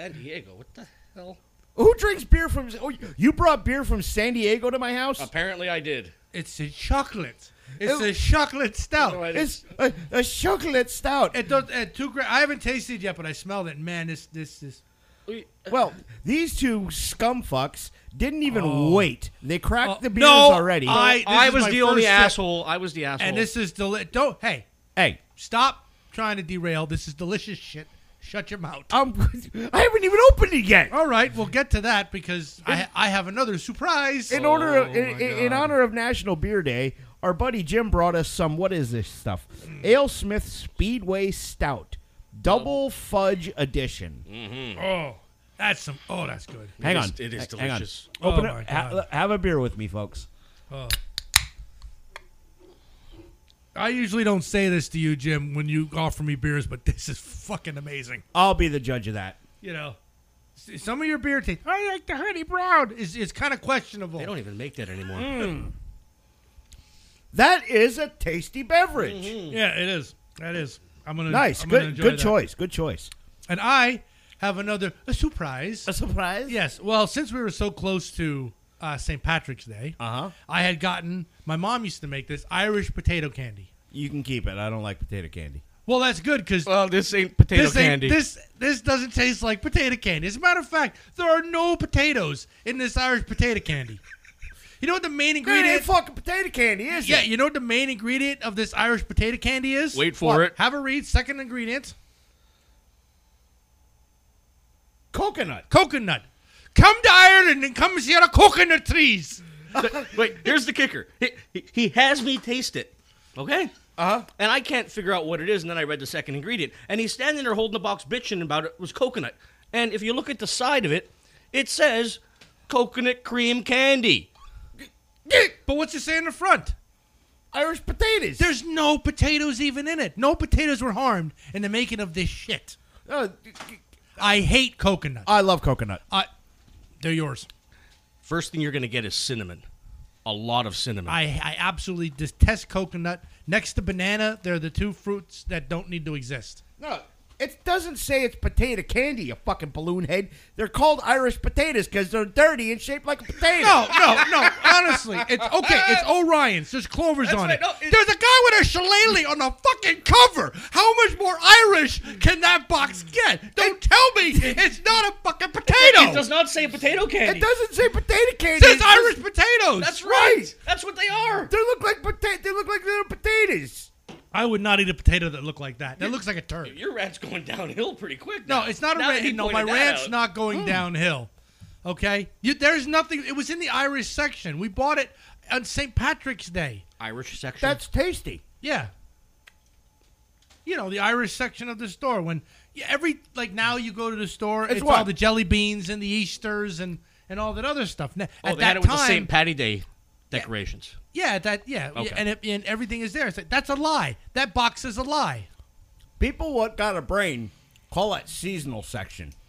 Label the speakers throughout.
Speaker 1: San Diego. What the hell?
Speaker 2: Who drinks beer from? Oh, you brought beer from San Diego to my house.
Speaker 1: Apparently, I did.
Speaker 3: It's a chocolate. It's
Speaker 2: It-
Speaker 3: a chocolate
Speaker 1: No,
Speaker 3: stout.
Speaker 1: I
Speaker 2: It's a, a chocolate stout.
Speaker 3: It does, at two gra- I haven't tasted it yet, but I smelled it. Man, this this this.
Speaker 1: didn't.
Speaker 2: Well, these two scumfucks didn't even
Speaker 3: Oh.
Speaker 2: wait. They cracked
Speaker 3: Oh,
Speaker 2: the beers
Speaker 3: no,
Speaker 2: already.
Speaker 3: I- this
Speaker 1: I
Speaker 3: is
Speaker 1: was
Speaker 3: my
Speaker 1: the only
Speaker 3: first sip.
Speaker 1: asshole. I was the asshole.
Speaker 3: And this is deli. Don't hey,
Speaker 2: hey,
Speaker 3: stop trying to derail. This is delicious shit. Shut your mouth.
Speaker 2: I'm, I haven't even opened it yet.
Speaker 3: All right, we'll get to that because I I have another surprise.
Speaker 2: In order, of,
Speaker 1: my
Speaker 2: in, in- in
Speaker 1: God.
Speaker 2: honor of National Beer Day, our buddy Jim brought us some. What is this stuff? AleSmith Speedway Stout, Double Fudge Edition.
Speaker 3: Oh, that's some. Oh, that's good.
Speaker 2: Hang
Speaker 1: is-
Speaker 2: on,
Speaker 1: it is
Speaker 2: h- hang on.
Speaker 1: delicious.
Speaker 3: Oh
Speaker 2: Open
Speaker 3: my
Speaker 2: it. Ha-
Speaker 3: God.
Speaker 2: have a beer with me, folks.
Speaker 3: Oh. I usually don't say this to you, Jim, when you offer me beers, but this is fucking amazing.
Speaker 2: I'll be the judge of that.
Speaker 3: You know, S- some of your beer taste. I like the honey brown. Is is kind of questionable.
Speaker 1: they don't even make that anymore.
Speaker 2: That is a tasty beverage.
Speaker 3: Yeah, it is. That is. I'm gonna
Speaker 2: Nice,
Speaker 3: I'm gonna
Speaker 2: good,
Speaker 3: enjoy
Speaker 2: good
Speaker 3: that.
Speaker 2: choice, good choice.
Speaker 3: And I have another a surprise.
Speaker 2: surprise?
Speaker 3: Yes. Well, since we were so close to uh, St. Patrick's Day,
Speaker 2: Uh-huh.
Speaker 3: I had gotten my mom used to make this Irish potato candy.
Speaker 2: You can keep it. I don't like potato candy.
Speaker 3: Well, that's good because
Speaker 1: well, this ain't potato
Speaker 3: this ain't-
Speaker 1: candy.
Speaker 3: This this doesn't taste like potato candy. As a matter of fact, there are no potatoes in this Irish potato candy. You know what the main
Speaker 2: It ain't
Speaker 3: ingredient?
Speaker 2: fucking potato candy, is
Speaker 3: Yeah,
Speaker 2: it?
Speaker 3: you know what the main ingredient of this Irish potato candy is?
Speaker 1: Wait for it.
Speaker 3: Have a read. Second ingredient:
Speaker 2: Coconut.
Speaker 3: coconut. Come to Ireland and come see our coconut trees.
Speaker 1: But- Wait, here's the kicker. He, he, he has me taste it. Okay?
Speaker 2: Uh-huh.
Speaker 1: And I can't figure out what it is, and then I read the second ingredient. And he's standing there holding the box bitching about it was coconut. And if you look at the side of it, it says coconut cream candy.
Speaker 3: But what's it say in the front?
Speaker 2: Irish potatoes.
Speaker 3: There's no potatoes even in it. No potatoes were harmed in the making of this shit.
Speaker 2: Uh,
Speaker 3: I hate coconut.
Speaker 2: I love coconut.
Speaker 3: I, they're yours.
Speaker 1: First thing you're gonna get is cinnamon. A lot of cinnamon.
Speaker 3: I, I absolutely detest coconut. Next to banana, they're the two fruits that don't need to exist.
Speaker 2: No, it doesn't say it's potato candy, you fucking balloon head. They're called Irish potatoes because they're dirty and shaped like a potato.
Speaker 3: No, no, no. Honestly, it's okay. It's Orion's. There's clovers on
Speaker 1: right,
Speaker 3: it.
Speaker 1: no, it-
Speaker 3: There's a guy with a shillelagh on the fucking cover. How much more Irish can that box get? Don't tell me it's not a fucking potato.
Speaker 1: it does not say potato candy.
Speaker 2: It doesn't say potato candy.
Speaker 3: It says
Speaker 2: It's
Speaker 3: Irish potatoes.
Speaker 1: That's right.
Speaker 2: right.
Speaker 1: That's what they are.
Speaker 2: They look like potato. They look like little potatoes.
Speaker 3: I would not eat a potato that looked like that. That looks like a turd.
Speaker 1: Your rant's going downhill pretty quick.
Speaker 3: No,
Speaker 1: now.
Speaker 3: it's not a
Speaker 1: Now that he
Speaker 3: rant. No, my
Speaker 1: pointed that
Speaker 3: rant's
Speaker 1: out. Hmm.
Speaker 3: not going downhill. Okay, you, there's nothing. It was in the Irish section. We bought it on St. Patrick's Day.
Speaker 1: Irish section.
Speaker 2: That's tasty.
Speaker 3: Yeah, you know the Irish section of the store. When yeah, every like now you go to the store, it's,
Speaker 2: It's what?
Speaker 3: all the jelly beans and the Easter's and and all that other stuff. Now,
Speaker 1: oh,
Speaker 3: at
Speaker 1: they
Speaker 3: that
Speaker 1: had it with
Speaker 3: time,
Speaker 1: the St. Patty Day decorations.
Speaker 3: yeah, that yeah, yeah,
Speaker 1: Okay.
Speaker 3: and it, and everything is there. It's like, that's a lie. That box is a lie.
Speaker 2: People what got a brain call it seasonal section.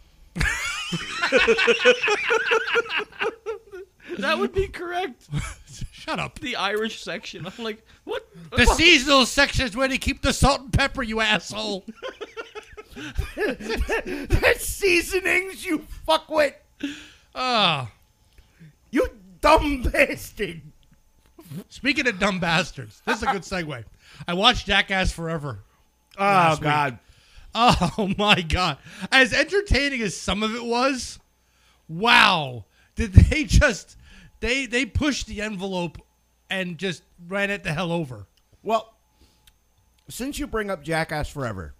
Speaker 1: That would be correct.
Speaker 3: Shut up.
Speaker 1: The Irish section. I'm like, what?
Speaker 3: The seasonal section is where they keep the salt and pepper, you asshole.
Speaker 2: That's seasonings, you fuckwit.
Speaker 3: Ah.
Speaker 2: You dumb bastard.
Speaker 3: Speaking of dumb bastards, this is a good segue. I watched Jackass Forever.
Speaker 2: Oh
Speaker 3: Last
Speaker 2: God.
Speaker 3: Oh my god! As entertaining as some of it was, wow! Did they just they they pushed the envelope and just ran it the hell over?
Speaker 2: Well, since you bring up Jackass Forever,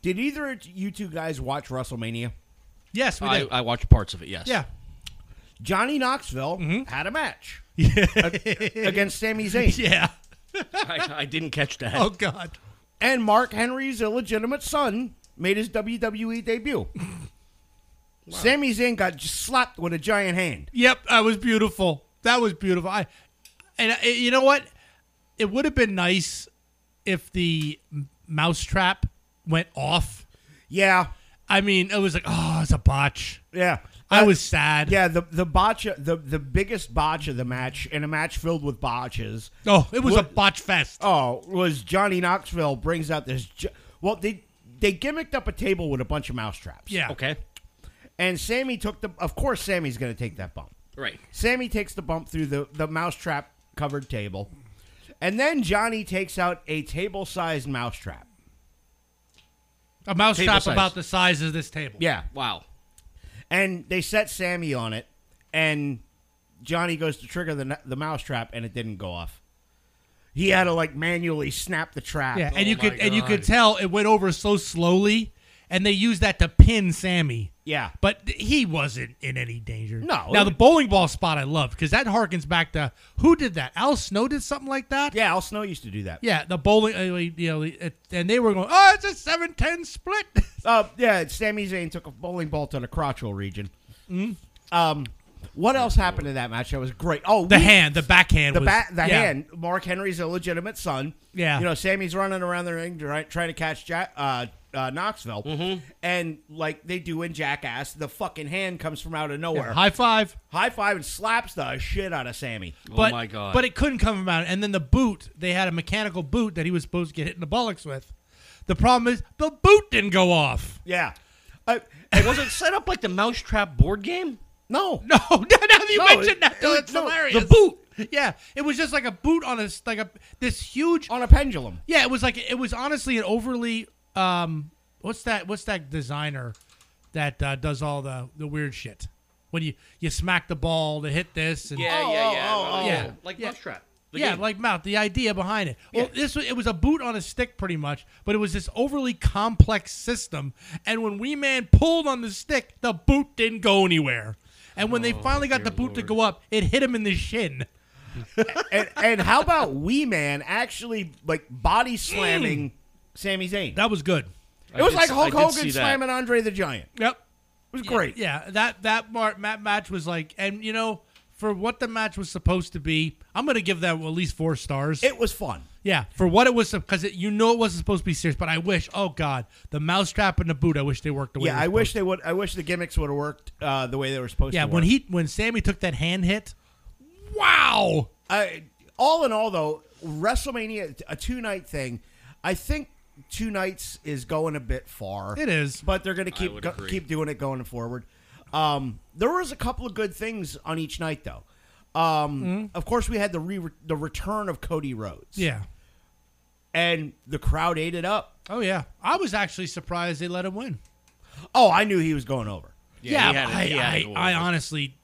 Speaker 2: did either of you two guys watch WrestleMania?
Speaker 3: Yes, we
Speaker 1: I,
Speaker 3: did.
Speaker 1: I watched parts of it. Yes.
Speaker 3: yeah,
Speaker 2: Johnny Knoxville had a match against Sami Zayn,
Speaker 3: Mm-hmm. yeah.
Speaker 1: I, I didn't catch that.
Speaker 3: Oh god!
Speaker 2: and Mark Henry's illegitimate son made his WWE debut. Sami Zayn got just slapped with a giant hand.
Speaker 3: Yep, that was beautiful. That was beautiful. I, and I, you know what? It would have been nice if the m- mousetrap went off.
Speaker 2: Yeah,
Speaker 3: I mean, it was like, oh, it's a botch.
Speaker 2: yeah.
Speaker 3: I
Speaker 2: Uh,
Speaker 3: was sad.
Speaker 2: Yeah, the the botch, the the biggest botch of the match, in a match filled with botches.
Speaker 3: Oh, it was a botch fest.
Speaker 2: Oh, was Johnny Knoxville brings out this? gi- Well, they they gimmicked up a table with a bunch of mousetraps.
Speaker 3: yeah.
Speaker 1: Okay.
Speaker 2: And Sammy took the. Of course, Sammy's going to take that bump.
Speaker 1: Right.
Speaker 2: Sammy takes the bump through the, the mousetrap covered table. And then Johnny takes out a table sized mousetrap.
Speaker 3: A mousetrap
Speaker 1: size.
Speaker 3: about the size of this table.
Speaker 2: Yeah.
Speaker 1: Wow.
Speaker 2: And they set Sammy on it. And Johnny goes to trigger the, the mousetrap, and it didn't go off. He had to, like, manually snap the trap.
Speaker 3: Yeah, and you
Speaker 1: my
Speaker 3: could and you could
Speaker 1: God.
Speaker 3: tell it went over so slowly, and they used that to pin Sammy.
Speaker 2: Yeah.
Speaker 3: but th- he wasn't in any danger.
Speaker 2: No.
Speaker 3: Now the bowling ball spot I love because that harkens back to who did that? Al Snow did something like that.
Speaker 2: Yeah, Al Snow used to do that.
Speaker 3: Yeah, the bowling, uh, you know, it- and they were going, oh, it's a 7-10 split.
Speaker 2: Uh, yeah, Sami Zayn took a bowling ball to the crotchal region.
Speaker 3: Mm-hmm.
Speaker 2: Um, what else happened in that match? That was great. Oh,
Speaker 3: the
Speaker 2: we-
Speaker 3: hand, the backhand,
Speaker 2: the
Speaker 3: was,
Speaker 2: bat, the
Speaker 3: yeah.
Speaker 2: hand. Mark Henry's illegitimate son.
Speaker 3: Yeah.
Speaker 2: you know, Sammy's running around the ring try- trying to catch Jack, uh, uh, Knoxville,
Speaker 3: Mm-hmm.
Speaker 2: and like they do in Jackass, the fucking hand comes from out of nowhere.
Speaker 3: High five.
Speaker 2: High five and slaps the shit out of Sammy.
Speaker 3: But,
Speaker 1: Oh my God.
Speaker 3: But it couldn't come about. And then the boot, they had a mechanical boot that he was supposed to get hit in the bullocks with. The problem is the boot didn't go off.
Speaker 2: Yeah, uh,
Speaker 1: was it set up like the mousetrap board game?
Speaker 2: no,
Speaker 3: No, now that you
Speaker 2: No,
Speaker 3: mentioned that,
Speaker 2: it-
Speaker 3: though,
Speaker 2: it-
Speaker 3: it's
Speaker 2: no, the
Speaker 3: hilarious.
Speaker 2: boot.
Speaker 3: Yeah, it was just like a boot on a s- like a this huge.
Speaker 2: on a pendulum.
Speaker 3: Yeah, it was like it was honestly an overly. Um, what's that? What's that designer that uh, does all the the weird shit? When you you smack the ball to hit this and
Speaker 1: Yeah,
Speaker 2: Oh,
Speaker 1: yeah,
Speaker 2: oh,
Speaker 1: yeah.
Speaker 2: oh, oh.
Speaker 1: yeah.
Speaker 3: Yeah.
Speaker 1: Like
Speaker 3: Yeah.
Speaker 1: mousetrap. The
Speaker 3: yeah,
Speaker 1: game.
Speaker 3: like mouth. The idea behind it. Well,
Speaker 2: Yeah.
Speaker 3: this was, it was a boot on a stick, pretty much, but it was this overly complex system. And when Wee Man pulled on the stick, the boot didn't go anywhere. And when they
Speaker 2: Oh,
Speaker 3: finally got the boot to go up, it hit him in the shin.
Speaker 2: and, and how about Wee Man actually like body slamming Sami Zayn?
Speaker 3: That was good.
Speaker 1: I
Speaker 2: It was
Speaker 1: did
Speaker 2: like
Speaker 1: s- I
Speaker 2: Hulk
Speaker 1: did
Speaker 2: Hogan
Speaker 1: see that.
Speaker 2: slamming Andre the Giant. It
Speaker 3: Yep.
Speaker 2: was great.
Speaker 3: Yeah, that that mar- that match was like, and you know, for what the match was supposed to be, I'm gonna give that at least four stars.
Speaker 2: It was fun.
Speaker 3: yeah, for what it was, because you know it wasn't supposed to be serious. But I wish, oh god, the mousetrap and the boot. I wish they worked the way.
Speaker 2: Yeah,
Speaker 3: they
Speaker 2: I
Speaker 3: were
Speaker 2: wish they would. I wish the gimmicks would have worked uh, the way they were supposed
Speaker 3: Yeah,
Speaker 2: to.
Speaker 3: when
Speaker 2: work.
Speaker 3: he when Sammy took that hand hit, wow.
Speaker 2: I, all in all, though, WrestleMania a two night thing. I think two nights is going a bit far.
Speaker 3: It is.
Speaker 2: but they're going to keep
Speaker 1: would
Speaker 2: go,
Speaker 1: agree.
Speaker 2: keep doing it going forward. Um, there was a couple of good things on each night, though. Um, Of course, we had the re- the return of Cody Rhodes.
Speaker 3: Mm-hmm. Yeah.
Speaker 2: and the crowd ate it up.
Speaker 3: Oh yeah. I was actually surprised they let him win.
Speaker 2: Oh, I knew he was going over.
Speaker 1: Yeah, he had it- he had
Speaker 3: I,
Speaker 1: it all.
Speaker 3: I, I honestly,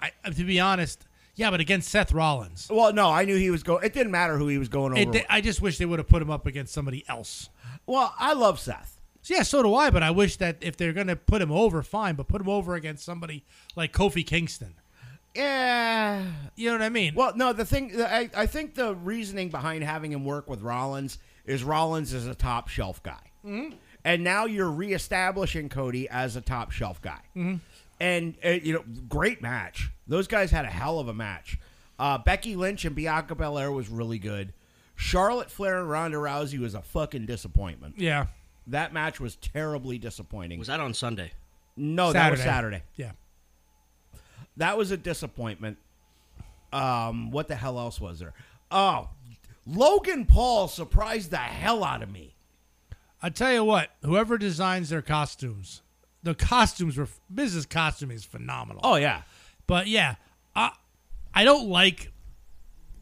Speaker 3: I uh, to be honest, yeah, but against Seth Rollins,
Speaker 2: Well, no, I knew he was going. It didn't matter who he was going Oh, over.
Speaker 3: it, I just wish they would have put him up against somebody else.
Speaker 2: well, I love Seth.
Speaker 3: So, yeah, so do I. But I wish that if they're gonna put him over, fine, but put him over against somebody like Kofi Kingston.
Speaker 2: Yeah.
Speaker 3: You know what I mean?
Speaker 2: Well, no, the thing I, I think the reasoning behind having him work with Rollins is Rollins is a top shelf guy, mm-hmm. and now you're reestablishing Cody as a top shelf guy. Mm-hmm. And uh, you know, great match. Those guys had a hell of a match. Uh, Becky Lynch and Bianca Belair was really good. Charlotte Flair and Ronda Rousey was a fucking disappointment.
Speaker 3: yeah.
Speaker 2: That match was terribly disappointing.
Speaker 1: Was that on Sunday?
Speaker 2: no, oh, that was Saturday.
Speaker 3: Yeah.
Speaker 2: That was a disappointment. Um, what the hell else was there? Oh, Logan Paul surprised the hell out of me.
Speaker 3: I tell you what, whoever designs their costumes, the costumes were business costume is phenomenal.
Speaker 2: Oh yeah,
Speaker 3: But yeah, I I don't like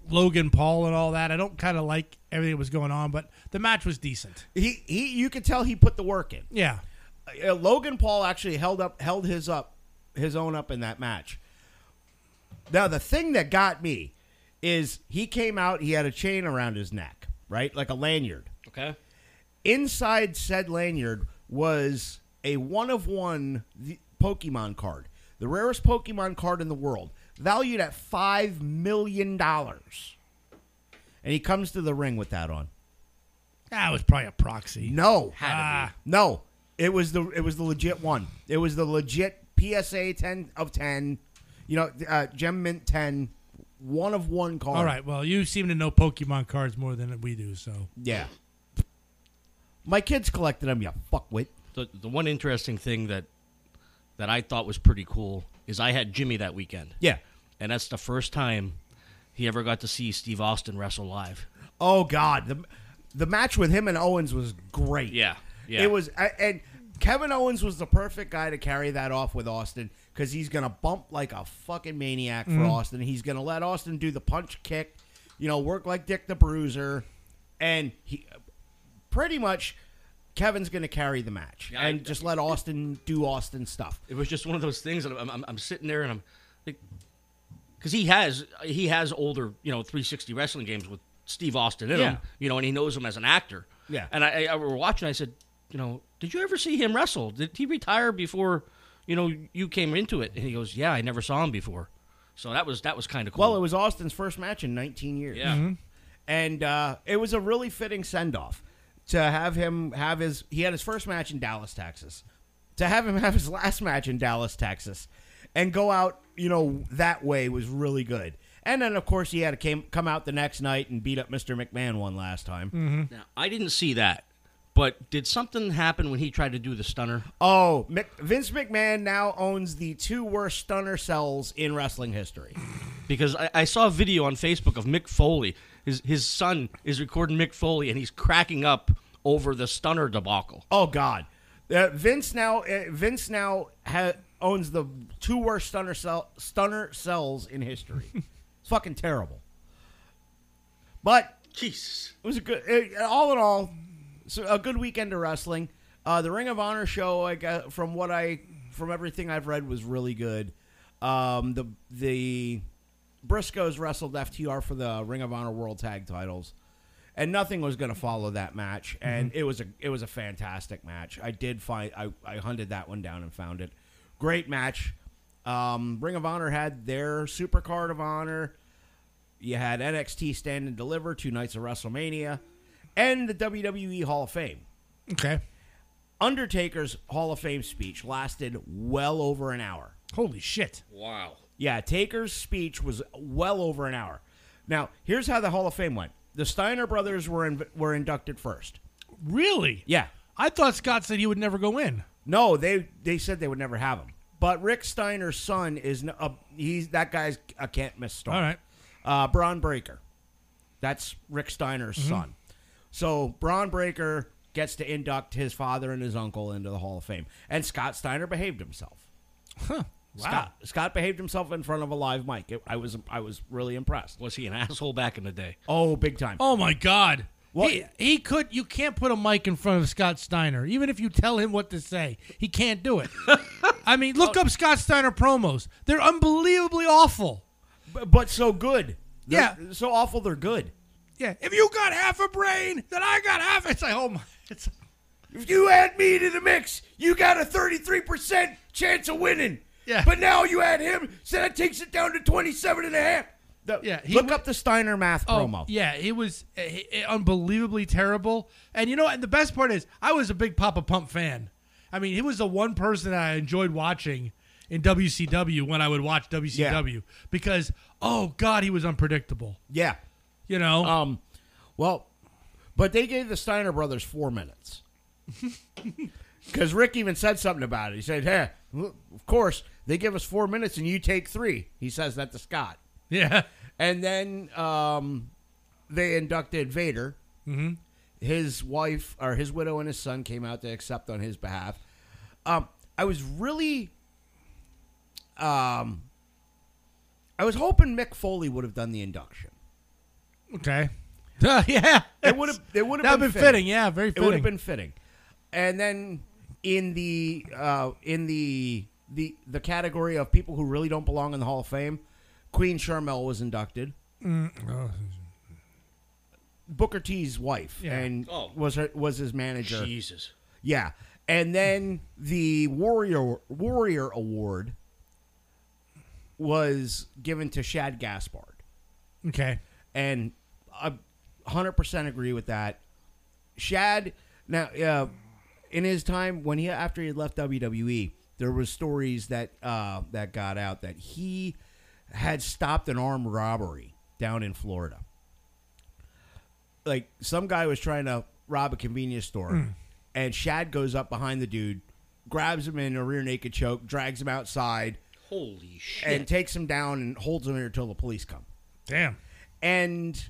Speaker 3: Logan Paul and all that. I don't kind of like everything that was going on, but the match was decent.
Speaker 2: he he. You could tell he put the work in.
Speaker 3: Yeah.
Speaker 2: Uh, Logan Paul actually held up, held his up, his own up in that match. Now the thing that got me is he came out. He had a chain around his neck, right, like a lanyard.
Speaker 1: Okay.
Speaker 2: inside said lanyard was a one of one th- Pokemon card, the rarest Pokemon card in the world, valued at five million dollars. And he comes to the ring with that on.
Speaker 3: That was probably a proxy.
Speaker 2: No,
Speaker 3: Had to
Speaker 2: no, it was the it was the legit one. It was the legit PSA ten of ten, you know, uh, gem mint 10, one of one card.
Speaker 3: All right. Well, you seem to know Pokemon cards more than we do, so.
Speaker 2: yeah. My kids collected them. You fuckwit.
Speaker 1: The the one interesting thing that that I thought was pretty cool is I had Jimmy that weekend.
Speaker 2: Yeah.
Speaker 1: And that's the first time he ever got to see Steve Austin wrestle live.
Speaker 2: Oh God, the the match with him and Owens was great.
Speaker 1: Yeah, yeah.
Speaker 2: It was, I- and Kevin Owens was the perfect guy to carry that off with Austin because he's going to bump like a fucking maniac for Austin. He's going to let Austin do the punch kick, you know, work like Dick the Bruiser, and he pretty much Kevin's going to carry the match
Speaker 1: Yeah, I-
Speaker 2: and just let Austin do Austin stuff.
Speaker 1: It was just one of those things that I'm, I'm, I'm sitting there and I'm like, because he has he has older you know 360 wrestling games with Steve Austin in
Speaker 2: Yeah.
Speaker 1: him, you know, and he knows him as an actor.
Speaker 2: Yeah.
Speaker 1: And I, I, I were watching. I said, you know, did you ever see him wrestle? Did he retire before you know you came into it? And he goes, yeah, I never saw him before. So that was that was kind of cool.
Speaker 2: Well, it was Austin's first match in 19 years.
Speaker 1: yeah.
Speaker 2: and uh, it was a really fitting send off to have him have his he had his first match in Dallas, Texas, to have him have his last match in Dallas, Texas, and go out you know that way was really good. And then of course he had to came come out the next night and beat up Mr. McMahon one last time.
Speaker 1: Now I didn't see that, but did something happen when he tried to do the stunner?
Speaker 2: Oh, Mc, Vince McMahon now owns the two worst stunner cells in wrestling history.
Speaker 1: because I, I saw a video on Facebook of Mick Foley. His his son is recording Mick Foley, and he's cracking up over the stunner debacle.
Speaker 2: Oh God, uh, Vince now uh, Vince now ha- owns the two worst stunner cell- stunner cells in history. it's fucking terrible. But
Speaker 1: Jeez.
Speaker 2: it was a good. It, all in all, so a good weekend of wrestling. Uh, the Ring of Honor show, I got, from what I from everything I've read, was really good. Um, the the Briscoes wrestled FTR for the Ring of Honor World Tag Titles, and nothing was going to follow that match. And it was a it was a fantastic match. I did find I, I hunted that one down and found it. Great match. Um, Ring of Honor had their Super Card of Honor. You had NXT Stand and Deliver, two nights of WrestleMania, and the WWE Hall of Fame.
Speaker 3: Okay.
Speaker 2: Undertaker's Hall of Fame speech lasted well over an hour.
Speaker 3: Holy shit.
Speaker 1: Wow.
Speaker 2: Yeah, Taker's speech was well over an hour. Now, here's how the Hall of Fame went. The Steiner brothers were in, were inducted first.
Speaker 3: Really?
Speaker 2: Yeah.
Speaker 3: I thought Scott said he would never go in.
Speaker 2: No, they they said they would never have him. But Rick Steiner's son is n- a, he's that guy's a can't miss star.
Speaker 3: All right.
Speaker 2: Uh, Braun Breaker. That's Rick Steiner's
Speaker 3: Mm-hmm.
Speaker 2: son. So Braun Breaker gets to induct his father and his uncle into the Hall of Fame. And Scott Steiner behaved himself.
Speaker 3: Huh. Wow.
Speaker 2: Scott, Scott behaved himself in front of a live mic. It- I was I was really impressed.
Speaker 1: Was he an asshole back in the day?
Speaker 2: Oh, big time.
Speaker 3: Oh my God.
Speaker 2: Well-
Speaker 3: he, he could. You can't put a mic in front of Scott Steiner, even if you tell him what to say. He can't do it. I mean, look up Scott Steiner promos. They're unbelievably awful.
Speaker 2: B- but so good. They're-
Speaker 3: Yeah.
Speaker 2: So awful they're good.
Speaker 3: Yeah. If you got half a brain, then I got half. It's like, oh my. It's
Speaker 2: If you add me to the mix, you got a 33% chance of winning.
Speaker 3: Yeah.
Speaker 2: But now you add him, so that takes it down to 27 and a half. The-
Speaker 3: Yeah, he
Speaker 2: look
Speaker 3: w-
Speaker 2: up the Steiner math promo.
Speaker 3: Oh, Yeah, it was uh, uh, unbelievably terrible. And you know, and the best part is, I was a big Papa Pump fan. I mean, he was the one person I enjoyed watching in WCW when I would watch WCW because, oh God, he was unpredictable.
Speaker 2: Yeah.
Speaker 3: You know,
Speaker 2: Um, well, but they gave the Steiner brothers four minutes. Because Rick even said something about it. He said, hey, look, of course, they give us four minutes and you take three. He says that to Scott.
Speaker 3: yeah,
Speaker 2: And then um, they inducted Vader. Mm-hmm. His wife, or his widow and his son came out to accept on his behalf. Um, I was really. Um, I was hoping Mick Foley would have done the induction.
Speaker 3: okay, Uh, yeah.
Speaker 2: It would have. It would
Speaker 3: That
Speaker 2: have
Speaker 3: would've
Speaker 2: been,
Speaker 3: been fitting, yeah, very
Speaker 2: It would have
Speaker 3: fitting.
Speaker 2: been fitting. And then in the uh, in the the the category of people who really don't belong in the Hall of Fame, Queen Charmel was inducted. Booker T's wife
Speaker 3: Yeah.
Speaker 2: and
Speaker 1: Oh.
Speaker 2: was her, was his manager.
Speaker 1: Jesus.
Speaker 2: Yeah, and then the Warrior Warrior Award was given to Shad Gaspard
Speaker 3: okay.
Speaker 2: and I 100% agree with that. Shad now uh, in his time when he after he had left WWE, there was stories that uh, that got out that he had stopped an armed robbery down in Florida. Like some guy was trying to rob a convenience store, and Shad goes up behind the dude, grabs him in a rear naked choke, drags him outside,
Speaker 1: Holy shit.
Speaker 2: and takes him down and holds him there until the police come
Speaker 3: Damn.
Speaker 2: and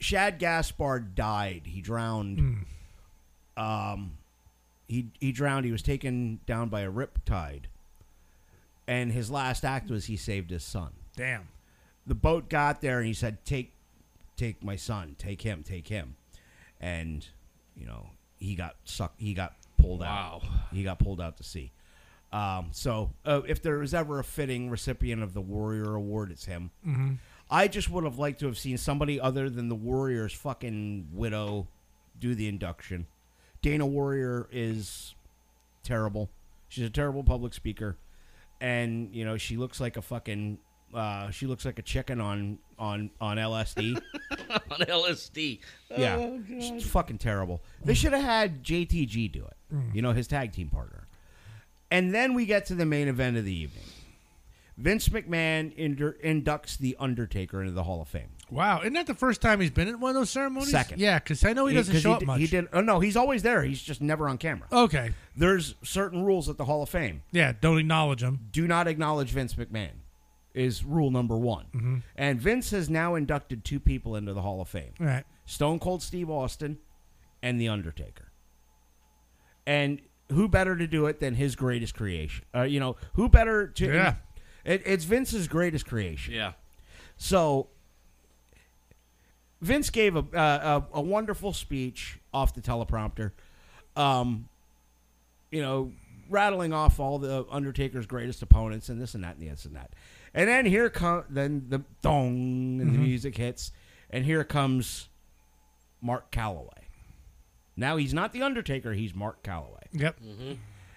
Speaker 2: Shad Gaspard died. He drowned um, He he drowned. He was taken down by a rip tide, and his last act was he saved his son.
Speaker 3: Damn.
Speaker 2: The boat got there, and he said, "Take, take my son. Take him. Take him." And you know he got sucked. He got pulled out.
Speaker 1: Wow.
Speaker 2: He got pulled out to sea. Um, so uh, if there was ever a fitting recipient of the Warrior Award, it's him. I just would have liked to have seen somebody other than the Warrior's fucking widow do the induction. Dana Warrior is terrible. She's a terrible public speaker, and you know she looks like a fucking uh, she looks like a chicken on on on LSD.
Speaker 1: on LSD.
Speaker 2: yeah,
Speaker 3: Oh,
Speaker 2: She's fucking terrible. They should have had JTG do it.
Speaker 3: Mm.
Speaker 2: You know his tag team partner. And then we get to the main event of the evening. Vince McMahon indu- inducts the Undertaker into the Hall of Fame.
Speaker 3: Wow. Isn't that the first time he's been at one of those ceremonies?
Speaker 2: Second.
Speaker 3: Yeah, because I know Oh, he doesn't
Speaker 2: 'cause
Speaker 3: show up
Speaker 2: did-
Speaker 3: much. Oh.
Speaker 2: He did. Oh no, he's always there. He's just never on camera.
Speaker 3: Okay.
Speaker 2: There's certain rules at the Hall of Fame.
Speaker 3: Yeah, don't acknowledge him.
Speaker 2: do not acknowledge Vince McMahon is rule number one.
Speaker 3: Mm-hmm.
Speaker 2: And Vince has now inducted two people into the Hall of Fame
Speaker 3: All right.
Speaker 2: Stone Cold Steve Austin and The Undertaker. And who better to do it than his greatest creation? Uh, you know, who better to.
Speaker 3: Yeah.
Speaker 2: It, it's Vince's greatest creation.
Speaker 1: Yeah.
Speaker 2: So Vince gave a, uh, a a wonderful speech off the teleprompter, um, you know, rattling off all the Undertaker's greatest opponents and this and that and this and that. And then here come then the dong and the music hits, and here comes Mark Calloway. Now he's not the Undertaker; he's Mark Calloway
Speaker 3: Yep.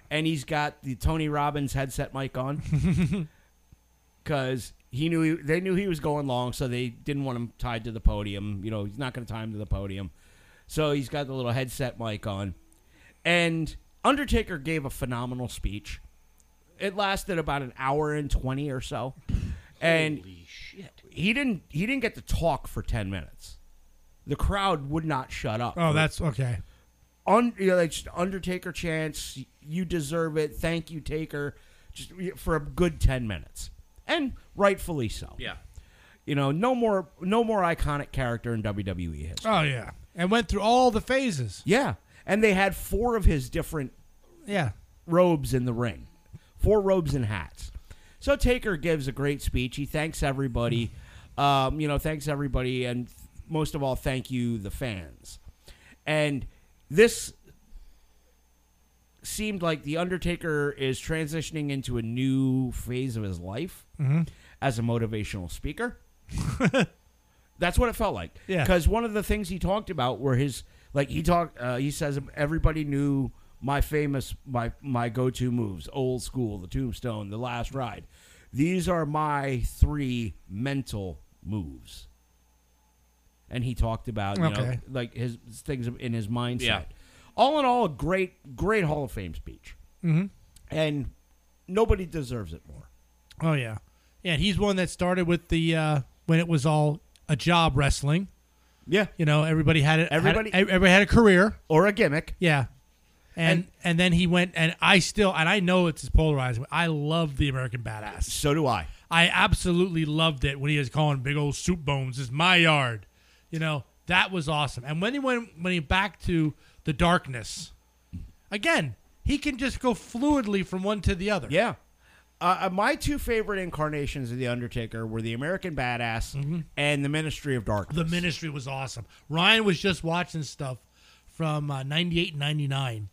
Speaker 2: and he's got the Tony Robbins headset mic on because he knew he, they knew he was going long, so they didn't want him tied to the podium. You know, he's not going to tie him to the podium, so he's got the little headset mic on. And Undertaker gave a phenomenal speech. It lasted about an hour and twenty or so, and
Speaker 1: Holy shit.
Speaker 2: he didn't he didn't get to talk for ten minutes. The crowd would not shut up.
Speaker 3: Oh,
Speaker 2: for
Speaker 3: that's okay.
Speaker 2: un, you know, like just Undertaker chance. You deserve it. Thank you, Taker. Just for a good ten minutes, and rightfully so.
Speaker 1: Yeah.
Speaker 2: You know, no more, no more iconic character in WWE history.
Speaker 3: Oh, yeah. And went through all the phases.
Speaker 2: Yeah, and they had four of his different
Speaker 3: Yeah.
Speaker 2: robes in the ring, four robes and hats. So Taker gives a great speech. He thanks everybody. Um, you know, thanks everybody, and th- most of all, thank you the fans. And this seemed like the Undertaker is transitioning into a new phase of his life
Speaker 3: Mm-hmm.
Speaker 2: as a motivational speaker. That's what it felt like.
Speaker 3: Yeah.
Speaker 2: Because one of the things he talked about were his like he talked uh, he says everybody knew my famous my my go to moves old school the tombstone the last ride these are my three mental moves and he talked about you know
Speaker 3: Okay.
Speaker 2: like his things in his mindset
Speaker 1: Yeah.
Speaker 2: all in all a great great Hall of Fame speech mm-hmm. and nobody deserves it more
Speaker 3: Oh, yeah. Yeah, he's one that started with the, uh, when it was all a job wrestling.
Speaker 2: yeah
Speaker 3: You know, everybody had a,
Speaker 2: Everybody-
Speaker 3: had a, everybody had a career.
Speaker 2: or a gimmick
Speaker 3: Yeah. And, and then he went and I still and I know it's polarizing. But I love the American Badass.
Speaker 2: so do I
Speaker 3: I absolutely loved it when he was calling big old soup bones is my yard. You know that was awesome. And when he went when he back to the darkness, again he can just go fluidly from one to the other.
Speaker 2: Yeah. Uh, uh, my two favorite incarnations of The Undertaker were the American Badass and the Ministry of Darkness.
Speaker 3: Mm-hmm. The ministry was awesome. Ryan was just watching stuff from uh, 98 and 99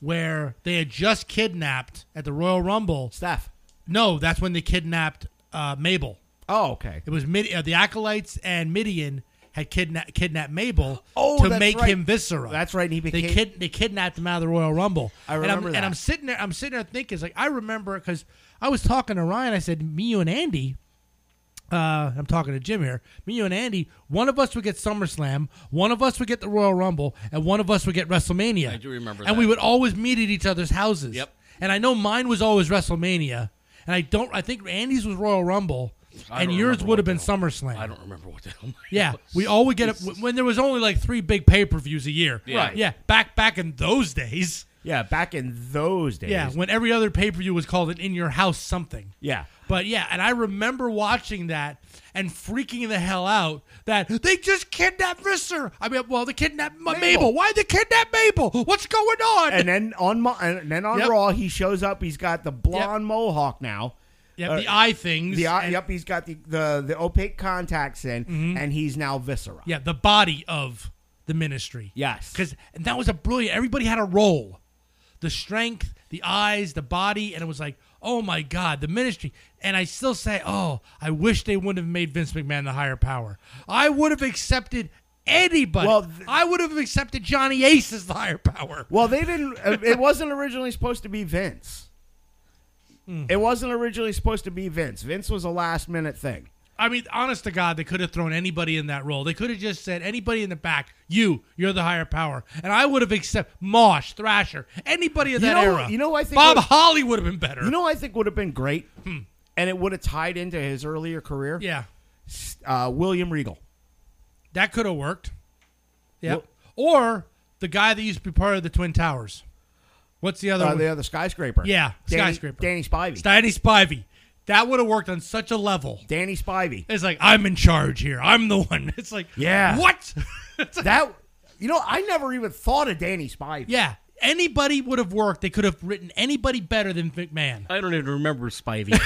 Speaker 3: where they had just kidnapped at the Royal Rumble.
Speaker 2: Staff.
Speaker 3: No, that's when they kidnapped uh, Mabel.
Speaker 2: Oh, okay.
Speaker 3: It was Mid- uh, the acolytes and Midian had kidna- kidnapped Mabel
Speaker 2: Oh,
Speaker 3: to
Speaker 2: that's
Speaker 3: make
Speaker 2: right.
Speaker 3: him viscera.
Speaker 2: That's right, and he
Speaker 3: They,
Speaker 2: became-
Speaker 3: kid- they kidnapped him out of the Royal Rumble.
Speaker 2: I
Speaker 3: and
Speaker 2: remember
Speaker 3: I'm,
Speaker 2: that.
Speaker 3: And I'm sitting there. I'm sitting there thinking, it's like I remember because I was talking to Ryan. I said, "Me, you, and Andy." Uh, I'm talking to Jim here. Me, you, and Andy. One of us would get SummerSlam. One of us would get the Royal Rumble, and one of us would get WrestleMania.
Speaker 1: I do remember
Speaker 3: And
Speaker 1: that.
Speaker 3: we would always meet at each other's houses.
Speaker 1: Yep.
Speaker 3: And I know mine was always WrestleMania, and I don't. I think Andy's was Royal Rumble,
Speaker 1: I
Speaker 3: and
Speaker 1: don't remember
Speaker 3: yours would have
Speaker 1: what
Speaker 3: been
Speaker 1: they were.
Speaker 3: SummerSlam.
Speaker 1: I don't remember what the hell. mine
Speaker 3: Yeah,
Speaker 1: was.
Speaker 3: we all would get it when there was only like three big pay per views a year.
Speaker 1: Yeah. Right.
Speaker 3: Yeah, back back in those days.
Speaker 2: Yeah, back in those days.
Speaker 3: Yeah, when every other pay per view was called an in your house something.
Speaker 2: Yeah.
Speaker 3: But yeah, and I remember watching that and freaking the hell out that they just kidnapped Visser. I mean, well, they kidnapped Ma- Mabel.
Speaker 2: Mabel.
Speaker 3: Why they kidnap Mabel? What's going on?
Speaker 2: And then on Mo- and then on
Speaker 3: Yep.
Speaker 2: Raw, he shows up. He's got the blonde mohawk now.
Speaker 3: yep,
Speaker 2: uh,
Speaker 3: the eye things.
Speaker 2: The eye,
Speaker 3: and- Mm-hmm.
Speaker 2: yep, he's got the, the, the opaque contacts in, and he's now viscera.
Speaker 3: Yeah, the body of the ministry.
Speaker 2: Yes.
Speaker 3: Because and that was a brilliant. Everybody had a role. The strength, the eyes, the body, and it was like, oh my God, the ministry. And I still say, oh, I wish they wouldn't have made Vince McMahon the higher power. I would have accepted anybody.
Speaker 2: Well, th-
Speaker 3: I would have accepted Johnny Ace as the higher power.
Speaker 2: Well, they didn't. uh, it wasn't originally supposed to be Vince.
Speaker 3: Hmm.
Speaker 2: It wasn't originally supposed to be Vince. Vince was a last minute thing.
Speaker 3: I mean, honest to God, they could have thrown anybody in that role. They could have just said anybody in the back, you, you're the higher power, and I would have accepted Mosh, Thrasher, anybody of
Speaker 2: You
Speaker 3: that
Speaker 2: know-
Speaker 3: era.
Speaker 2: you know, I think
Speaker 3: Bob
Speaker 2: what-
Speaker 3: Holly would have been better.
Speaker 2: You know, I think would have been great, and it would have tied into his earlier career.
Speaker 3: Hmm. yeah,
Speaker 2: Uh, William Regal.
Speaker 3: that could have worked. Yep.
Speaker 2: Yep.
Speaker 3: Or the guy that used to be part of the Twin Towers. What's the other
Speaker 2: Uh,
Speaker 3: one?
Speaker 2: the other skyscraper.
Speaker 3: Yeah,
Speaker 2: Danny,
Speaker 3: skyscraper.
Speaker 2: Danny Spivey.
Speaker 3: Danny Spivey. That would have worked on such a level.
Speaker 2: Danny Spivey.
Speaker 3: It's like I'm in charge here. I'm the one. It's like
Speaker 2: Yeah.
Speaker 3: what? It's like-
Speaker 2: That you know, I never even thought of Danny Spivey.
Speaker 3: yeah, anybody would have worked. They could have written anybody better than McMahon.
Speaker 1: I don't even remember Spivey.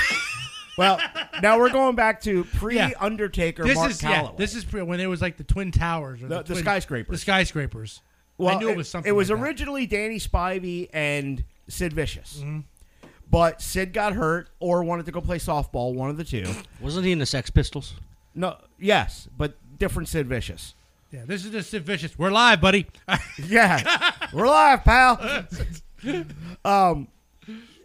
Speaker 2: Well, now we're going back to pre Undertaker
Speaker 3: This
Speaker 2: Mark
Speaker 3: is
Speaker 2: Calloway.
Speaker 3: yeah. This is pre- when there was like the Twin Towers or
Speaker 2: The-
Speaker 3: the,
Speaker 2: the
Speaker 3: twin-
Speaker 2: skyscrapers.
Speaker 3: The skyscrapers.
Speaker 2: well,
Speaker 3: I knew it, was something.
Speaker 2: It was
Speaker 3: like that.
Speaker 2: originally Danny Spivey and Sid Vicious,
Speaker 3: Mm-hmm.
Speaker 2: but Sid got hurt or wanted to go play softball. One of the two.
Speaker 1: Wasn't he in the Sex Pistols?
Speaker 2: No, yes, but different Sid Vicious.
Speaker 3: Yeah, this is just vicious. We're live, buddy.
Speaker 2: Yeah, we're live, pal. um,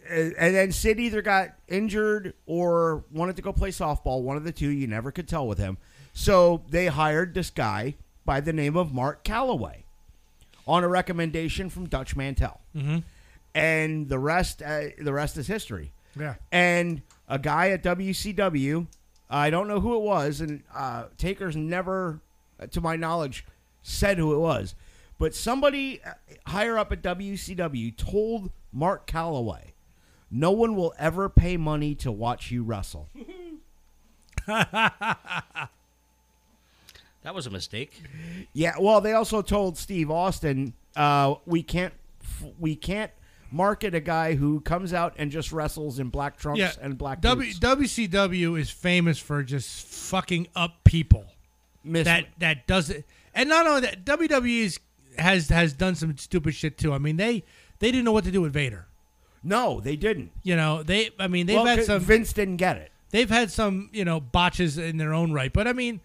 Speaker 2: and and then Sid either got injured or wanted to go play softball. One of the two, you never could tell with him. So they hired this guy by the name of Mark Calloway on a recommendation from Dutch Mantel, mm-hmm. and the rest, uh, the rest is history.
Speaker 3: Yeah.
Speaker 2: and a guy at WCW, I don't know who it was, and uh, Taker's never, uh, to my knowledge, said who it was, but somebody uh, higher up at WCW told Mark Calloway, "No one will ever pay money to watch you wrestle."
Speaker 1: That was a mistake.
Speaker 2: Yeah, well, they also told Steve Austin, uh, "We can't, f- we can't." Market a guy who comes out and just wrestles in black trunks
Speaker 3: yeah,
Speaker 2: and black
Speaker 3: w-
Speaker 2: boots.
Speaker 3: WCW is famous for just fucking up people.
Speaker 2: Miss-
Speaker 3: That that does it, and not only that, WWE is, has has done some stupid shit too. I mean, they they didn't know what to do with Vader.
Speaker 2: no, they didn't.
Speaker 3: You know, they. I mean, they've
Speaker 2: Well,
Speaker 3: had
Speaker 2: 'cause
Speaker 3: some.
Speaker 2: Vince didn't get it.
Speaker 3: they've had some you know botches in their own right but i mean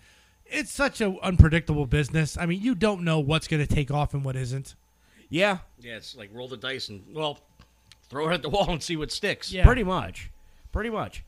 Speaker 3: it's such an unpredictable business i mean you don't know what's going to take off and what isn't
Speaker 2: Yeah,
Speaker 1: Yeah, it's like roll the dice and well, throw it at the wall and see what sticks.
Speaker 3: Yeah.
Speaker 2: pretty much, pretty much.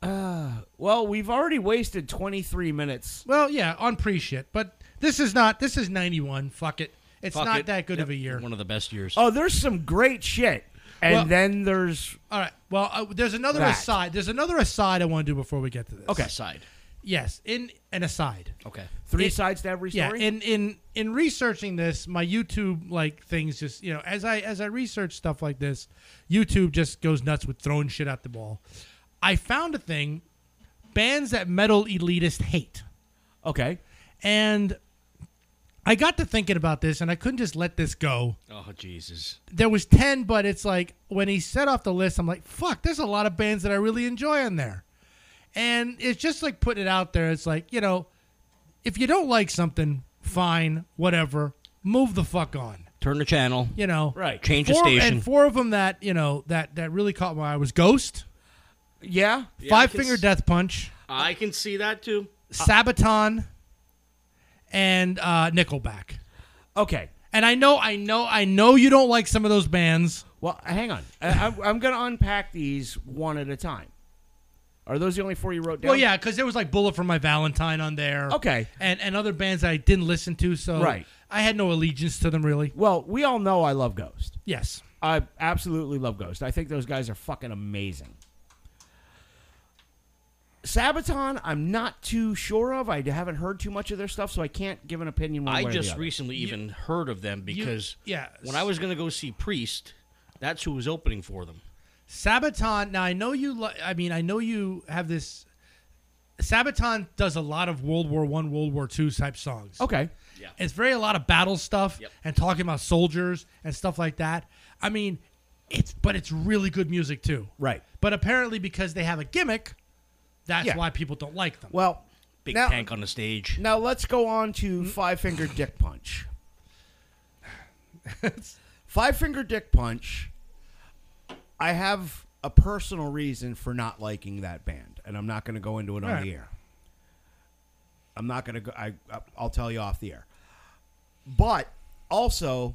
Speaker 2: Uh, well, we've already wasted 23 minutes.
Speaker 3: well yeah on pre-shit but this is not this is 91 fuck it it's
Speaker 1: Fuck
Speaker 3: not
Speaker 1: it.
Speaker 3: that good
Speaker 1: Yep,
Speaker 3: of a year
Speaker 1: One of the best years.
Speaker 2: Oh, there's some great shit, and
Speaker 3: Well-
Speaker 2: then there's
Speaker 3: all right well uh, there's another
Speaker 2: That.
Speaker 3: aside there's another aside i want to do before we get to this
Speaker 1: okay. Side.
Speaker 3: yes in an aside
Speaker 1: Okay.
Speaker 2: three
Speaker 3: It-
Speaker 2: sides to every
Speaker 3: yeah
Speaker 2: story.
Speaker 3: in in in researching this my youtube like things just you know as i as i research stuff like this youtube just goes nuts with throwing shit at the wall i found a thing bands that metal elitists hate
Speaker 2: okay,
Speaker 3: and i got to thinking about this and i couldn't just let this go
Speaker 1: Oh Jesus.
Speaker 3: there was 10 but it's like when he set off the list i'm like fuck there's a lot of bands that i really enjoy on there and it's just like putting it out there it's like you know if you don't like something fine whatever move the fuck on
Speaker 1: Turn the channel.
Speaker 3: you know
Speaker 2: Right.
Speaker 1: Change the
Speaker 3: four,
Speaker 1: station.
Speaker 3: and four of them that you know that that really caught my eye was ghost
Speaker 2: yeah,
Speaker 1: I
Speaker 3: five
Speaker 1: can
Speaker 3: finger
Speaker 1: s-
Speaker 3: death punch
Speaker 1: I can see that too.
Speaker 3: sabaton and uh nickelback
Speaker 2: okay.
Speaker 3: and i know i know i know you don't like some of those bands
Speaker 2: Well, hang on. I, I'm, I'm gonna unpack these one at a time. Are those the only four you wrote down?
Speaker 3: Well, yeah, because there was like Bullet for My Valentine on there.
Speaker 2: Okay.
Speaker 3: And and other bands that I didn't listen to, so
Speaker 2: Right.
Speaker 3: I had no allegiance to them really.
Speaker 2: Well, we all know I love Ghost.
Speaker 3: Yes.
Speaker 2: I absolutely love Ghost. I think those guys are fucking amazing. Sabaton, I'm not too sure of. I haven't heard too much of their stuff, so I can't give an opinion. One
Speaker 1: I
Speaker 2: way or the
Speaker 1: just
Speaker 2: other.
Speaker 1: recently even heard of them because
Speaker 3: yeah,
Speaker 1: when I was gonna go see Priest, that's who was opening for them.
Speaker 3: Sabaton. Now I know you. Li- I mean, I know you have this. Sabaton does a lot of World War One, World War Two type songs.
Speaker 2: Okay.
Speaker 1: Yeah.
Speaker 3: It's very a lot of battle stuff
Speaker 1: Yep.
Speaker 3: and talking about soldiers and stuff like that. I mean, it's but it's really good music too.
Speaker 2: Right.
Speaker 3: But apparently because they have a gimmick, that's
Speaker 2: Yeah.
Speaker 3: why people don't like them.
Speaker 2: Well,
Speaker 1: Big
Speaker 2: now,
Speaker 1: tank on the stage.
Speaker 2: Now let's go on to Five Finger Dick Punch. Five Finger Dick Punch. I have a personal reason for not liking that band, and I'm not going to go into it on
Speaker 3: All right.
Speaker 2: the air. I'm not going to go. I, I'll tell you off the air. But also,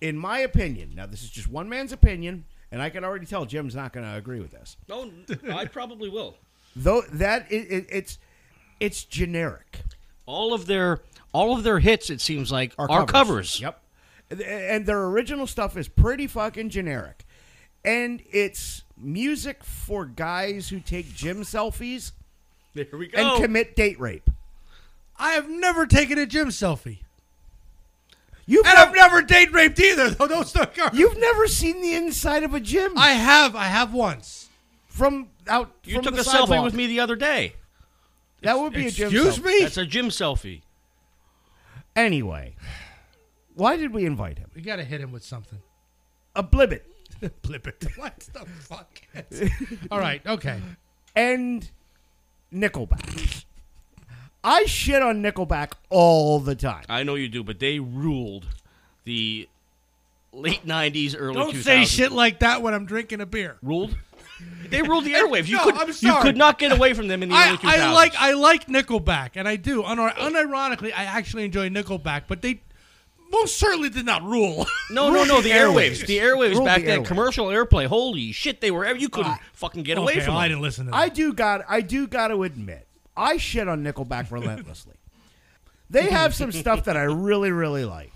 Speaker 2: in my opinion, now this is just one man's opinion, and I can already tell Jim's not going to agree with this.
Speaker 1: No, I probably will.
Speaker 2: Though that it, it, it's it's generic.
Speaker 1: All of their all of their hits, it seems like, are, covers.
Speaker 2: Yep. And- And their original stuff is pretty fucking generic. And it's music for guys who take gym selfies
Speaker 1: There we go.
Speaker 2: and commit date rape.
Speaker 3: I have never taken a gym selfie.
Speaker 2: You've,
Speaker 3: And
Speaker 2: nev-
Speaker 3: I've never date raped either, though. Don't start.
Speaker 2: you've never seen the inside of a gym
Speaker 3: I have. I have once.
Speaker 2: from out
Speaker 1: you
Speaker 2: from
Speaker 1: took
Speaker 2: the
Speaker 1: a selfie
Speaker 2: sidewalk.
Speaker 1: with me the other day.
Speaker 2: That would be a gym
Speaker 3: Excuse
Speaker 2: selfie.
Speaker 3: me.
Speaker 1: That's a gym selfie.
Speaker 2: Anyway, why did we invite him?
Speaker 3: We gotta hit him with something.
Speaker 2: A blibbit.
Speaker 3: Blip it. What the fuck? All right. Okay.
Speaker 2: and Nickelback. I shit on Nickelback all the time.
Speaker 1: I know you do, but they ruled the late '90s, early 2000s.
Speaker 3: Don't say shit like that when I'm drinking a beer.
Speaker 1: Ruled. They ruled the airwaves. You
Speaker 3: No,
Speaker 1: could
Speaker 3: I'm
Speaker 1: you
Speaker 3: sorry.
Speaker 1: could not get away from them in the early 2000s.
Speaker 3: I, I like I like Nickelback, and I do. Unir- unironically, I actually enjoy Nickelback, but they most certainly did not rule.
Speaker 1: No, no, no. The airwaves. The airwaves
Speaker 2: Ruled
Speaker 1: back
Speaker 2: the
Speaker 1: then.
Speaker 2: airwaves.
Speaker 1: Commercial airplay. Holy shit, they were. ev- You couldn't fucking get away
Speaker 3: Ah. Okay,
Speaker 1: from
Speaker 3: well, I
Speaker 1: them.
Speaker 3: didn't listen to that.
Speaker 2: I do got I do got to admit I shit on Nickelback relentlessly. They have some stuff that I really really like.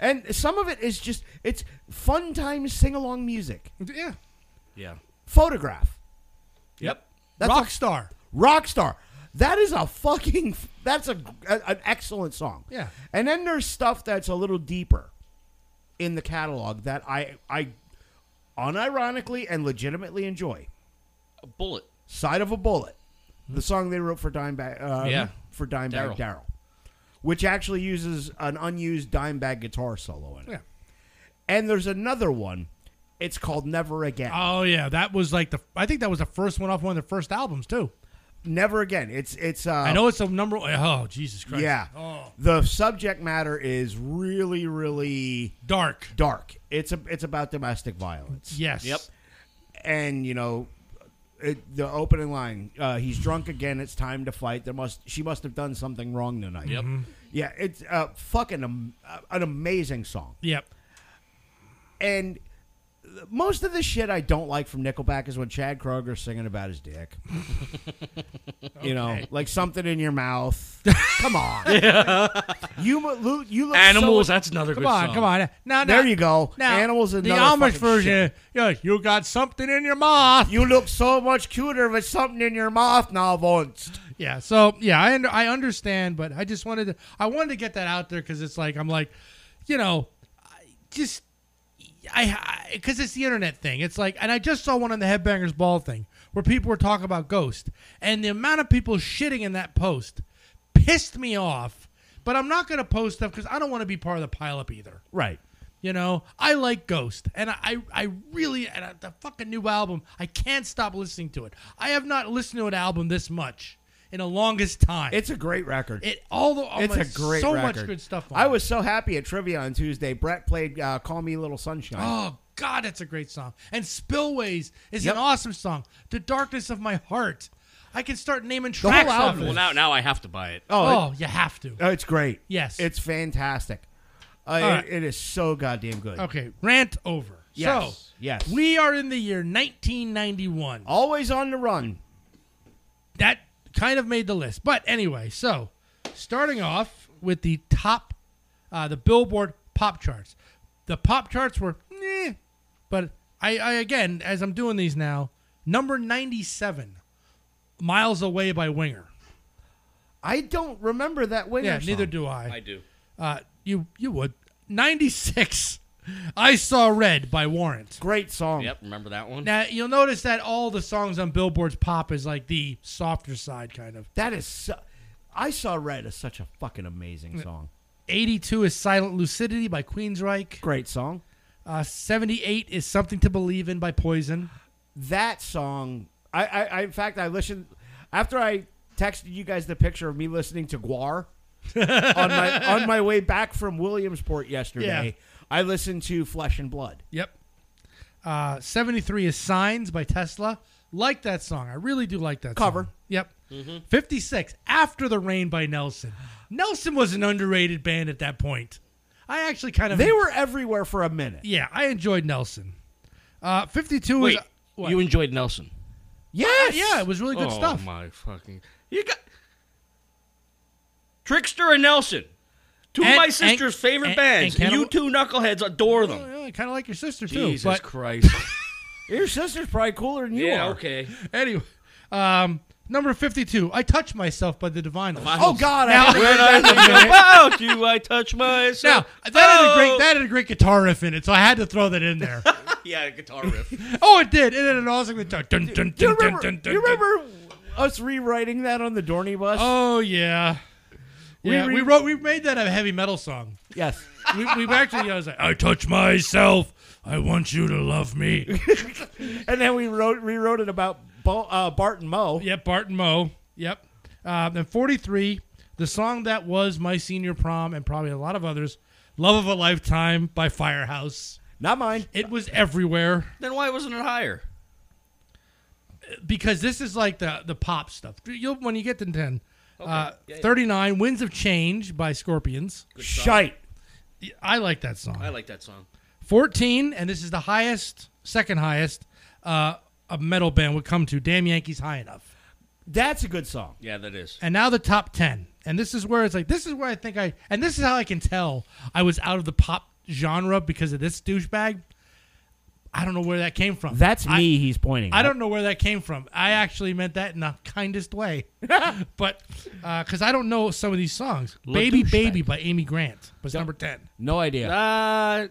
Speaker 2: And some of it is just it's fun time sing along music.
Speaker 3: yeah,
Speaker 1: Yeah.
Speaker 2: Photograph.
Speaker 1: Yep.
Speaker 2: That's a-
Speaker 3: Rockstar.
Speaker 2: Rockstar. That is a fucking that's a, a an excellent song.
Speaker 3: Yeah.
Speaker 2: And then there's stuff that's a little deeper in the catalog that I I unironically and legitimately enjoy.
Speaker 1: A bullet.
Speaker 2: Side of a Bullet, the song they wrote for Dimebag, um,
Speaker 1: Yeah.
Speaker 2: for Dimebag
Speaker 1: Daryl.
Speaker 2: Daryl, which actually uses an unused Dimebag guitar solo in it.
Speaker 3: Yeah.
Speaker 2: And there's another one. It's called Never Again.
Speaker 3: Oh yeah, that was like the. I think that was the first one off one of their first albums too.
Speaker 2: Never Again. It's it's. Uh,
Speaker 3: I know it's a number. Oh Jesus Christ.
Speaker 2: Yeah.
Speaker 3: Oh,
Speaker 2: The subject matter is really really
Speaker 3: dark.
Speaker 2: dark. It's a it's about domestic violence.
Speaker 3: Yes.
Speaker 1: Yep.
Speaker 2: and you know it, the opening line uh, he's drunk again it's time to fight there must she must have done something wrong tonight
Speaker 1: Yep.
Speaker 3: Mm-hmm.
Speaker 1: Mhm.
Speaker 2: yeah it's uh, fucking am- uh, an amazing song
Speaker 3: Yep.
Speaker 2: and most of the shit I don't like from Nickelback is when Chad Kroger's singing about his dick. You know, like something in your mouth. Come on, you mo- lo- you look so-
Speaker 1: Animals. that's another
Speaker 3: Come
Speaker 1: good
Speaker 3: on,
Speaker 1: song.
Speaker 3: come on. Now, now,
Speaker 2: There you go.
Speaker 3: Now,
Speaker 2: Animals.
Speaker 3: The
Speaker 2: another
Speaker 3: Amish
Speaker 2: fucking
Speaker 3: version. Yeah, you got something in your mouth.
Speaker 2: You look so much cuter with something in your mouth now, Vonst.
Speaker 3: Yeah. So yeah, I under, I understand, but I just wanted to I wanted to get that out there because it's like I'm like, you know, I just I because it's the internet thing. It's like, and I just saw one on the Headbangers Ball thing where people were talking about Ghost, and the amount of people shitting in that post pissed me off. But I'm not gonna post stuff because I don't want to be part of the pileup either.
Speaker 2: Right.
Speaker 3: You know, I like Ghost, and I, I, I really, and I, the fucking new album, I can't stop listening to it. I have not listened to an album this much in the longest time.
Speaker 2: It's a great record.
Speaker 3: it all the, oh
Speaker 2: it's
Speaker 3: my-
Speaker 2: a great
Speaker 3: so
Speaker 2: record.
Speaker 3: much good stuff. On
Speaker 2: I
Speaker 3: it.
Speaker 2: was so happy at trivia on Tuesday. Brett played uh, "Call Me Little Sunshine."
Speaker 3: oh god, that's a great song. And Spillways is
Speaker 2: Yep.
Speaker 3: an awesome song. The Darkness of My Heart. I can start naming
Speaker 2: whole
Speaker 3: tracks. off
Speaker 2: album.
Speaker 3: of
Speaker 1: Well,
Speaker 3: this.
Speaker 1: now now I have to buy it.
Speaker 2: Oh,
Speaker 3: oh, you have to.
Speaker 2: it- oh, it's great.
Speaker 3: Yes.
Speaker 2: it's fantastic. Uh, it,
Speaker 3: right.
Speaker 2: it is so goddamn good.
Speaker 3: okay, rant over.
Speaker 2: Yes,
Speaker 3: So
Speaker 2: yes.
Speaker 3: we are in the year 1991.
Speaker 2: Always on the run.
Speaker 3: that kind of made the list. But anyway, so starting off with the top, uh, the Billboard pop charts. The pop charts were, eh, but I, I again, as I'm doing these now, number 97, Miles Away by Winger.
Speaker 2: I don't remember that winner.
Speaker 3: Yeah, neither
Speaker 2: song.
Speaker 3: do
Speaker 1: I
Speaker 3: I.
Speaker 1: do.
Speaker 3: Uh, you you would 96, I Saw Red by Warrant.
Speaker 2: Great song.
Speaker 1: Yep, remember that one?
Speaker 3: Now you'll notice that all the songs on Billboard's pop is like the softer side, kind of.
Speaker 2: That is. Su- I saw Red is such a fucking amazing song.
Speaker 3: 82 is Silent Lucidity by Queensryche.
Speaker 2: Great song.
Speaker 3: Uh, 78 is Something to Believe in by Poison.
Speaker 2: That song. I, I, I. In fact, I listened after I texted you guys the picture of me listening to Guar on my on my way back from Williamsport yesterday. I listened to Flesh and Blood.
Speaker 3: Yep. Uh, 73 is Signs by Tesla. Like that song. I really do like that
Speaker 2: Cover.
Speaker 3: song. Yep.
Speaker 1: Mm-hmm.
Speaker 3: 56, After the Rain by Nelson. Nelson was an underrated band at that point. I actually kind of.
Speaker 2: They were everywhere for a minute.
Speaker 3: Yeah, I enjoyed Nelson. Uh, 52
Speaker 1: Wait,
Speaker 3: is. what?
Speaker 1: you enjoyed Nelson?
Speaker 2: Yes.
Speaker 3: yeah, it was really good
Speaker 1: oh
Speaker 3: stuff.
Speaker 1: my fucking! You got Trickster and Nelson, two
Speaker 3: And-
Speaker 1: of my
Speaker 3: and-
Speaker 1: sister's favorite
Speaker 3: and-
Speaker 1: bands.
Speaker 3: and
Speaker 1: you
Speaker 3: Cannibal-
Speaker 1: two knuckleheads adore them.
Speaker 3: I kind of like your sister, too.
Speaker 1: Jesus
Speaker 3: but
Speaker 1: Christ!
Speaker 2: Your sister's probably cooler than you
Speaker 1: yeah,
Speaker 2: are.
Speaker 1: okay.
Speaker 3: anyway, um, number 52, I Touch Myself by the Divinals.
Speaker 2: Oh God! I
Speaker 3: Now-
Speaker 2: haven't heard that in a minute.
Speaker 1: About you, I touch myself.
Speaker 3: Now that had a
Speaker 1: Oh.
Speaker 3: great that had a great guitar riff in it, so I had to throw that in there.
Speaker 1: yeah, guitar riff.
Speaker 3: oh, it did. It had an awesome guitar. Dun, dun,
Speaker 2: Do you
Speaker 3: dun, dun,
Speaker 2: remember?
Speaker 3: dun,
Speaker 2: do
Speaker 3: dun,
Speaker 2: you
Speaker 3: dun.
Speaker 2: remember us rewriting that on the Dorney bus?
Speaker 3: Oh yeah, yeah. We,
Speaker 2: re-
Speaker 3: wrote we made that a heavy metal song.
Speaker 2: yes.
Speaker 3: We, we actually I was like, I touch myself. I want you to love me.
Speaker 2: And then we wrote rewrote it about Bo, uh, Bart and Mo.
Speaker 3: yep, Barton Moe. Yep. Um, and forty three, the song that was my senior prom, and probably a lot of others. Love of a Lifetime by Firehouse.
Speaker 2: Not mine.
Speaker 3: It was everywhere.
Speaker 1: then why wasn't it higher?
Speaker 3: because this is like the the pop stuff. You'll when you get to ten. Uh,
Speaker 1: Yeah, yeah.
Speaker 3: Thirty nine, Winds of Change by Scorpions.
Speaker 2: Shite.
Speaker 3: I like that song.
Speaker 1: I like that song.
Speaker 3: Fourteen, and this is the highest, second highest, uh, a metal band would come to. Damn Yankees, high enough.
Speaker 2: That's a good song.
Speaker 1: Yeah, that is.
Speaker 3: And now the top ten, and this is where it's like this is where I think I and this is how I can tell I was out of the pop genre because of this douchebag. I don't know where that came from. I-
Speaker 2: He's pointing.
Speaker 3: I don't know where that came from. I actually meant that in the kindest way, but because I don't know some of these songs. Baby
Speaker 1: douchebag.
Speaker 3: Baby by Amy Grant was number ten.
Speaker 2: No idea.
Speaker 1: Uh,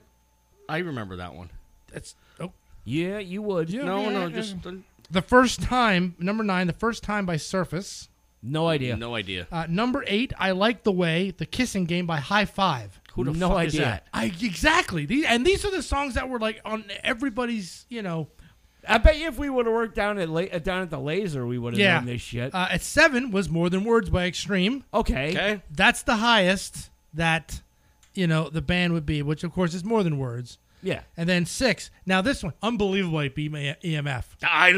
Speaker 1: I remember that one.
Speaker 3: That's oh,
Speaker 2: yeah, you would.
Speaker 1: No, no, just uh,
Speaker 3: the first time number nine. The first time by Surface.
Speaker 2: No idea.
Speaker 1: no idea.
Speaker 3: Uh, number eight. I like the way the kissing game by High Five.
Speaker 1: Who the
Speaker 2: no
Speaker 1: fuck
Speaker 2: idea.
Speaker 1: is that?
Speaker 3: I exactly these and these are the songs that were like on everybody's you know
Speaker 2: I bet you if we would have worked down at la- uh, down at the laser, we would have
Speaker 3: yeah
Speaker 2: known this shit.
Speaker 3: Uh, at seven was More Than Words by Extreme.
Speaker 2: okay.
Speaker 1: Okay.
Speaker 3: that's the highest that you know the band would be, which of course is more than words.
Speaker 2: Yeah.
Speaker 3: And then six. Now this one, unbelievable, E by B- EMF.
Speaker 1: I, I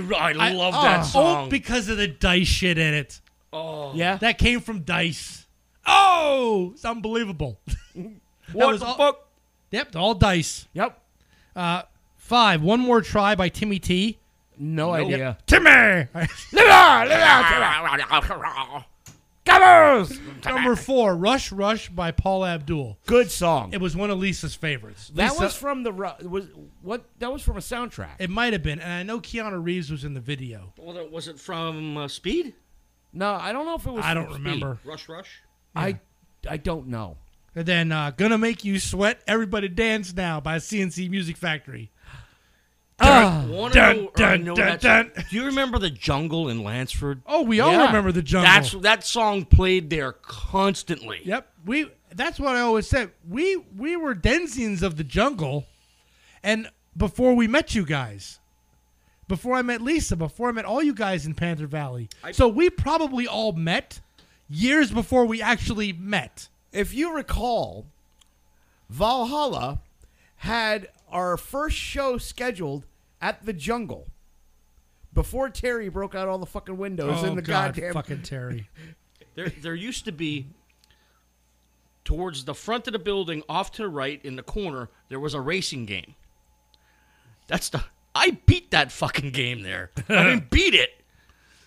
Speaker 1: love
Speaker 3: Oh,
Speaker 1: that
Speaker 3: Oh,
Speaker 1: song.
Speaker 3: because of the dice shit in it.
Speaker 1: oh,
Speaker 2: Yeah.
Speaker 3: That came from dice. Oh, it's unbelievable.
Speaker 1: what
Speaker 3: was
Speaker 1: the
Speaker 3: all-
Speaker 1: fuck?
Speaker 3: yep, all dice.
Speaker 2: yep.
Speaker 3: Five. One more try by Timmy T.
Speaker 2: No idea.
Speaker 3: Timmy.
Speaker 2: Live on, live on, live on. Covers!
Speaker 3: Number four, Rush Rush by Paul Abdul.
Speaker 2: Good song.
Speaker 3: It was one of Lisa's favorites.
Speaker 2: that
Speaker 3: Lisa-
Speaker 2: was from the ru- was what? That was from a soundtrack.
Speaker 3: It might have been, and I know Keanu Reeves was in the video.
Speaker 1: Well, that- was it from uh, Speed?
Speaker 2: no, I don't know if it was.
Speaker 3: I
Speaker 2: from
Speaker 3: don't
Speaker 2: Speed.
Speaker 3: remember.
Speaker 1: Rush, rush.
Speaker 2: I I don't know.
Speaker 3: And then uh, Gonna Make You Sweat, Everybody Dance Now by CNC Music Factory.
Speaker 2: Ah.
Speaker 1: Wanna
Speaker 3: Dun,
Speaker 1: know- or
Speaker 3: dun,
Speaker 1: I know
Speaker 3: dun,
Speaker 1: that
Speaker 3: dun.
Speaker 1: song. Do you remember the jungle in Lansford?
Speaker 3: Oh, we all
Speaker 2: Yeah.
Speaker 3: remember the jungle.
Speaker 1: That's that song played there constantly.
Speaker 3: yep. We that's what I always said. We we were denizens of the jungle, and before we met you guys, before I met Lisa, before I met all you guys in Panther Valley, so we probably all met years before we actually met.
Speaker 2: If you recall, Valhalla had our first show scheduled at the jungle before Terry broke out all the fucking windows
Speaker 3: Oh,
Speaker 2: in the goddamn.
Speaker 3: fucking Terry.
Speaker 1: There, there used to be towards the front of the building, off to the right in the corner, there was a racing game. That's the I beat that fucking game there. I mean, beat it.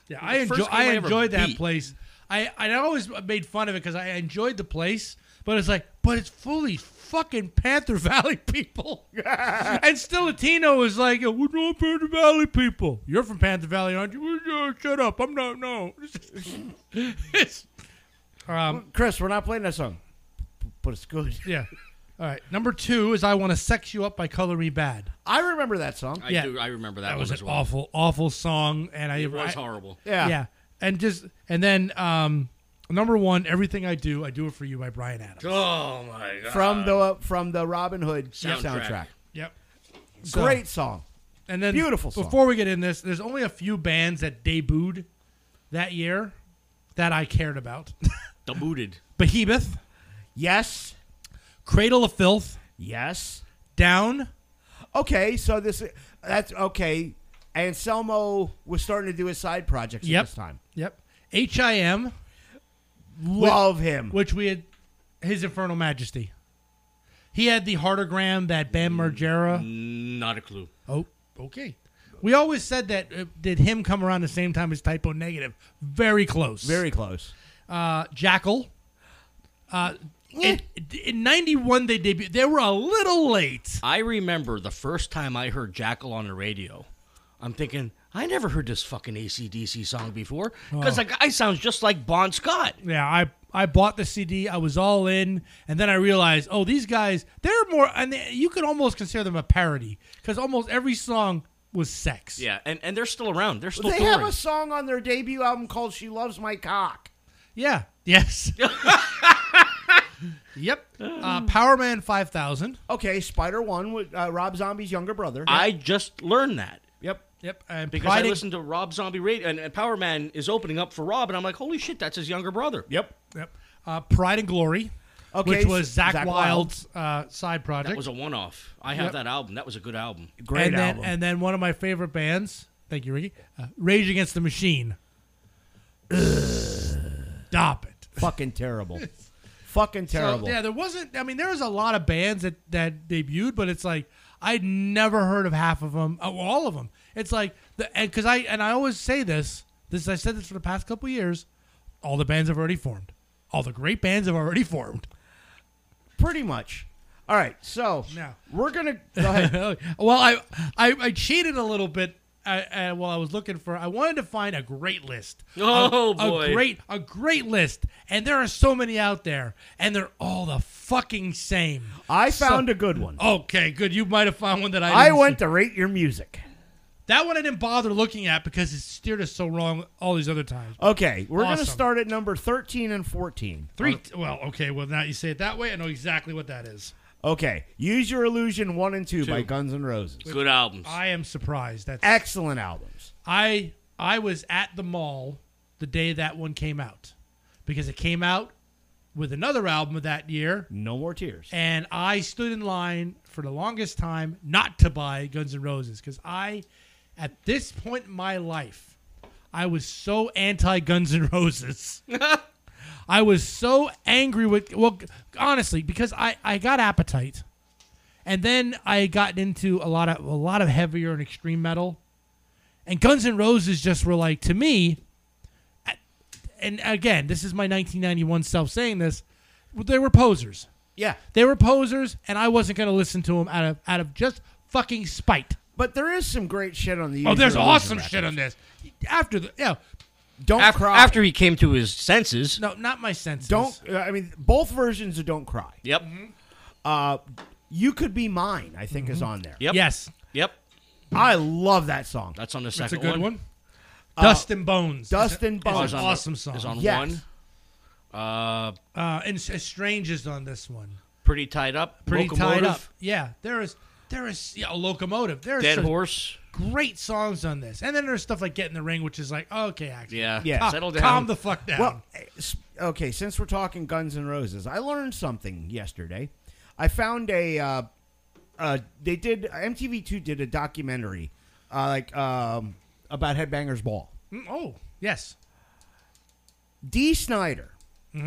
Speaker 3: Yeah, I
Speaker 1: the first
Speaker 3: enjoy.
Speaker 1: game
Speaker 3: I
Speaker 1: I ever
Speaker 3: enjoyed that
Speaker 1: beat.
Speaker 3: place. I I always made fun of it because I enjoyed the place, but it's like, but it's fully fucking Panther Valley people, and still Latino is like, we're not Panther Valley people. You're from Panther Valley, aren't you? "Well, yeah, shut up, I'm not. No. It's- um,
Speaker 2: Chris, we're not playing that song, but it's good.
Speaker 3: yeah. All right. Number two is I want to sex you up by color me bad.
Speaker 2: I remember that song.
Speaker 1: I
Speaker 3: Yeah.
Speaker 1: do. I remember that,
Speaker 3: That
Speaker 1: one
Speaker 3: was an
Speaker 1: as well.
Speaker 3: awful, awful song, and I
Speaker 1: It was
Speaker 3: I-
Speaker 1: horrible.
Speaker 2: Yeah.
Speaker 3: yeah, and just and then um, number one, everything I do, I do it for you by Brian Adams.
Speaker 1: Oh my god.
Speaker 2: From
Speaker 3: Uh,
Speaker 2: the from the Robin Hood soundtrack.
Speaker 1: Soundtrack.
Speaker 3: Yep. So-
Speaker 2: Great song.
Speaker 3: And then
Speaker 2: Beautiful song.
Speaker 3: Before we get in this, there's only a few bands that debuted that year that I cared about.
Speaker 1: The booted.
Speaker 3: Behemoth,
Speaker 2: Yes.
Speaker 3: Cradle of Filth,
Speaker 2: Yes.
Speaker 3: Down.
Speaker 2: Okay, so this that's okay. Anselmo was starting to do his side projects
Speaker 3: Yep.
Speaker 2: at this time.
Speaker 3: Yep. H.I.M.,
Speaker 2: Love him.
Speaker 3: which we had his Infernal Majesty. He had the heartogram that Bam Margera.
Speaker 1: Not a clue.
Speaker 3: Oh, okay. We always said that uh, did him come around the same time as Typo Negative. Very close.
Speaker 2: Very close.
Speaker 3: uh, Jackal. Uh, in, in '91 they debuted. They were a little late.
Speaker 1: I remember the first time I heard Jackal on the radio. I'm thinking, I never heard this fucking ACDC song before because the guy sounds just like Bon Scott.
Speaker 3: Yeah, I I bought the CD. I was all in, and then I realized, oh, these guys they're more, and they, you could almost consider them a parody because almost every song was sex.
Speaker 1: Yeah, and, and they're still around. They're still
Speaker 2: They
Speaker 1: touring.
Speaker 2: have a song on their debut album called "She Loves My Cock."
Speaker 3: Yeah. Yes. yep. Uh, Power Man 5000.
Speaker 2: Okay, Spider One with uh, Rob Zombie's younger brother.
Speaker 1: I just learned that
Speaker 2: yep.
Speaker 3: Yep. And
Speaker 1: because
Speaker 3: Pride
Speaker 1: I
Speaker 3: and-
Speaker 1: listened to Rob Zombie radio, and, and Power Man is opening up for Rob, and I'm like, holy shit, that's his younger brother.
Speaker 2: Yep.
Speaker 3: Yep. Uh, Pride and Glory.
Speaker 2: Okay,
Speaker 3: Which was
Speaker 2: so
Speaker 3: Zach,
Speaker 2: Zakk
Speaker 3: Wilde's uh, side project.
Speaker 1: That was a one-off. I have
Speaker 3: Yep.
Speaker 1: that album. That was a good album.
Speaker 2: Great
Speaker 3: and then,
Speaker 2: album.
Speaker 3: And then one of my favorite bands, thank you, Ricky, uh, Rage Against the Machine. Stop it.
Speaker 2: Fucking terrible. Fucking terrible.
Speaker 3: So, yeah, there wasn't. I mean, there was a lot of bands that that debuted, but it's like I'd never heard of half of them, uh, well, all of them. It's like the because I and I always say this. This I said this for the past couple years. All the bands have already formed. All the great bands have already formed.
Speaker 2: Pretty much. All right, so
Speaker 3: Now-
Speaker 2: we're gonna go ahead.
Speaker 3: well, I, I I cheated a little bit uh, uh, while I was looking for. I wanted to find a great list.
Speaker 1: Oh,
Speaker 3: a, a
Speaker 1: boy.
Speaker 3: great a great list, and there are so many out there, and they're all the fucking same.
Speaker 2: I found a good one.
Speaker 3: Okay, good. You might have found one that oh, I
Speaker 2: I
Speaker 3: didn't
Speaker 2: went
Speaker 3: see.
Speaker 2: to rate your music.
Speaker 3: that one I didn't bother looking at because it steered us so wrong all these other times.
Speaker 2: Okay, we're gonna
Speaker 3: Awesome.
Speaker 2: start at number thirteen and fourteen.
Speaker 3: Three. Well, okay. Well, now you say it that way, I know exactly what that is.
Speaker 2: Okay, Use Your Illusion 1 and 2, by Guns N' Roses.
Speaker 1: Good albums.
Speaker 3: I am surprised. That's
Speaker 2: Excellent albums.
Speaker 3: I I was at the mall the day that one came out because it came out with another album of that year,
Speaker 2: No More Tears.
Speaker 3: and I stood in line for the longest time not to buy Guns N' Roses because I, at this point in my life, I was so anti Guns N' Roses. I was so angry with well, honestly, because I I got appetite, and then I got into a lot of a lot of heavier and extreme metal, and Guns N' Roses just were like to me. I- And again, this is my 1991 self saying this. They were posers.
Speaker 2: Yeah,
Speaker 3: They were posers, and I wasn't going to listen to them out of out of just fucking spite.
Speaker 2: but there is some great shit on the Use
Speaker 3: Oh, there's
Speaker 2: Your Illusion
Speaker 3: awesome shit
Speaker 2: record.
Speaker 3: on this. After the yeah,
Speaker 2: Don't
Speaker 1: after,
Speaker 2: Cry.
Speaker 1: after he came to his senses.
Speaker 3: no, not my senses.
Speaker 2: Don't, uh, I mean, both versions of Don't Cry.
Speaker 1: Yep.
Speaker 3: Mm-hmm.
Speaker 2: Uh, you Could Be Mine, I think, is on there.
Speaker 1: Yep.
Speaker 3: Yes,
Speaker 1: Yep.
Speaker 2: I love that song.
Speaker 1: That's on the
Speaker 3: that's
Speaker 1: second
Speaker 3: a good one. Uh, Dust and Bones.
Speaker 2: Dust and
Speaker 3: It's an
Speaker 2: Bones.
Speaker 1: on the-
Speaker 3: awesome song.
Speaker 1: Is on
Speaker 2: Yes.
Speaker 1: one. Uh,
Speaker 3: uh, and S- Strange is on this one.
Speaker 1: pretty tied up.
Speaker 3: Pretty
Speaker 1: Locomotive,
Speaker 3: tied up. Yeah, there is there is yeah, a locomotive. There's
Speaker 1: Dead horse.
Speaker 3: great songs on this, and then there's stuff like Get in the Ring, which is like okay, actually,
Speaker 1: Yeah.
Speaker 2: Yeah.
Speaker 3: Ca-
Speaker 1: Settle down.
Speaker 3: calm the fuck down.
Speaker 2: Well, eh, s- okay, since we're talking Guns N' Roses, I learned something yesterday. I found a, uh, uh, they did, MTV2 did a documentary, uh, like, um, about Headbangers Ball.
Speaker 3: Mm, oh yes,
Speaker 2: D. Snyder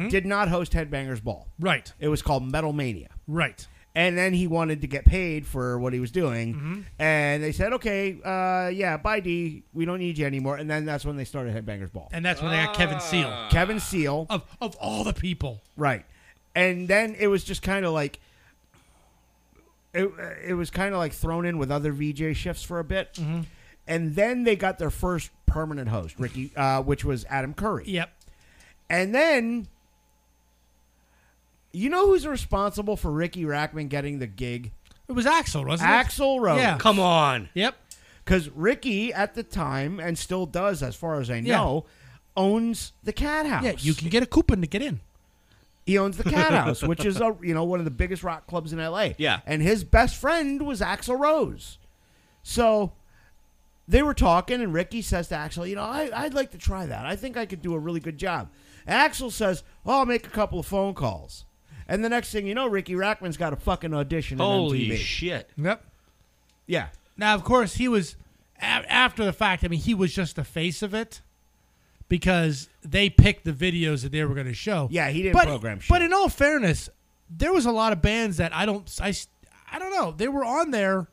Speaker 2: did not host Headbangers Ball.
Speaker 3: right,
Speaker 2: It was called Metal Mania.
Speaker 3: right.
Speaker 2: And then he wanted to get paid for what he was doing. And they said, okay, uh, yeah, bye, D. We don't need you anymore. And then that's when they started Headbangers Ball.
Speaker 3: And oh. that's when they got Kevin
Speaker 1: Ah.
Speaker 3: Seal
Speaker 2: Kevin Seal.
Speaker 3: of of all the people.
Speaker 2: Right. And then it was just kind of like. It, uh, it was kind of like thrown in with other VJ shifts for a bit. And then they got their first permanent host, Ricky, uh, which was Adam Curry.
Speaker 3: Yep.
Speaker 2: And then You know who's responsible for Ricky Rackman getting the gig?
Speaker 3: It was Axel, wasn't it?
Speaker 2: Axel Rose.
Speaker 3: Yeah.
Speaker 1: Come on.
Speaker 3: Yep.
Speaker 2: Because Ricky, at the time, and still does as far as I
Speaker 3: Yeah.
Speaker 2: know, owns the cat house.
Speaker 3: Yeah, you can get a coupon to get in.
Speaker 2: He owns the Cat House, which is a you know one of the biggest rock clubs in L.A.
Speaker 1: Yeah.
Speaker 2: and his best friend was Axl Rose, so they were talking, and Ricky says to Axl, "You know, I, I'd like to try that. I think I could do a really good job." And Axl says, "Oh, I'll make a couple of phone calls," and the next thing you know, Ricky Rackman's got a fucking audition. in
Speaker 1: Holy
Speaker 2: MTV.
Speaker 1: shit.
Speaker 3: Yep.
Speaker 2: Yeah,
Speaker 3: Now, of course, he was a- after the fact. I mean, he was just the face of it because they picked the videos that they were going to show.
Speaker 2: Yeah, he didn't
Speaker 3: but,
Speaker 2: program shit.
Speaker 3: But in all fairness, there was a lot of bands that I don't, I, s- I don't know. They were on there.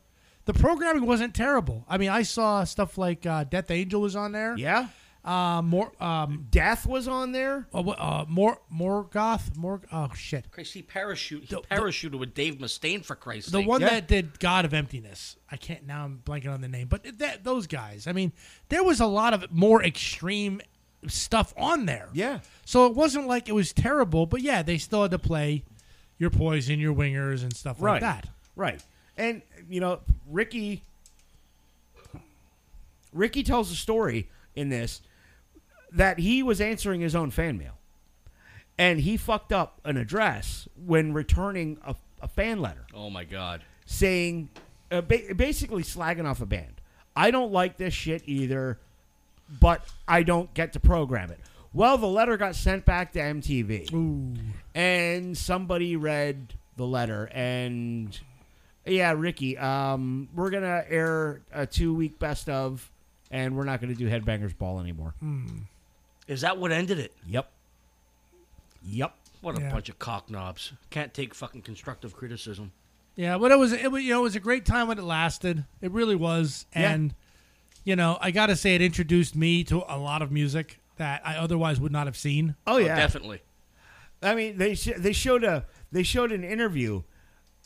Speaker 3: The programming wasn't terrible. I mean, I saw stuff like uh, Death Angel was on there.
Speaker 2: yeah.
Speaker 3: Uh, more, um,
Speaker 2: Death was on there.
Speaker 3: uh, what- uh, more, more goth, more. Oh shit.
Speaker 1: Christ, he parachute he
Speaker 3: The- the-
Speaker 1: parachuted with Dave Mustaine for Christ's
Speaker 3: The
Speaker 1: sake.
Speaker 3: one
Speaker 2: Yeah.
Speaker 3: that did God of Emptiness. I can't now. I'm blanking on the name, but that, those guys. I mean, there was a lot of more extreme stuff on there.
Speaker 2: Yeah.
Speaker 3: So it wasn't like it was terrible, but yeah, they still had to play your poison, your wingers, and stuff like that.
Speaker 2: Right. And you know, Ricky Ricky tells a story in this that he was answering his own fan mail. And he fucked up an address when returning a, a fan letter
Speaker 1: oh my god.
Speaker 2: saying, uh, ba- basically slagging off a band. I don't like this shit either, but I don't get to program it. Well, the letter got sent back to MTV
Speaker 3: Ooh.
Speaker 2: and somebody read the letter and yeah ricky um, we're gonna air a two week best of and we're not gonna do headbangers ball anymore
Speaker 1: Is that what ended it?
Speaker 2: yep yep
Speaker 1: What a
Speaker 3: Yeah.
Speaker 1: bunch of cocknobs. Can't take fucking constructive criticism.
Speaker 3: Yeah, but it was it was you know it was a great time when it lasted. It really was,
Speaker 2: Yeah.
Speaker 3: and you know I gotta say it introduced me to a lot of music that I otherwise would not have seen.
Speaker 2: oh yeah
Speaker 1: Definitely.
Speaker 2: i mean they sh- they showed a they showed an interview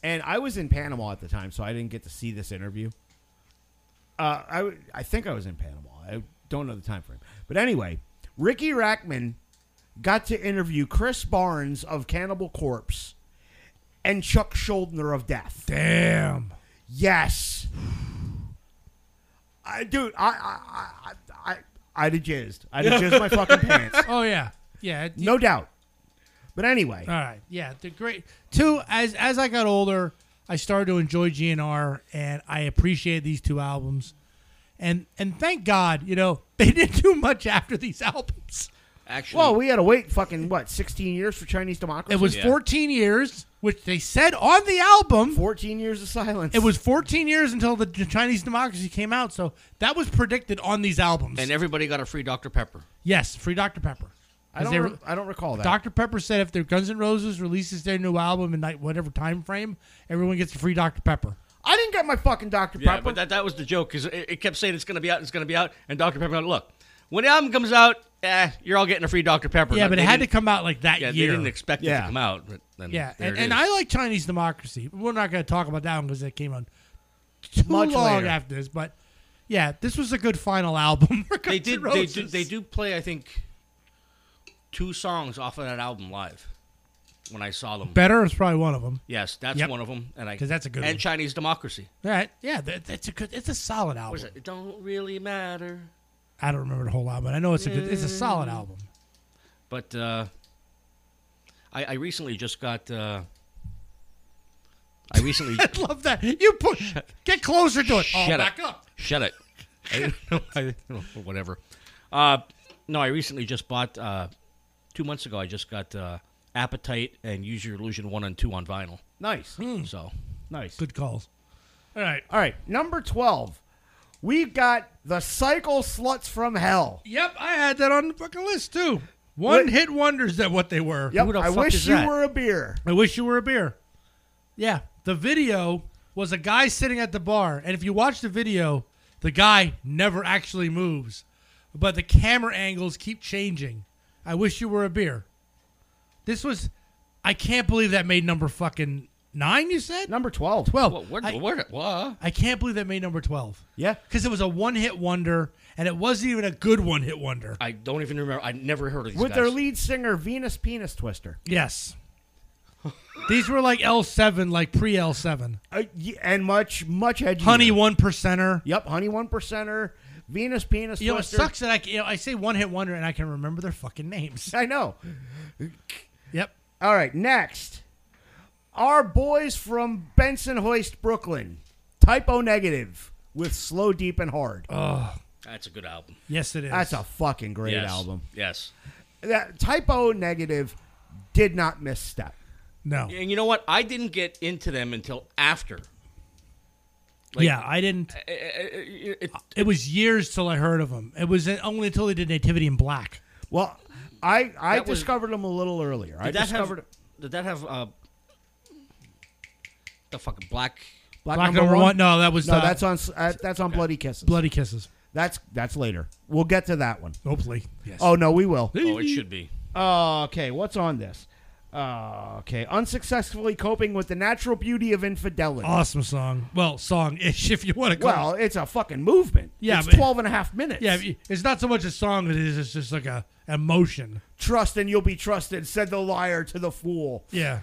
Speaker 2: and i was in panama at the time so i didn't get to see this interview uh, I, w- I think I was in Panama. I don't know the time frame. But anyway, Ricky Rackman got to interview Chris Barnes of Cannibal Corpse and Chuck Schuldner of Death.
Speaker 3: Damn.
Speaker 2: Yes. I, dude, I, I, I, I, I did jizzed. I did jizzed my fucking pants.
Speaker 3: Oh yeah, yeah. it-
Speaker 2: No doubt. But anyway,
Speaker 3: All right. Yeah, the great two as as I got older, I started to enjoy GNR and I appreciate these two albums. And and thank God, you know, they didn't do much after these albums.
Speaker 1: Actually,
Speaker 2: well, we had to wait fucking, what, 16 years for Chinese democracy?
Speaker 3: It was
Speaker 1: Yeah.
Speaker 3: 14 years, which they said on the album.
Speaker 2: 14 years of silence.
Speaker 3: It was 14 years until the Chinese Democracy came out, so that was predicted on these albums.
Speaker 1: and everybody got a free Dr. Pepper.
Speaker 3: yes, free Dr Pepper.
Speaker 2: I don't,
Speaker 3: They
Speaker 2: re-
Speaker 3: were-
Speaker 2: I don't recall that.
Speaker 3: Dr. Pepper said if their Guns N' Roses releases their new album in like whatever time frame, everyone gets a free Dr. Pepper.
Speaker 2: I didn't get my fucking Dr.
Speaker 1: Yeah,
Speaker 2: Pepper.
Speaker 1: but that, that was the joke because it, it kept saying it's going to be out, it's going to be out, and Dr. Pepper. went, Look, when the album comes out, eh, you're all getting a free Dr. Pepper.
Speaker 3: Yeah,
Speaker 1: Not-
Speaker 3: but it
Speaker 1: they
Speaker 3: had to
Speaker 1: didn't-
Speaker 3: come out like that
Speaker 1: Yeah,
Speaker 3: year.
Speaker 1: they didn't expect it
Speaker 2: Yeah.
Speaker 1: to come out. But then
Speaker 3: yeah,
Speaker 1: there
Speaker 3: and,
Speaker 1: it
Speaker 3: and
Speaker 1: is.
Speaker 3: I like Chinese democracy. We're not going to talk about that one because it came on too
Speaker 2: Much
Speaker 3: long
Speaker 2: later.
Speaker 3: after this. But yeah, this was a good final album. for
Speaker 1: they
Speaker 3: Guns
Speaker 1: did
Speaker 3: N'
Speaker 1: they
Speaker 3: Roses.
Speaker 1: do, they do play I think two songs off of that album live when I saw them.
Speaker 3: better. Is probably one of them.
Speaker 1: Yes, that's
Speaker 3: Yep.
Speaker 1: one of them, and I
Speaker 3: 'Cause that's a good
Speaker 1: and
Speaker 3: one.
Speaker 1: Chinese Democracy.
Speaker 3: All right, yeah, that, that's a good. It's a solid
Speaker 1: What is
Speaker 3: album.
Speaker 1: it? It don't really matter.
Speaker 3: I don't remember the whole album, but I know it's a good. It's a solid
Speaker 1: Mm.
Speaker 3: album.
Speaker 1: But uh, I, I recently just got. Uh, I recently
Speaker 3: I love that you push. Get closer to it. Oh,
Speaker 1: Shut
Speaker 3: back
Speaker 1: it.
Speaker 3: up.
Speaker 1: Shut it. I didn't know. I didn't know. Whatever. Uh, no, I recently just bought. Uh, two months ago, I just got uh, Appetite and Use Your Illusion one and two on vinyl.
Speaker 2: nice.
Speaker 3: Hmm.
Speaker 1: So
Speaker 2: Nice.
Speaker 3: Good calls. All right.
Speaker 2: All right, number 12. We've got the Cycle Sluts from Hell.
Speaker 3: Yep, I had that on the fucking list too. One hit wonders that what they were.
Speaker 2: Yep,
Speaker 1: Who the
Speaker 2: I
Speaker 1: fuck
Speaker 2: wish
Speaker 1: is
Speaker 2: you
Speaker 1: that?
Speaker 2: were a beer.
Speaker 3: I wish you were a beer. Yeah. The video was a guy sitting at the bar, and if you watch the video, the guy never actually moves, but the camera angles keep changing. I wish you were a beer. This was, I can't believe that made number fucking nine. You said
Speaker 2: Number 12.
Speaker 3: twelve.
Speaker 1: what? Where?
Speaker 3: I,
Speaker 1: where what?
Speaker 3: I can't believe that made number twelve.
Speaker 2: Yeah.
Speaker 3: because it was a one-hit wonder, and it wasn't even a good one-hit wonder.
Speaker 1: I don't even remember. I never heard of these
Speaker 2: With
Speaker 1: guys.
Speaker 2: their lead singer, Venus Penis Twister.
Speaker 3: Yes. These were like L7, like pre L7.
Speaker 2: Uh, y- and much much edgy.
Speaker 3: Honey one percenter.
Speaker 2: Yep, honey one percenter, Venus penis
Speaker 3: You know, it
Speaker 2: twister.
Speaker 3: sucks that I, can- you know, I say one hit wonder and I can remember their fucking names.
Speaker 2: I know.
Speaker 3: Yep.
Speaker 2: All right, next. Our boys from Benson Hoist, Brooklyn. Typo negative with slow, deep, and hard.
Speaker 1: That's a good album.
Speaker 3: Oh, Yes, it is.
Speaker 2: That's a fucking great
Speaker 1: yes.
Speaker 2: album.
Speaker 1: Yes.
Speaker 2: That typo negative did not misstep.
Speaker 3: no.
Speaker 1: And you know what? I didn't get into them until after. Like,
Speaker 3: yeah, I didn't.
Speaker 1: eh, eh, eh, it-
Speaker 3: It was years till I heard of them. It was only until they did Nativity in Black.
Speaker 2: Well, I I
Speaker 1: That was-
Speaker 2: discovered them a little earlier. I
Speaker 1: did that
Speaker 2: discovered
Speaker 1: have? Did that have? Uh, the fucking black.
Speaker 2: Black,
Speaker 3: Black number one? No, that was,
Speaker 2: no.
Speaker 3: uh,
Speaker 2: that's on s- uh, that's on Bloody Kisses.
Speaker 3: Bloody Kisses.
Speaker 2: That's that's later. We'll get to that one.
Speaker 3: Hopefully. Yes.
Speaker 2: Oh no, we will.
Speaker 1: Oh, it should be.
Speaker 2: Uh, okay, what's on this? Uh, okay, unsuccessfully coping with the natural beauty of infidelity.
Speaker 3: Awesome song. Well, song ish, if you want to call
Speaker 2: well, it's a fucking movement.
Speaker 3: Yeah,
Speaker 2: it's
Speaker 3: but-
Speaker 2: 12 and a half minutes.
Speaker 3: it. Yeah, it's not so much a song that it is, it's just like a emotion.
Speaker 2: trust and you'll be trusted, said the liar to the fool.
Speaker 3: Yeah.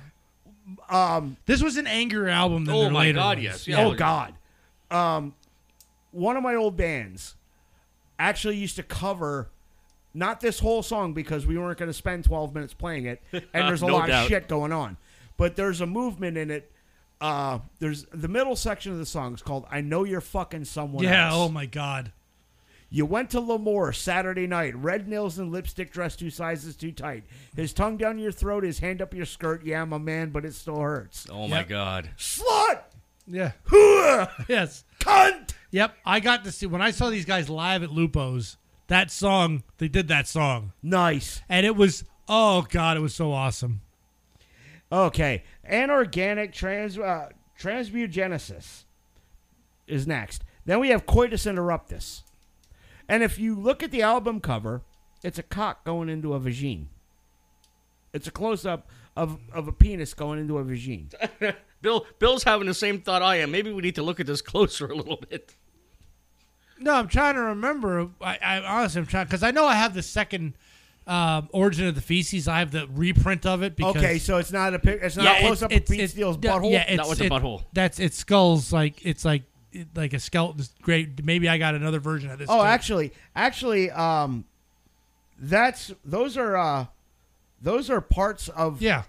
Speaker 3: Um, this was an angrier album than
Speaker 1: Oh
Speaker 3: their
Speaker 1: my
Speaker 3: later
Speaker 1: god,
Speaker 3: ones.
Speaker 1: yes.
Speaker 3: Yeah.
Speaker 1: Yeah.
Speaker 2: Oh, God. Um, one of my old bands actually used to cover not this whole song because we weren't going to spend 12 minutes playing it, and there's a
Speaker 1: No
Speaker 2: lot
Speaker 1: doubt.
Speaker 2: of shit going on. But there's a movement in it. Uh, there's the middle section of the song is called "I Know You're Fucking Someone
Speaker 3: Yeah,
Speaker 2: Else."
Speaker 3: oh my god.
Speaker 2: You went to Lemoore Saturday night, red nails and lipstick dressed two sizes too tight. His tongue down your throat, his hand up your skirt. Yeah, I'm a man, but it still hurts.
Speaker 1: Oh my
Speaker 3: Yep.
Speaker 1: god.
Speaker 2: Slut!
Speaker 3: Yeah.
Speaker 2: Whore!
Speaker 3: yes.
Speaker 2: Cunt!
Speaker 3: Yep. I got to see when I saw these guys live at Lupo's, that song, they did that song.
Speaker 2: Nice.
Speaker 3: And it was oh god, it was so awesome.
Speaker 2: Okay. Anorganic trans, uh, transmugenesis is next. Then we have coitus interruptus. And if you look at the album cover, it's a cock going into a vagine. It's a close up of, of a penis going into a vagine.
Speaker 1: Bill Bill's having the same thought I am. Maybe we need to look at this closer a little bit.
Speaker 3: No, I'm trying to remember. I, I honestly, I'm trying because I know I have the second um, origin of the feces. I have the reprint of it. Because
Speaker 2: Okay, so it's not a pic. It's not a close up of Pete Steele's
Speaker 3: yeah,
Speaker 2: butthole.
Speaker 3: Yeah, it's,
Speaker 1: Not with the
Speaker 3: it-
Speaker 1: butthole.
Speaker 3: That's it. Skulls like it's like it, like a skeleton's Great. Maybe I got another version of this.
Speaker 2: oh,
Speaker 3: too.
Speaker 2: actually, actually, um, that's those are uh, those are parts of
Speaker 3: yeah.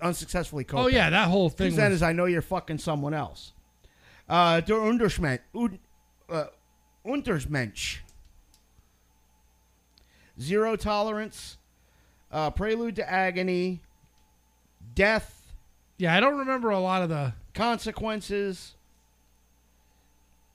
Speaker 2: unsuccessfully coping.
Speaker 3: Oh yeah, that whole thing.
Speaker 2: Who's that?
Speaker 3: Was,
Speaker 2: Is I know you're fucking someone else. Uh, der Unterschmen, un, uh, Untermensch. Zero tolerance. Uh, prelude to agony. Death
Speaker 3: yeah, I don't remember a lot of the.
Speaker 2: consequences.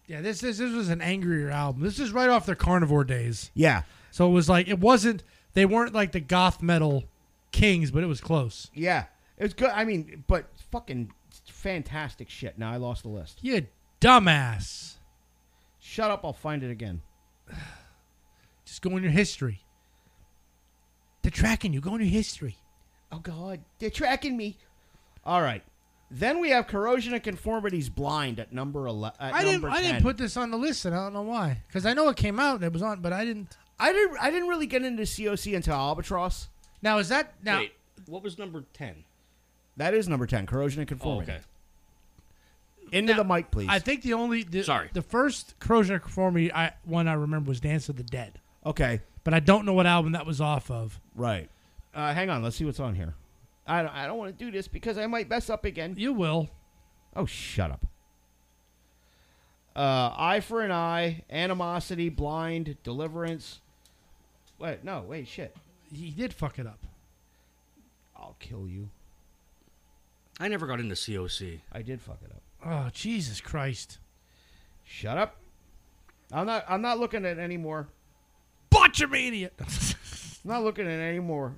Speaker 3: Yeah, this this this was an angrier album. This is right off their Carnivore days.
Speaker 2: Yeah,
Speaker 3: So it was like it wasn't. They weren't like the goth metal kings, but it was close.
Speaker 2: yeah. It's good. I mean, but fucking fantastic shit. Now I lost the list.
Speaker 3: You dumbass.
Speaker 2: Shut up, I'll find it again.
Speaker 3: Just go in your history. They're tracking you. Go in your history.
Speaker 2: Oh god, they're tracking me. All right. Then we have corrosion and conformities blind at number eleven.
Speaker 3: I didn't. I didn't put this on the list, and I don't know why. Because I know it came out and it was on, but I didn't.
Speaker 2: I didn't. I didn't really get into COC until Albatross.
Speaker 3: Now is that now?
Speaker 1: Wait, what was number ten?
Speaker 2: That is number ten. Corrosion and
Speaker 1: Oh,
Speaker 2: conformity.
Speaker 1: okay.
Speaker 2: Into
Speaker 3: Now,
Speaker 2: the mic, please.
Speaker 3: I think the only the,
Speaker 1: Sorry.
Speaker 3: the first corrosion of conformity I one I remember was Dance of the Dead,
Speaker 2: okay.
Speaker 3: but I don't know what album that was off of.
Speaker 2: Right. Uh, hang on. Let's see what's on here. I don't, I don't want to do this because I might mess up again.
Speaker 3: You will.
Speaker 2: Oh, shut up. Uh, eye for an eye, animosity, blind, deliverance. Wait, no, wait, shit.
Speaker 3: He did fuck it up.
Speaker 2: I'll kill you.
Speaker 1: I never got into COC.
Speaker 2: I did fuck it up.
Speaker 3: Oh Jesus Christ!
Speaker 2: Shut up. I'm not. I'm not looking at anymore.
Speaker 3: Botchamania.
Speaker 2: I'm not looking at anymore.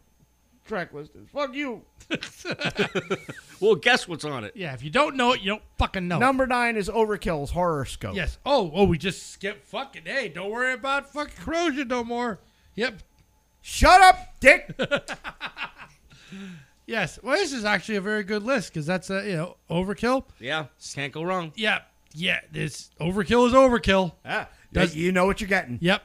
Speaker 2: Track listings. Fuck you.
Speaker 1: Well, guess what's on it?
Speaker 3: yeah, if you don't know it, you don't fucking know. it.
Speaker 2: Number nine is Overkill's Horoscope.
Speaker 3: Yes. Oh, oh, we just skipped fucking. Hey, don't worry about fucking corrosion no more. Yep.
Speaker 2: Shut up, Dick.
Speaker 3: Yes. Well, this is actually a very good list because that's a you know overkill.
Speaker 1: Yeah, can't go wrong.
Speaker 3: Yeah. Yeah. This overkill is overkill.
Speaker 2: ah,
Speaker 3: Does-
Speaker 2: you know what you're getting.
Speaker 3: Yep.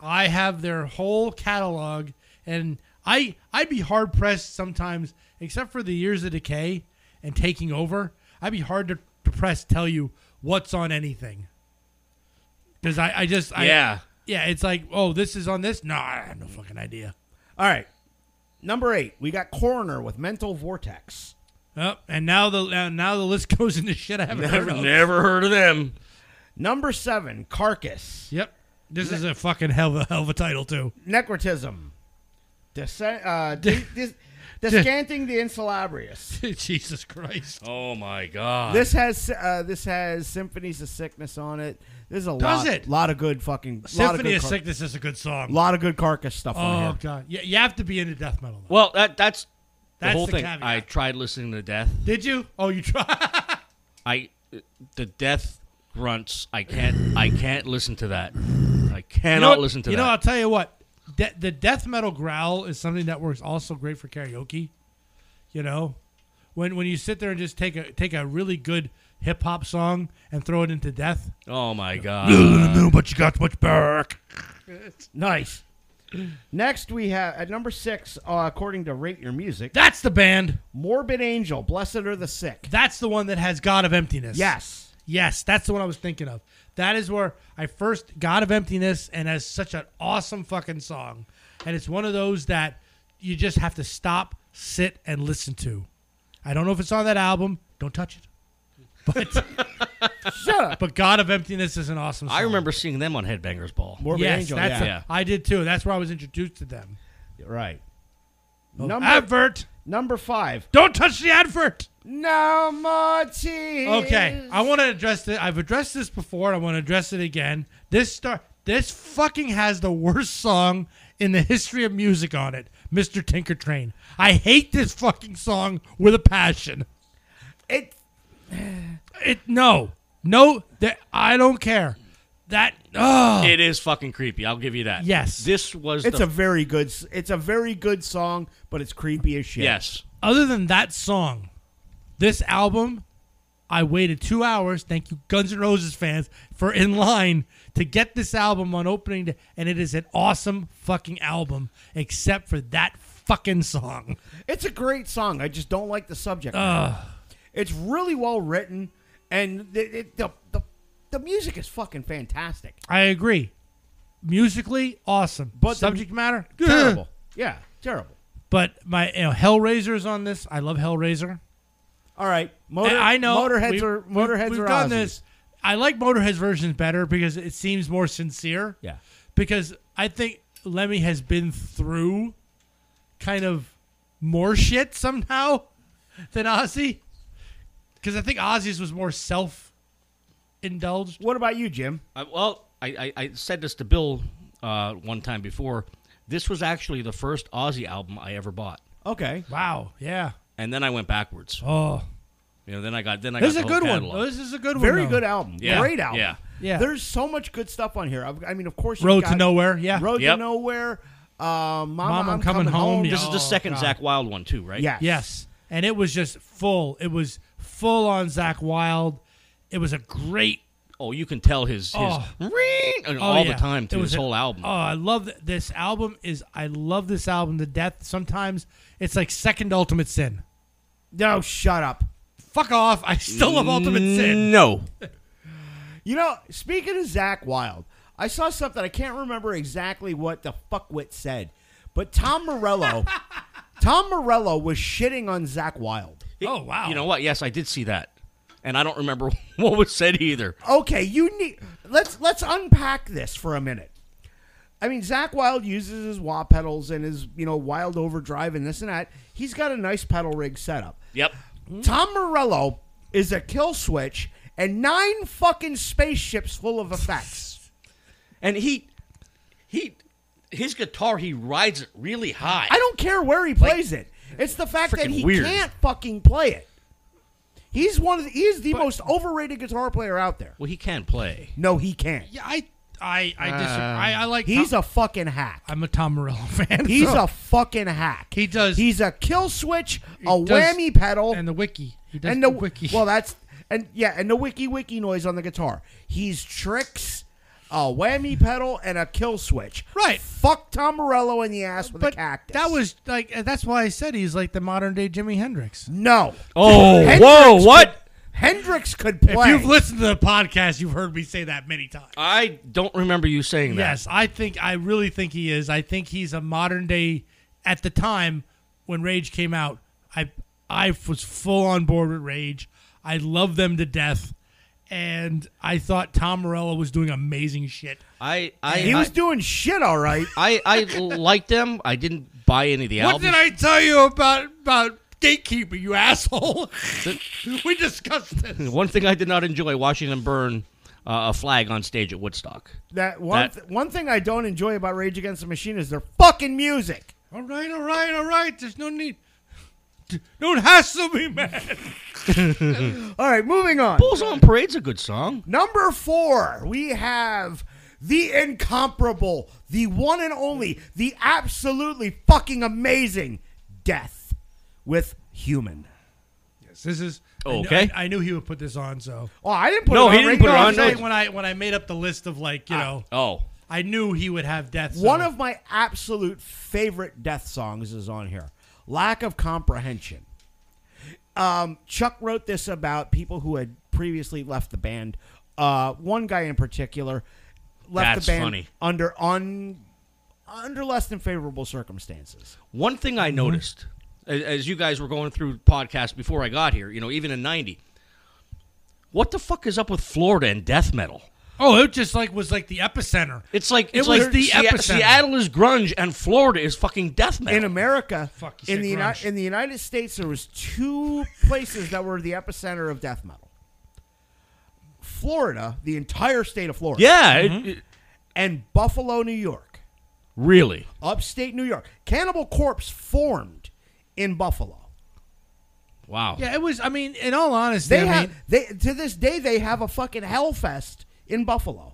Speaker 3: I have their whole catalog, and I I'd be hard pressed sometimes, except for the years of decay and taking over. I'd be hard to, to press tell you what's on anything. Because I, I just I,
Speaker 1: Yeah.
Speaker 3: yeah it's like oh this is on this no I have no fucking idea.
Speaker 2: All right. Number eight, we got Coroner with Mental Vortex.
Speaker 3: Oh, and now the now, now the list goes into shit I haven't
Speaker 1: Never,
Speaker 3: heard of.
Speaker 1: never heard of them.
Speaker 2: Number seven, Carcass.
Speaker 3: Yep, this is a fucking hell of a hell of a title too.
Speaker 2: Necrotism. Desen- uh, de- dis- descanting the Insalabrious.
Speaker 3: Jesus Christ.
Speaker 1: Oh my god.
Speaker 2: This has uh, this has Symphonies of Sickness on it. There's a
Speaker 3: Does
Speaker 2: lot,
Speaker 3: it?
Speaker 2: lot of good fucking lot of
Speaker 3: Symphony
Speaker 2: good
Speaker 3: of
Speaker 2: car-
Speaker 3: Sickness is a good song.
Speaker 2: lot of good Carcass stuff on
Speaker 3: oh
Speaker 2: here.
Speaker 3: god, yeah, you have to be into death metal. Though.
Speaker 1: well, that that's the
Speaker 3: That's
Speaker 1: whole
Speaker 3: the
Speaker 1: thing.
Speaker 3: caveat.
Speaker 1: I tried listening to death.
Speaker 3: Did you? Oh, you tried.
Speaker 1: I the death grunts. I can't. I can't listen to that. I cannot
Speaker 3: You know what-
Speaker 1: listen to
Speaker 3: you
Speaker 1: that.
Speaker 3: know, I'll tell you what. De- the death metal growl is something that works also great for karaoke. You know, when when you sit there and just take a take a really good hip hop song and throw it into death.
Speaker 1: oh my god.
Speaker 3: but you got much back. Oh,
Speaker 2: Nice. Next we have at number six, uh, according to Rate Your Music,
Speaker 3: That's the band.
Speaker 2: Morbid Angel, Blessed Are the Sick.
Speaker 3: That's the one that has God of Emptiness.
Speaker 2: Yes.
Speaker 3: Yes, that's the one I was thinking of. That is where I first God of Emptiness and has such an awesome fucking song. And it's one of those that you just have to stop, sit, and listen to. I don't know if it's on that album. Don't touch it.
Speaker 2: Shut up.
Speaker 3: But God of Emptiness is an awesome song.
Speaker 1: I remember seeing them on Headbangers Ball.
Speaker 2: Morbid
Speaker 3: Yes,
Speaker 2: Angel.
Speaker 3: that's
Speaker 2: yeah.
Speaker 1: yeah.
Speaker 3: I did too. That's where I was introduced to them.
Speaker 2: Right.
Speaker 3: Oh,
Speaker 2: Number
Speaker 3: advert.
Speaker 2: number five.
Speaker 3: Don't touch the advert.
Speaker 2: No more tears.
Speaker 3: Okay, I want to address it. I've addressed this before. and I want to address it again. This star, this fucking has the worst song in the history of music on it, Mister Tinker Train. I hate this fucking song with a passion.
Speaker 2: it.
Speaker 3: It no, no, that I don't care. That oh,
Speaker 1: It is fucking creepy. I'll give you that.
Speaker 3: Yes.
Speaker 1: This was.
Speaker 2: It's
Speaker 1: the,
Speaker 2: a very good. s- It's a very good song, but it's creepy as shit.
Speaker 1: yes.
Speaker 3: other than that song, this album, I waited two hours. Thank you, Guns N' Roses fans, for in line to get this album on opening day, and it is an awesome fucking album, except for that fucking song.
Speaker 2: It's a great song. I just don't like the subject. matter. It's really well written, and the, it, the the the music is fucking fantastic.
Speaker 3: I agree, musically awesome,
Speaker 2: But the-
Speaker 3: subject matter
Speaker 2: Terrible. Yeah, terrible.
Speaker 3: But my you know, Hellraiser's on this. I love Hellraiser.
Speaker 2: All right, motor,
Speaker 3: I I know
Speaker 2: Motorheads
Speaker 3: we've-
Speaker 2: are
Speaker 3: we've-
Speaker 2: Motorheads
Speaker 3: We've
Speaker 2: are
Speaker 3: done
Speaker 2: Aussies.
Speaker 3: this. I like Motorhead's version better because it seems more sincere.
Speaker 2: Yeah.
Speaker 3: Because I think Lemmy has been through kind of more shit somehow than Ozzy. Because I think Ozzy's was more self indulged.
Speaker 2: What about you, Jim?
Speaker 1: I, well, I, I, I said this to Bill uh, one time before. This was actually the first Aussie album I ever bought,
Speaker 2: Okay,
Speaker 3: Wow. Yeah.
Speaker 1: and then I went backwards.
Speaker 3: Oh.
Speaker 1: You know, then I got then I
Speaker 3: This
Speaker 1: got
Speaker 3: is a
Speaker 1: the whole
Speaker 3: good one.
Speaker 1: catalog.
Speaker 3: This is a good one.
Speaker 2: very
Speaker 3: though.
Speaker 2: good album.
Speaker 1: Yeah.
Speaker 2: Great album.
Speaker 1: Yeah.
Speaker 3: Yeah.
Speaker 2: There's so much good stuff on here. I've- I, mean, of course, you've
Speaker 3: Road to
Speaker 2: got
Speaker 3: Nowhere. Yeah.
Speaker 2: Road
Speaker 1: Yep.
Speaker 2: to Nowhere. Uh, Mama,
Speaker 3: Mama,
Speaker 2: I'm
Speaker 3: I'm Coming Home.
Speaker 1: This is the
Speaker 3: Oh,
Speaker 1: second
Speaker 3: God.
Speaker 1: Zach Wild one too, right?
Speaker 2: Yeah.
Speaker 3: Yes. And it was just full. It was full on Zach Wild. It was a great
Speaker 1: Oh, you can tell his his
Speaker 3: Oh.
Speaker 1: ring and
Speaker 3: oh,
Speaker 1: all
Speaker 3: yeah.
Speaker 1: the time
Speaker 3: It
Speaker 1: to his
Speaker 3: was a-
Speaker 1: whole album.
Speaker 3: Oh, I love th- this album is I love this album to death. Sometimes it's like second Ultimate Sin.
Speaker 2: No, shut up.
Speaker 3: Fuck off. I still love Ultimate Sin.
Speaker 1: No.
Speaker 2: You know, speaking of Zach Wild, I saw something. I can't remember exactly what the fuckwit said, but Tom Morello, Tom Morello was shitting on Zach Wild.
Speaker 3: Oh, wow.
Speaker 1: Mm. You know what? Yes, I did see that, and I don't remember what was said either.
Speaker 2: Okay, you need let's let's unpack this for a minute. I mean, Zach Wild uses his wah pedals and his you know wild overdrive and this and that. He's got a nice pedal rig setup.
Speaker 1: Yep.
Speaker 2: Tom Morello is a kill switch and nine fucking spaceships full of effects.
Speaker 1: And he he his guitar he rides it really high.
Speaker 2: I don't care where he plays it. It's the fact that
Speaker 1: frickin'
Speaker 2: he
Speaker 1: weird.
Speaker 2: can't fucking play it. He's one of the, he is the most overrated guitar player out there.
Speaker 1: well, he can play.
Speaker 2: No, he can't.
Speaker 3: Yeah, I I I disagree. I, I like
Speaker 2: He's
Speaker 3: Tom,
Speaker 2: a fucking hack.
Speaker 3: I'm a Tom Morello fan.
Speaker 2: He's
Speaker 3: so-
Speaker 2: a fucking hack.
Speaker 3: He does-
Speaker 2: He's a kill switch, a
Speaker 3: does-
Speaker 2: whammy pedal,
Speaker 3: and the wiki. He does
Speaker 2: and
Speaker 3: the wiki.
Speaker 2: Well, that's and yeah, and the wiki wiki noise on the guitar. He's tricks. a whammy pedal, and a kill switch.
Speaker 3: Right.
Speaker 2: Fuck Tom Morello in the ass with
Speaker 3: but
Speaker 2: a cactus.
Speaker 3: that was like uh, that's why I said he's like the modern day Jimi Hendrix.
Speaker 2: no.
Speaker 1: Oh,
Speaker 2: Hendrix
Speaker 1: whoa,
Speaker 2: could-
Speaker 1: what?
Speaker 2: Hendrix could play.
Speaker 3: If you've listened to the podcast, you've heard me say that many times.
Speaker 1: I don't remember you saying that.
Speaker 3: Yes, I think I really think he is. I think he's a modern day. At the time when Rage came out, I I was full on board with Rage. I love them to death, and I thought Tom Morello was doing amazing shit.
Speaker 1: I I
Speaker 2: he
Speaker 1: I,
Speaker 2: was doing shit all right.
Speaker 1: I, I liked them. I didn't buy any of the
Speaker 3: What
Speaker 1: albums.
Speaker 3: did I tell you about about gatekeeper? You asshole. we discussed this.
Speaker 1: One thing I did not enjoy watching them burn uh, a flag on stage at Woodstock.
Speaker 2: That one
Speaker 1: That-
Speaker 2: th- one thing I don't enjoy about Rage Against the Machine is their fucking music.
Speaker 3: All right, all right, all right. There's no need. D- Don't hassle me, man.
Speaker 2: All right, moving on.
Speaker 1: Bulls on Parade's a good song.
Speaker 2: Number four, we have the incomparable, the one and only, the absolutely fucking amazing Death with Human.
Speaker 3: Yes, this is. I
Speaker 1: Oh,
Speaker 3: kn-
Speaker 1: okay.
Speaker 3: I, I knew he would put this on, so.
Speaker 2: Oh, I didn't put
Speaker 1: No,
Speaker 2: it on.
Speaker 1: he didn't
Speaker 2: Ring
Speaker 1: put it
Speaker 2: Dog
Speaker 1: on,
Speaker 2: Day.
Speaker 1: no.
Speaker 3: saying when I when I made up the list of like you know
Speaker 1: Oh,
Speaker 3: I knew he would have death.
Speaker 2: Ah. One of my absolute favorite death songs is on here. Lack of comprehension. Um, Chuck wrote this about people who had previously left the band. Uh, one guy in particular left
Speaker 1: That's
Speaker 2: the band
Speaker 1: funny.
Speaker 2: under un, under less than favorable circumstances.
Speaker 1: one thing I noticed a- as you guys were going through podcasts before I got here, you know, even in 90, what the fuck is up with Florida and death metal?
Speaker 3: oh, it just like was like the epicenter.
Speaker 1: It's like
Speaker 3: It
Speaker 1: it's
Speaker 3: was
Speaker 1: like
Speaker 3: the
Speaker 1: Se-
Speaker 3: epicenter.
Speaker 1: Seattle is grunge and Florida is fucking death metal.
Speaker 2: In America,
Speaker 3: Fuck, you
Speaker 2: in the
Speaker 3: said
Speaker 2: Uni-
Speaker 3: grunge.
Speaker 2: in the United States, there was two places that were the epicenter of death metal. Florida, the entire state of Florida,
Speaker 1: yeah, it- it-
Speaker 2: and Buffalo, New York.
Speaker 1: really.
Speaker 2: upstate New York. Cannibal Corpse formed in Buffalo.
Speaker 1: Wow.
Speaker 3: Yeah, it was. I mean, in all honesty,
Speaker 2: They
Speaker 3: I
Speaker 2: have
Speaker 3: mean,
Speaker 2: they to this day they have a fucking hellfest in Buffalo.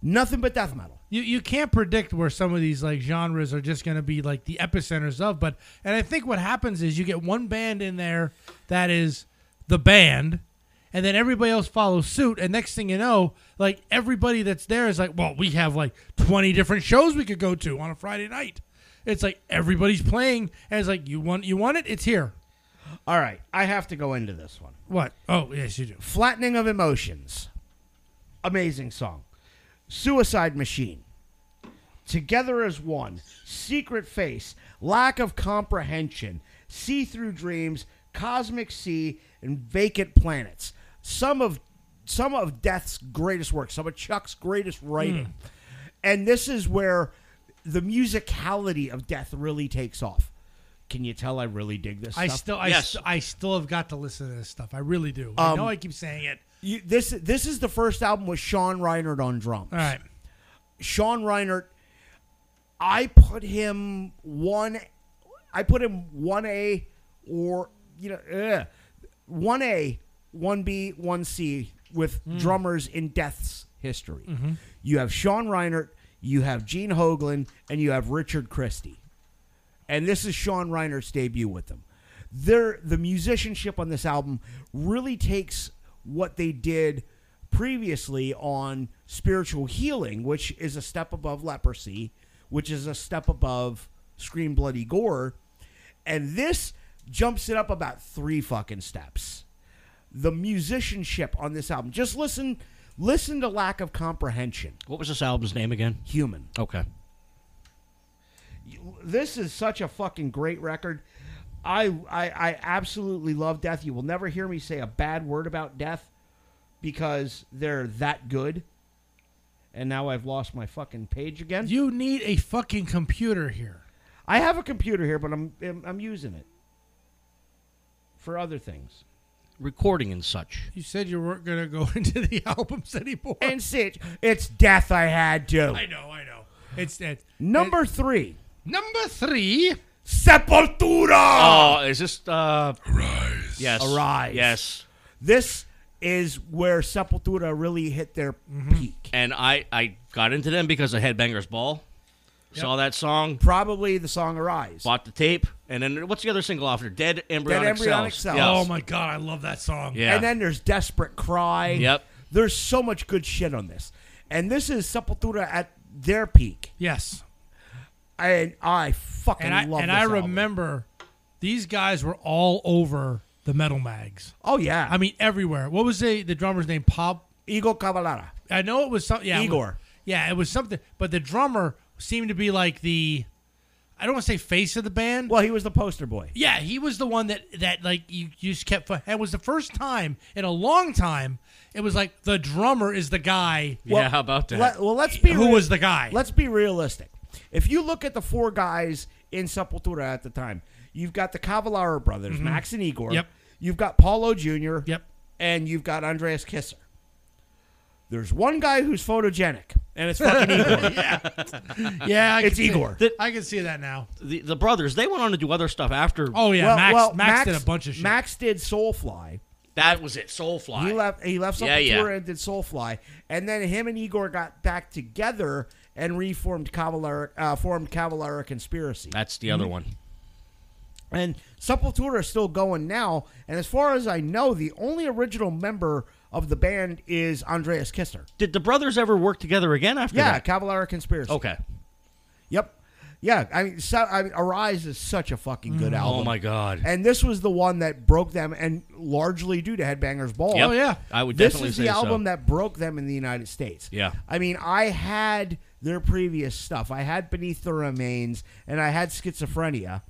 Speaker 2: Nothing but death metal.
Speaker 3: you you can't predict where some of these like genres are just going to be like the epicenters of. But and I think what happens is you get one band in there that is the band. And then everybody else follows suit, and next thing you know, like everybody that's there is like, well, we have like twenty different shows we could go to on a Friday night. It's like everybody's playing, and it's like you want you want it, it's here.
Speaker 2: All right, I have to go into this one.
Speaker 3: What? Oh, yes, you do.
Speaker 2: Flattening of Emotions. Amazing song. Suicide Machine. Together as One. Secret Face. Lack of Comprehension. See Through Dreams. Cosmic Sea. And Vacant Planets. Some of some of Death's greatest work. Some of Chuck's greatest writing.
Speaker 3: Hmm.
Speaker 2: And this is where the musicality of Death really takes off. Can you tell I really dig this?
Speaker 3: I
Speaker 2: stuff?
Speaker 3: still, I,
Speaker 1: Yes.
Speaker 3: st- I still have got to listen to this stuff. I really do. I know I keep saying it.
Speaker 2: You, this this is the first album with Sean Reinert on drums.
Speaker 3: All right,
Speaker 2: Sean Reinert, I put him one, I put him one A or you know one A, one B, one C with drummers in Death's history. You have Sean Reinert, you have Gene Hoglan, and you have Richard Christie and this is Sean Reiner's debut with them. Their the musicianship on this album really takes what they did previously on spiritual healing, which is a step above leprosy, which is a step above scream bloody gore, and this jumps it up about three fucking steps. The musicianship on this album. Just listen, listen to lack of comprehension.
Speaker 1: What was this album's name again?
Speaker 2: Human
Speaker 1: Okay.
Speaker 2: this is such a fucking great record. I, I I absolutely love Death. You will never hear me say a bad word about Death because they're that good. And now I've lost my fucking page again.
Speaker 3: you need a fucking computer here.
Speaker 2: I have a computer here, but I'm I'm, I'm using it for other things.
Speaker 1: Recording and such.
Speaker 3: You said you weren't gonna go into the albums anymore.
Speaker 2: And sit, it's Death I had
Speaker 3: I
Speaker 2: to.
Speaker 3: know, I know. It's that
Speaker 2: Number three,
Speaker 3: number three.
Speaker 2: Sepultura.
Speaker 1: Oh, is this uh Arise. Yes.
Speaker 2: Arise.
Speaker 1: Yes.
Speaker 2: This is where Sepultura really hit their peak.
Speaker 1: And I I got into them because of Headbangers Ball. Saw that song,
Speaker 2: Probably the song Arise.
Speaker 1: bought the tape, and then what's the other single off there? Dead Embryonic,
Speaker 2: Embryonic Cells.
Speaker 1: Yes.
Speaker 3: Oh my god, I love that song.
Speaker 1: Yeah.
Speaker 2: And then there's Desperate Cry.
Speaker 1: Yep.
Speaker 2: There's so much good shit on this. And this is Sepultura at their peak.
Speaker 3: Yes.
Speaker 2: And I fucking
Speaker 3: And I,
Speaker 2: love
Speaker 3: and
Speaker 2: this
Speaker 3: I
Speaker 2: album.
Speaker 3: remember these guys were all over the metal mags.
Speaker 2: Oh, yeah.
Speaker 3: I mean, everywhere. What was the, the drummer's name? Pop
Speaker 2: Eagle Cavalera.
Speaker 3: I know it was something. Yeah, it was-
Speaker 2: Igor.
Speaker 3: yeah, it was something. But the drummer seemed to be like the, I don't want to say face of the band.
Speaker 2: Well, he was the poster boy.
Speaker 3: Yeah, he was the one that that like you, you just kept. It was the first time in a long time. It was like the drummer is the guy
Speaker 1: yeah, how about that?
Speaker 2: Let, well, let's be
Speaker 3: who
Speaker 2: real-
Speaker 3: was the guy.
Speaker 2: Let's be realistic. If you look at the four guys in Sepultura at the time, you've got the Cavallaro brothers, Max and Igor.
Speaker 3: Mm-hmm. Yep.
Speaker 2: You've got Paulo Jr.
Speaker 3: Yep.
Speaker 2: And you've got Andreas Kisser. The's one guy who's photogenic, and it's fucking Igor.
Speaker 3: yeah, I
Speaker 2: It's
Speaker 3: can see-
Speaker 2: Igor.
Speaker 3: I can see that now.
Speaker 1: the, the brothers they went on to do other stuff after.
Speaker 3: Oh yeah,
Speaker 2: well,
Speaker 3: Max,
Speaker 2: well,
Speaker 3: Max. did a bunch of shit.
Speaker 2: Max did Soulfly.
Speaker 1: that was it. Soulfly.
Speaker 2: He left. He left
Speaker 1: Yeah,
Speaker 2: Sepultura
Speaker 1: yeah.
Speaker 2: and did Soulfly, and then him and Igor got back together and reformed Cavalera, uh, formed Cavalera Conspiracy.
Speaker 1: That's the other
Speaker 3: Mm.
Speaker 1: one.
Speaker 2: And Sepultura is still going now. And as far as I know, the only original member of the band is Andreas Kisser.
Speaker 1: Did the brothers ever work together again after
Speaker 2: Yeah,
Speaker 1: that?
Speaker 2: Cavalera Conspiracy.
Speaker 1: Okay.
Speaker 2: Yep. Yeah, I mean, so, I mean, Arise is such a fucking good
Speaker 3: Mm.
Speaker 2: album.
Speaker 1: Oh my god.
Speaker 2: And this was the one that broke them, and largely due to Headbangers Ball.
Speaker 1: Yep.
Speaker 3: Oh, yeah.
Speaker 1: I would
Speaker 2: this
Speaker 1: definitely
Speaker 2: is
Speaker 1: say
Speaker 2: the album
Speaker 1: so.
Speaker 2: that broke them in the United States.
Speaker 1: Yeah.
Speaker 2: I mean, I had their previous stuff. I had Beneath the Remains, and I had Schizophrenia.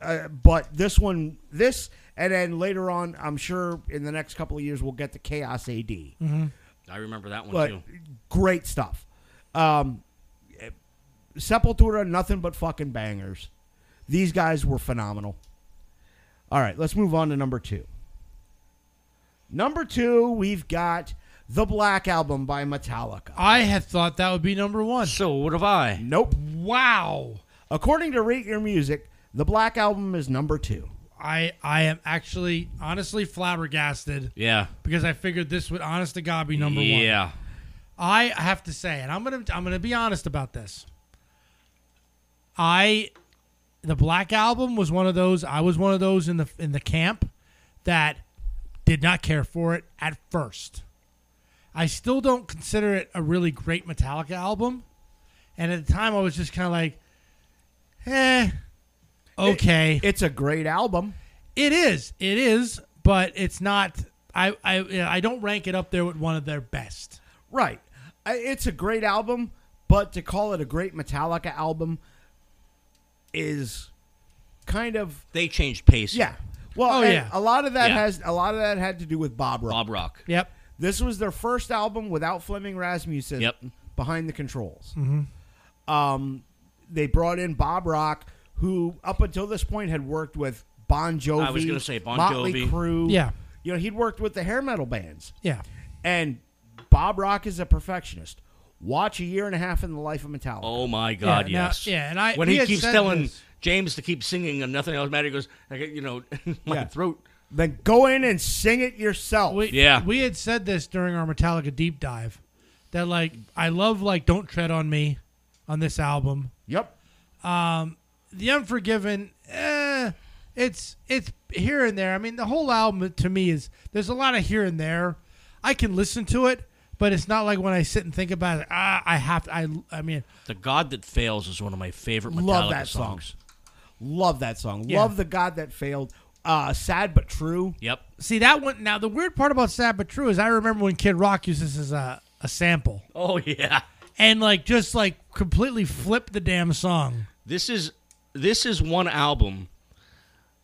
Speaker 2: Uh, but this one, this, and then later on, I'm sure in the next couple of years we'll get the Chaos AD.
Speaker 1: I remember that one
Speaker 2: But
Speaker 1: too.
Speaker 2: great stuff. Um, eh, Sepultura, nothing but fucking bangers. These guys were phenomenal. All right, let's move on to number two. Number two, we've got the Black Album by Metallica.
Speaker 3: I had thought that would be number one.
Speaker 1: So what have I?
Speaker 2: Nope.
Speaker 3: Wow.
Speaker 2: According to Rate Your Music, the Black Album is number two.
Speaker 3: I I am actually honestly flabbergasted
Speaker 1: Yeah.
Speaker 3: because I figured this would honest to God be number one.
Speaker 1: yeah.
Speaker 3: I have to say, and I'm gonna I'm gonna be honest about this. I, the Black Album was one of those. I was one of those in the in the camp that did not care for it at first. I still don't consider it a really great Metallica album, and at the time I was just kind of like, eh, okay,
Speaker 2: It's a great album.
Speaker 3: it is, it is, but it's not. I I I don't rank it up there with one of their best.
Speaker 2: Right. I- It's a great album, but to call it a great Metallica album is kind of
Speaker 1: They changed pace.
Speaker 2: yeah. Well,
Speaker 3: Oh,
Speaker 2: and
Speaker 3: yeah.
Speaker 2: a lot of that
Speaker 1: Yeah.
Speaker 2: has a lot of that had to do with Bob Rock.
Speaker 1: Bob Rock.
Speaker 3: Yep.
Speaker 2: This was their first album without Fleming Rasmussen
Speaker 1: Yep.
Speaker 2: behind the controls. Um, they brought in Bob Rock, who up until this point had worked with Bon Jovi.
Speaker 1: I was gonna say Bon
Speaker 2: Motley
Speaker 1: Jovi.
Speaker 2: Crue.
Speaker 3: Yeah.
Speaker 2: you know he'd worked with the hair metal bands.
Speaker 3: Yeah.
Speaker 2: And Bob Rock is a perfectionist. Watch a year and a half in the life of Metallica.
Speaker 1: Oh my God!
Speaker 3: Yeah, now-
Speaker 1: yes.
Speaker 3: yeah, and I-
Speaker 1: when
Speaker 3: we
Speaker 1: he
Speaker 3: had
Speaker 1: keeps
Speaker 3: said
Speaker 1: telling
Speaker 3: this.
Speaker 1: James to keep singing and nothing else matters, he goes, I get, you know, my
Speaker 2: Yeah.
Speaker 1: throat.
Speaker 2: Then go in and sing it yourself.
Speaker 3: We,
Speaker 1: Yeah.
Speaker 3: we had said this during our Metallica deep dive that like I love like "Don't Tread on Me" on this album.
Speaker 2: Yep.
Speaker 3: The Unforgiven, eh, it's it's here and there. I mean, the whole album to me is there's a lot of here and there. I can listen to it, but it's not like when I sit and think about it. Ah, I have to. I I mean,
Speaker 1: The God that fails is one of my favorite Metallica
Speaker 2: Love that song.
Speaker 1: songs.
Speaker 2: Love that song.
Speaker 3: Yeah.
Speaker 2: Love the God that failed. Uh, sad but true.
Speaker 1: Yep.
Speaker 3: see that one. Now the weird part about "Sad but True" is I remember when Kid Rock used this as a a sample
Speaker 1: Oh yeah.
Speaker 3: and like just like completely flipped the damn song.
Speaker 1: This is this is one album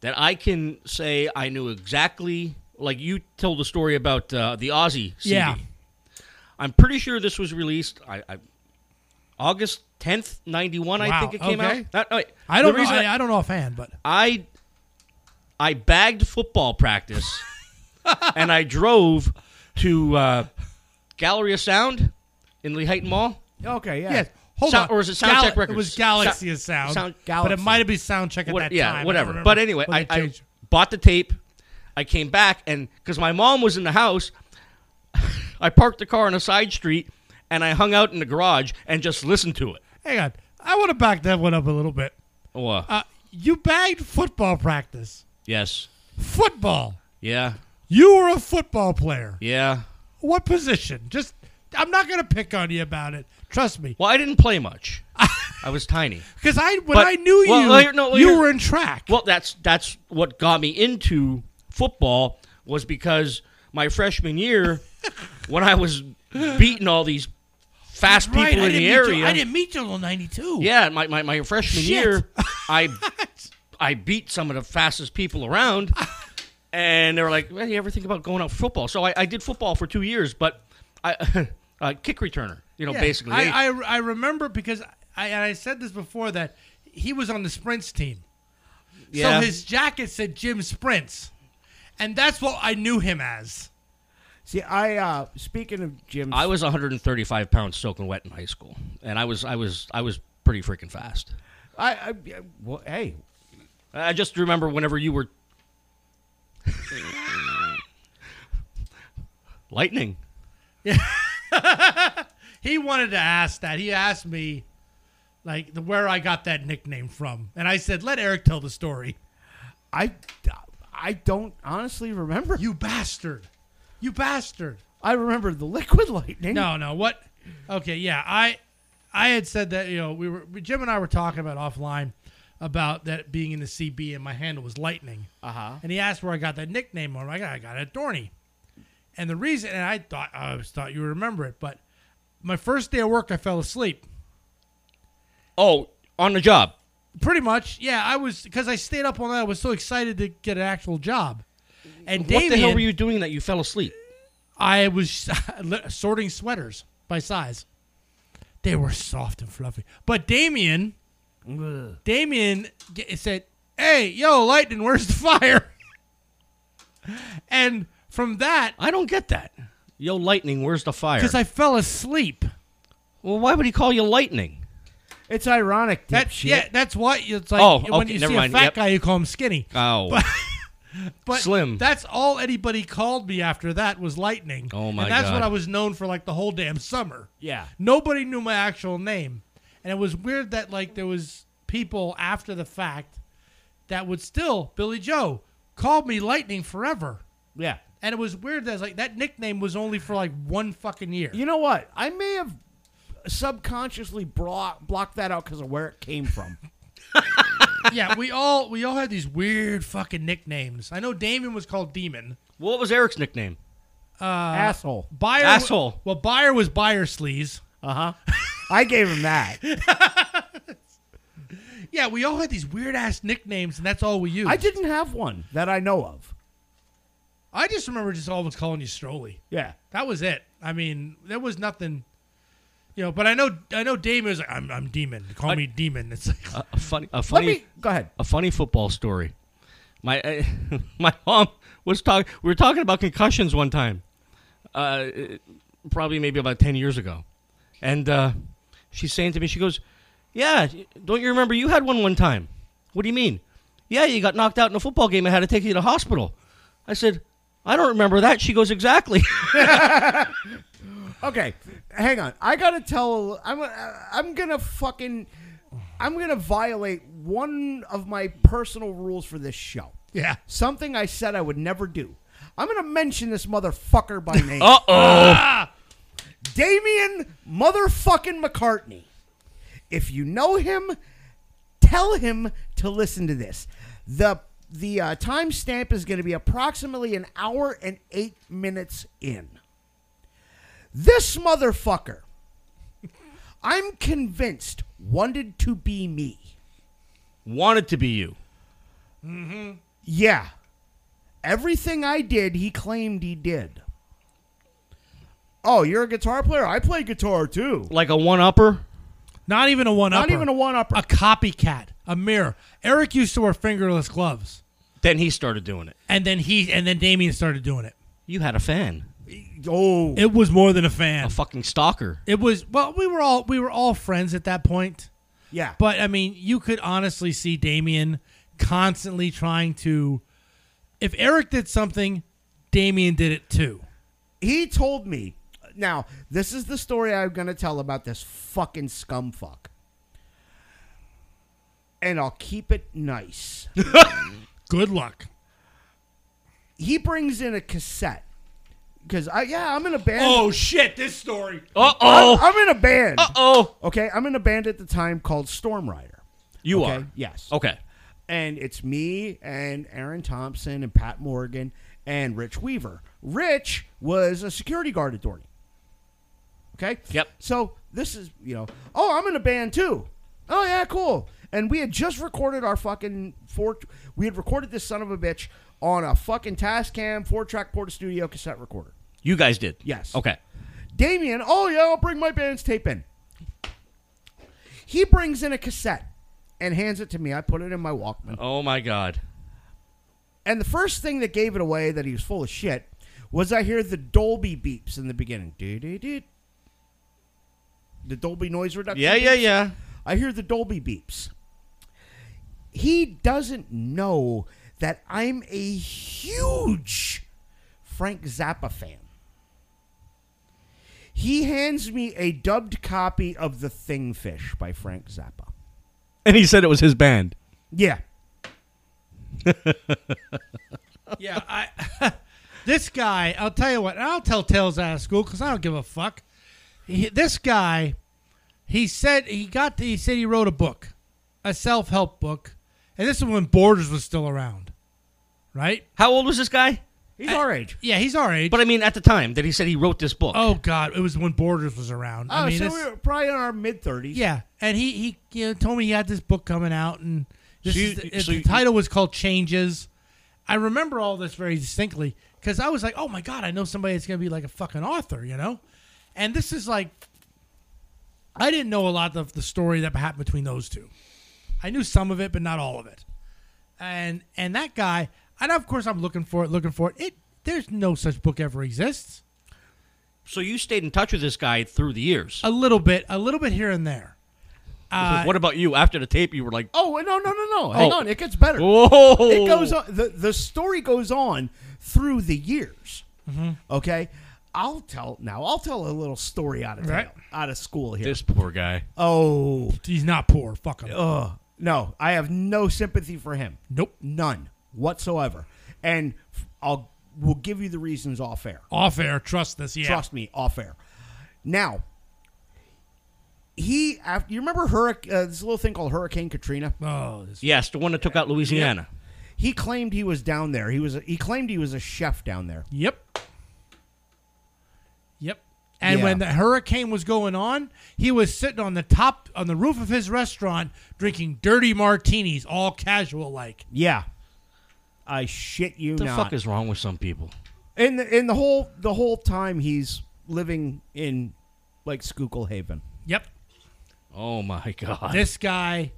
Speaker 1: that I can say I knew exactly. Like you told the story about uh, the Aussie CD.
Speaker 3: Yeah.
Speaker 1: I'm pretty sure this was released. I, I August 10th, 91. I
Speaker 3: Wow,
Speaker 1: think it came
Speaker 3: okay.
Speaker 1: out. That- oh, wait.
Speaker 3: I don't
Speaker 1: The
Speaker 3: know.
Speaker 1: reason
Speaker 3: I, I don't know offhand, but
Speaker 1: I I bagged football practice and I drove to uh, Gallery of Sound in Lee Heighton Mall.
Speaker 2: Okay, yeah.
Speaker 3: Yes. Hold
Speaker 1: Sou-
Speaker 3: on.
Speaker 1: or was it Soundcheck
Speaker 3: It
Speaker 1: Records?
Speaker 3: was Galaxy of Sound.
Speaker 1: Sound-
Speaker 3: But it
Speaker 2: Galaxy.
Speaker 3: might have been Soundcheck at
Speaker 1: What-
Speaker 3: that
Speaker 1: yeah,
Speaker 3: time. I don't
Speaker 1: whatever.
Speaker 3: remember.
Speaker 1: But anyway,
Speaker 3: But
Speaker 1: I,
Speaker 3: they
Speaker 1: I
Speaker 3: changed.
Speaker 1: bought the tape. I came back and because my mom was in the house, I parked the car on a side street and I hung out in the garage and just listened to it.
Speaker 3: Hang on. I want to back that one up a little bit.
Speaker 1: Oh, uh,
Speaker 3: Uh, you bagged football practice.
Speaker 1: yes.
Speaker 3: Football.
Speaker 1: Yeah.
Speaker 3: You were a football player.
Speaker 1: Yeah.
Speaker 3: What position? Just I'm not gonna pick on you about it. Trust me,
Speaker 1: Well, I didn't play much. I was tiny.
Speaker 3: because I when
Speaker 1: But-
Speaker 3: I knew
Speaker 1: well,
Speaker 3: you,
Speaker 1: later- no,
Speaker 3: you
Speaker 1: later-
Speaker 3: were in track.
Speaker 1: Well, that's that's what got me into football was because my freshman year, when I was beating all these fast people
Speaker 3: right, I
Speaker 1: in
Speaker 3: didn't
Speaker 1: the
Speaker 3: meet you-
Speaker 1: area,
Speaker 3: I didn't meet you until '92.
Speaker 1: yeah, my, my, my freshman
Speaker 3: Shit.
Speaker 1: year, I I beat some of the fastest people around, and they were like, "Well, you ever think about going out football?" So I, I did football for two years, but I uh, kick returner, you know,
Speaker 3: Yeah,
Speaker 1: basically.
Speaker 3: I, I, I remember because I, and I said this before that he was on the sprints team.
Speaker 1: Yeah.
Speaker 3: So his jacket said Jim Sprints. And that's what I knew him as.
Speaker 2: See, I uh speaking of Jim,
Speaker 1: I was 135 pounds soaking wet in high school, and I was I was I was pretty freaking fast.
Speaker 2: I, I well, hey,
Speaker 1: I just remember whenever you were lightning.
Speaker 3: He wanted to ask that. He asked me like the, where I got that nickname from. And I said, "Let Eric tell the story."
Speaker 2: I I don't honestly remember.
Speaker 3: You bastard. You bastard.
Speaker 2: I remember the liquid lightning.
Speaker 3: No, no. What? Okay, yeah. I I had said that you know we were Jim and I were talking about offline about that being in the CB and my handle was Lightning.
Speaker 2: Uh
Speaker 1: Uh-huh.
Speaker 2: huh.
Speaker 3: And he asked where I got that nickname from. I got I got it at Dorney. And the reason, and I thought I always thought you would remember it, but my first day of work, I fell asleep.
Speaker 1: Oh, on the job.
Speaker 3: Pretty much, yeah. I was because I stayed up all night. I was so excited to get an actual job. And
Speaker 1: What the hell
Speaker 3: Damien-
Speaker 1: were you doing that you fell asleep?
Speaker 3: I was sorting sweaters by size. They were soft and fluffy. But Damien, Damien g- said, "Hey, yo, Lightning, where's the fire?" and from that,
Speaker 1: I don't get that. Yo, lightning, where's the fire?
Speaker 3: because I fell asleep.
Speaker 1: well, why would he call you lightning?
Speaker 2: It's ironic.
Speaker 3: That
Speaker 2: dipshit.
Speaker 3: yeah, that's why it's like
Speaker 1: Oh,
Speaker 3: when
Speaker 1: okay,
Speaker 3: you
Speaker 1: never
Speaker 3: see
Speaker 1: mind,
Speaker 3: a fat
Speaker 1: yep.
Speaker 3: guy, you call him skinny.
Speaker 1: Oh,
Speaker 3: But
Speaker 1: Slim.
Speaker 3: That's all anybody called me after that was lightning.
Speaker 1: Oh, my
Speaker 3: And that's what
Speaker 1: God.
Speaker 3: I was known for like the whole damn summer.
Speaker 2: Yeah.
Speaker 3: Nobody knew my actual name, and it was weird that like there was people after the fact that would still Billy Joe called me lightning forever.
Speaker 2: Yeah.
Speaker 3: And it was weird that like that nickname was only for like one fucking year.
Speaker 2: You know what? I may have subconsciously block, blocked that out because of where it came from.
Speaker 3: yeah, we all we all had these weird fucking nicknames. I know Damon was called Demon.
Speaker 1: what was Eric's nickname?
Speaker 2: Uh-huh. Asshole.
Speaker 3: Buyer
Speaker 1: Asshole.
Speaker 3: Well, Buyer was Buyer Sleaze.
Speaker 2: Uh huh. I gave him that.
Speaker 3: Yeah, we all had these weird ass nicknames, and that's all we used.
Speaker 2: I didn't have one that I know of.
Speaker 3: I just remember just always calling you Strolley.
Speaker 2: Yeah.
Speaker 3: That was it. I mean, there was nothing, you know. But I know, I know. Damon was like, "I'm, I'm demon. Call me demon." It's
Speaker 2: Uh,
Speaker 3: like,
Speaker 1: A, a funny, a
Speaker 2: Let
Speaker 1: funny,
Speaker 2: me go ahead.
Speaker 1: a funny football story. My uh, my mom was talking. We were talking about concussions one time, uh, it- probably maybe about ten years ago, and uh, she's saying to me, she goes, "Yeah, don't you remember you had one one time? What do you mean? Yeah, you got knocked out in a football game and had to take you to the hospital." I said, "I don't remember that." She goes, "Exactly."
Speaker 2: Okay, hang on. I gotta tell. I'm. I'm gonna fucking. I'm gonna violate one of my personal rules for this show.
Speaker 3: yeah,
Speaker 2: Something I said I would never do. I'm gonna mention this motherfucker by name.
Speaker 1: uh
Speaker 2: Ah!
Speaker 1: oh.
Speaker 2: Damian motherfucking McCartney. If you know him, tell him to listen to this. The the uh, timestamp is going to be approximately an hour and eight minutes in. This motherfucker, I'm convinced, wanted to be me.
Speaker 1: Wanted to be you.
Speaker 2: Yeah. Everything I did, he claimed he did. Oh, you're a guitar player? I play guitar too.
Speaker 1: Like a one upper?
Speaker 3: not even a one.
Speaker 2: Not even a one upper.
Speaker 3: A copycat. A mirror. Eric used to wear fingerless gloves,
Speaker 1: Then he started doing it.
Speaker 3: and then he and then Damien started doing it.
Speaker 1: You had a fan.
Speaker 2: Oh,
Speaker 3: It was more than a fan.
Speaker 1: A fucking stalker.
Speaker 3: it was well, we were all we were all friends at that point.
Speaker 2: yeah.
Speaker 3: But I mean, you could honestly see Damien constantly trying to. If Eric did something, Damien did it too.
Speaker 2: he told me. Now, this is the story I'm going to tell about this fucking scumfuck. And I'll keep it nice.
Speaker 3: Good luck.
Speaker 2: he brings in a cassette because I yeah I'm in a band.
Speaker 3: Oh shit! This story.
Speaker 1: Uh
Speaker 2: I'm,
Speaker 1: oh.
Speaker 2: I'm in a band.
Speaker 1: Uh oh.
Speaker 2: Okay, I'm in a band at the time called Storm Rider.
Speaker 1: You
Speaker 2: okay?
Speaker 1: are.
Speaker 2: yes.
Speaker 1: Okay.
Speaker 2: and it's me and Aaron Thompson and Pat Morgan and Rich Weaver. Rich was a security guard at Dorney. Okay.
Speaker 1: Yep.
Speaker 2: So this is you know, oh, I'm in a band too. Oh yeah, cool. And we had just recorded our fucking four. We had recorded this son of a bitch on a fucking Tascam four track Porta Studio cassette recorder.
Speaker 1: You guys did.
Speaker 2: Yes.
Speaker 1: Okay.
Speaker 2: Damien, oh yeah, I'll bring my band's tape in. He brings in a cassette and hands it to me. I put it in my Walkman.
Speaker 1: Oh my God.
Speaker 2: And the first thing that gave it away that he was full of shit was I hear the Dolby beeps in the beginning. Do-do-do. The Dolby noise reduction.
Speaker 1: Yeah, yeah,
Speaker 2: beeps.
Speaker 1: yeah.
Speaker 2: I hear the Dolby beeps. He doesn't know that I'm a huge Frank Zappa fan. He hands me a dubbed copy of The Thing Fish by Frank Zappa.
Speaker 1: And he said it was his band.
Speaker 2: Yeah.
Speaker 3: Yeah, I. this guy, I'll tell you what, and I'll tell tales out of school because I don't give a fuck. He, this guy, he said he got. The, he said he wrote a book, a self help book, and this is when Borders was still around, right?
Speaker 1: How old was this guy?
Speaker 2: He's our age.
Speaker 3: Yeah, he's our age.
Speaker 1: But I mean, at the time that he said he wrote this book.
Speaker 3: oh God, it was when Borders was around.
Speaker 2: Oh,
Speaker 3: I mean,
Speaker 2: so
Speaker 3: this-
Speaker 2: we were probably in our mid 30s.
Speaker 3: yeah, and he he you know, told me he had this book coming out, and this
Speaker 1: So
Speaker 3: is
Speaker 1: you-
Speaker 3: the,
Speaker 1: so
Speaker 3: the
Speaker 1: you-
Speaker 3: title was called Changes. I remember all this very distinctly because I was like, oh my god, I know somebody that's gonna be like a fucking author, you know, and this is like, I didn't know a lot of the story that happened between those two. I knew some of it, but not all of it. And and that guy, and of course I'm looking for it, looking for it. It there's no such book ever exists.
Speaker 1: So you stayed in touch with this guy through the years.
Speaker 3: A little bit, a little bit here and there. Uh,
Speaker 1: what about you? After the tape, you were like,
Speaker 2: Oh no no no no! Hang
Speaker 1: Oh.
Speaker 2: on, it gets better.
Speaker 1: "Whoa!"
Speaker 2: It goes on. The, the story goes on through the years.
Speaker 3: Mm-hmm.
Speaker 2: Okay, I'll tell now. I'll tell a little story out of town,
Speaker 3: Right.
Speaker 2: out of school here.
Speaker 1: This poor guy.
Speaker 2: oh,
Speaker 3: He's not poor. Fuck him.
Speaker 2: ugh. no, I have no sympathy for him.
Speaker 3: Nope.
Speaker 2: none whatsoever. And f- I'll will give you the reasons off air.
Speaker 3: Off air. Trust this. Yeah.
Speaker 2: Trust me, off air. Now, he after you remember hurricane uh, this little thing called Hurricane Katrina.
Speaker 3: Oh, this
Speaker 1: Yes, the one that took out Louisiana.
Speaker 2: He claimed he was down there. He was he claimed he was a chef down there.
Speaker 3: Yep. Yep. And
Speaker 2: Yeah.
Speaker 3: when the hurricane was going on, he was sitting on the top on the roof of his restaurant drinking dirty martinis, all casual like.
Speaker 2: Yeah. I shit you
Speaker 1: What the
Speaker 2: not.
Speaker 1: fuck is wrong with some people?
Speaker 2: in the in the whole the whole time he's living in like Schuylkill Haven.
Speaker 3: Yep.
Speaker 1: Oh my god.
Speaker 3: This guy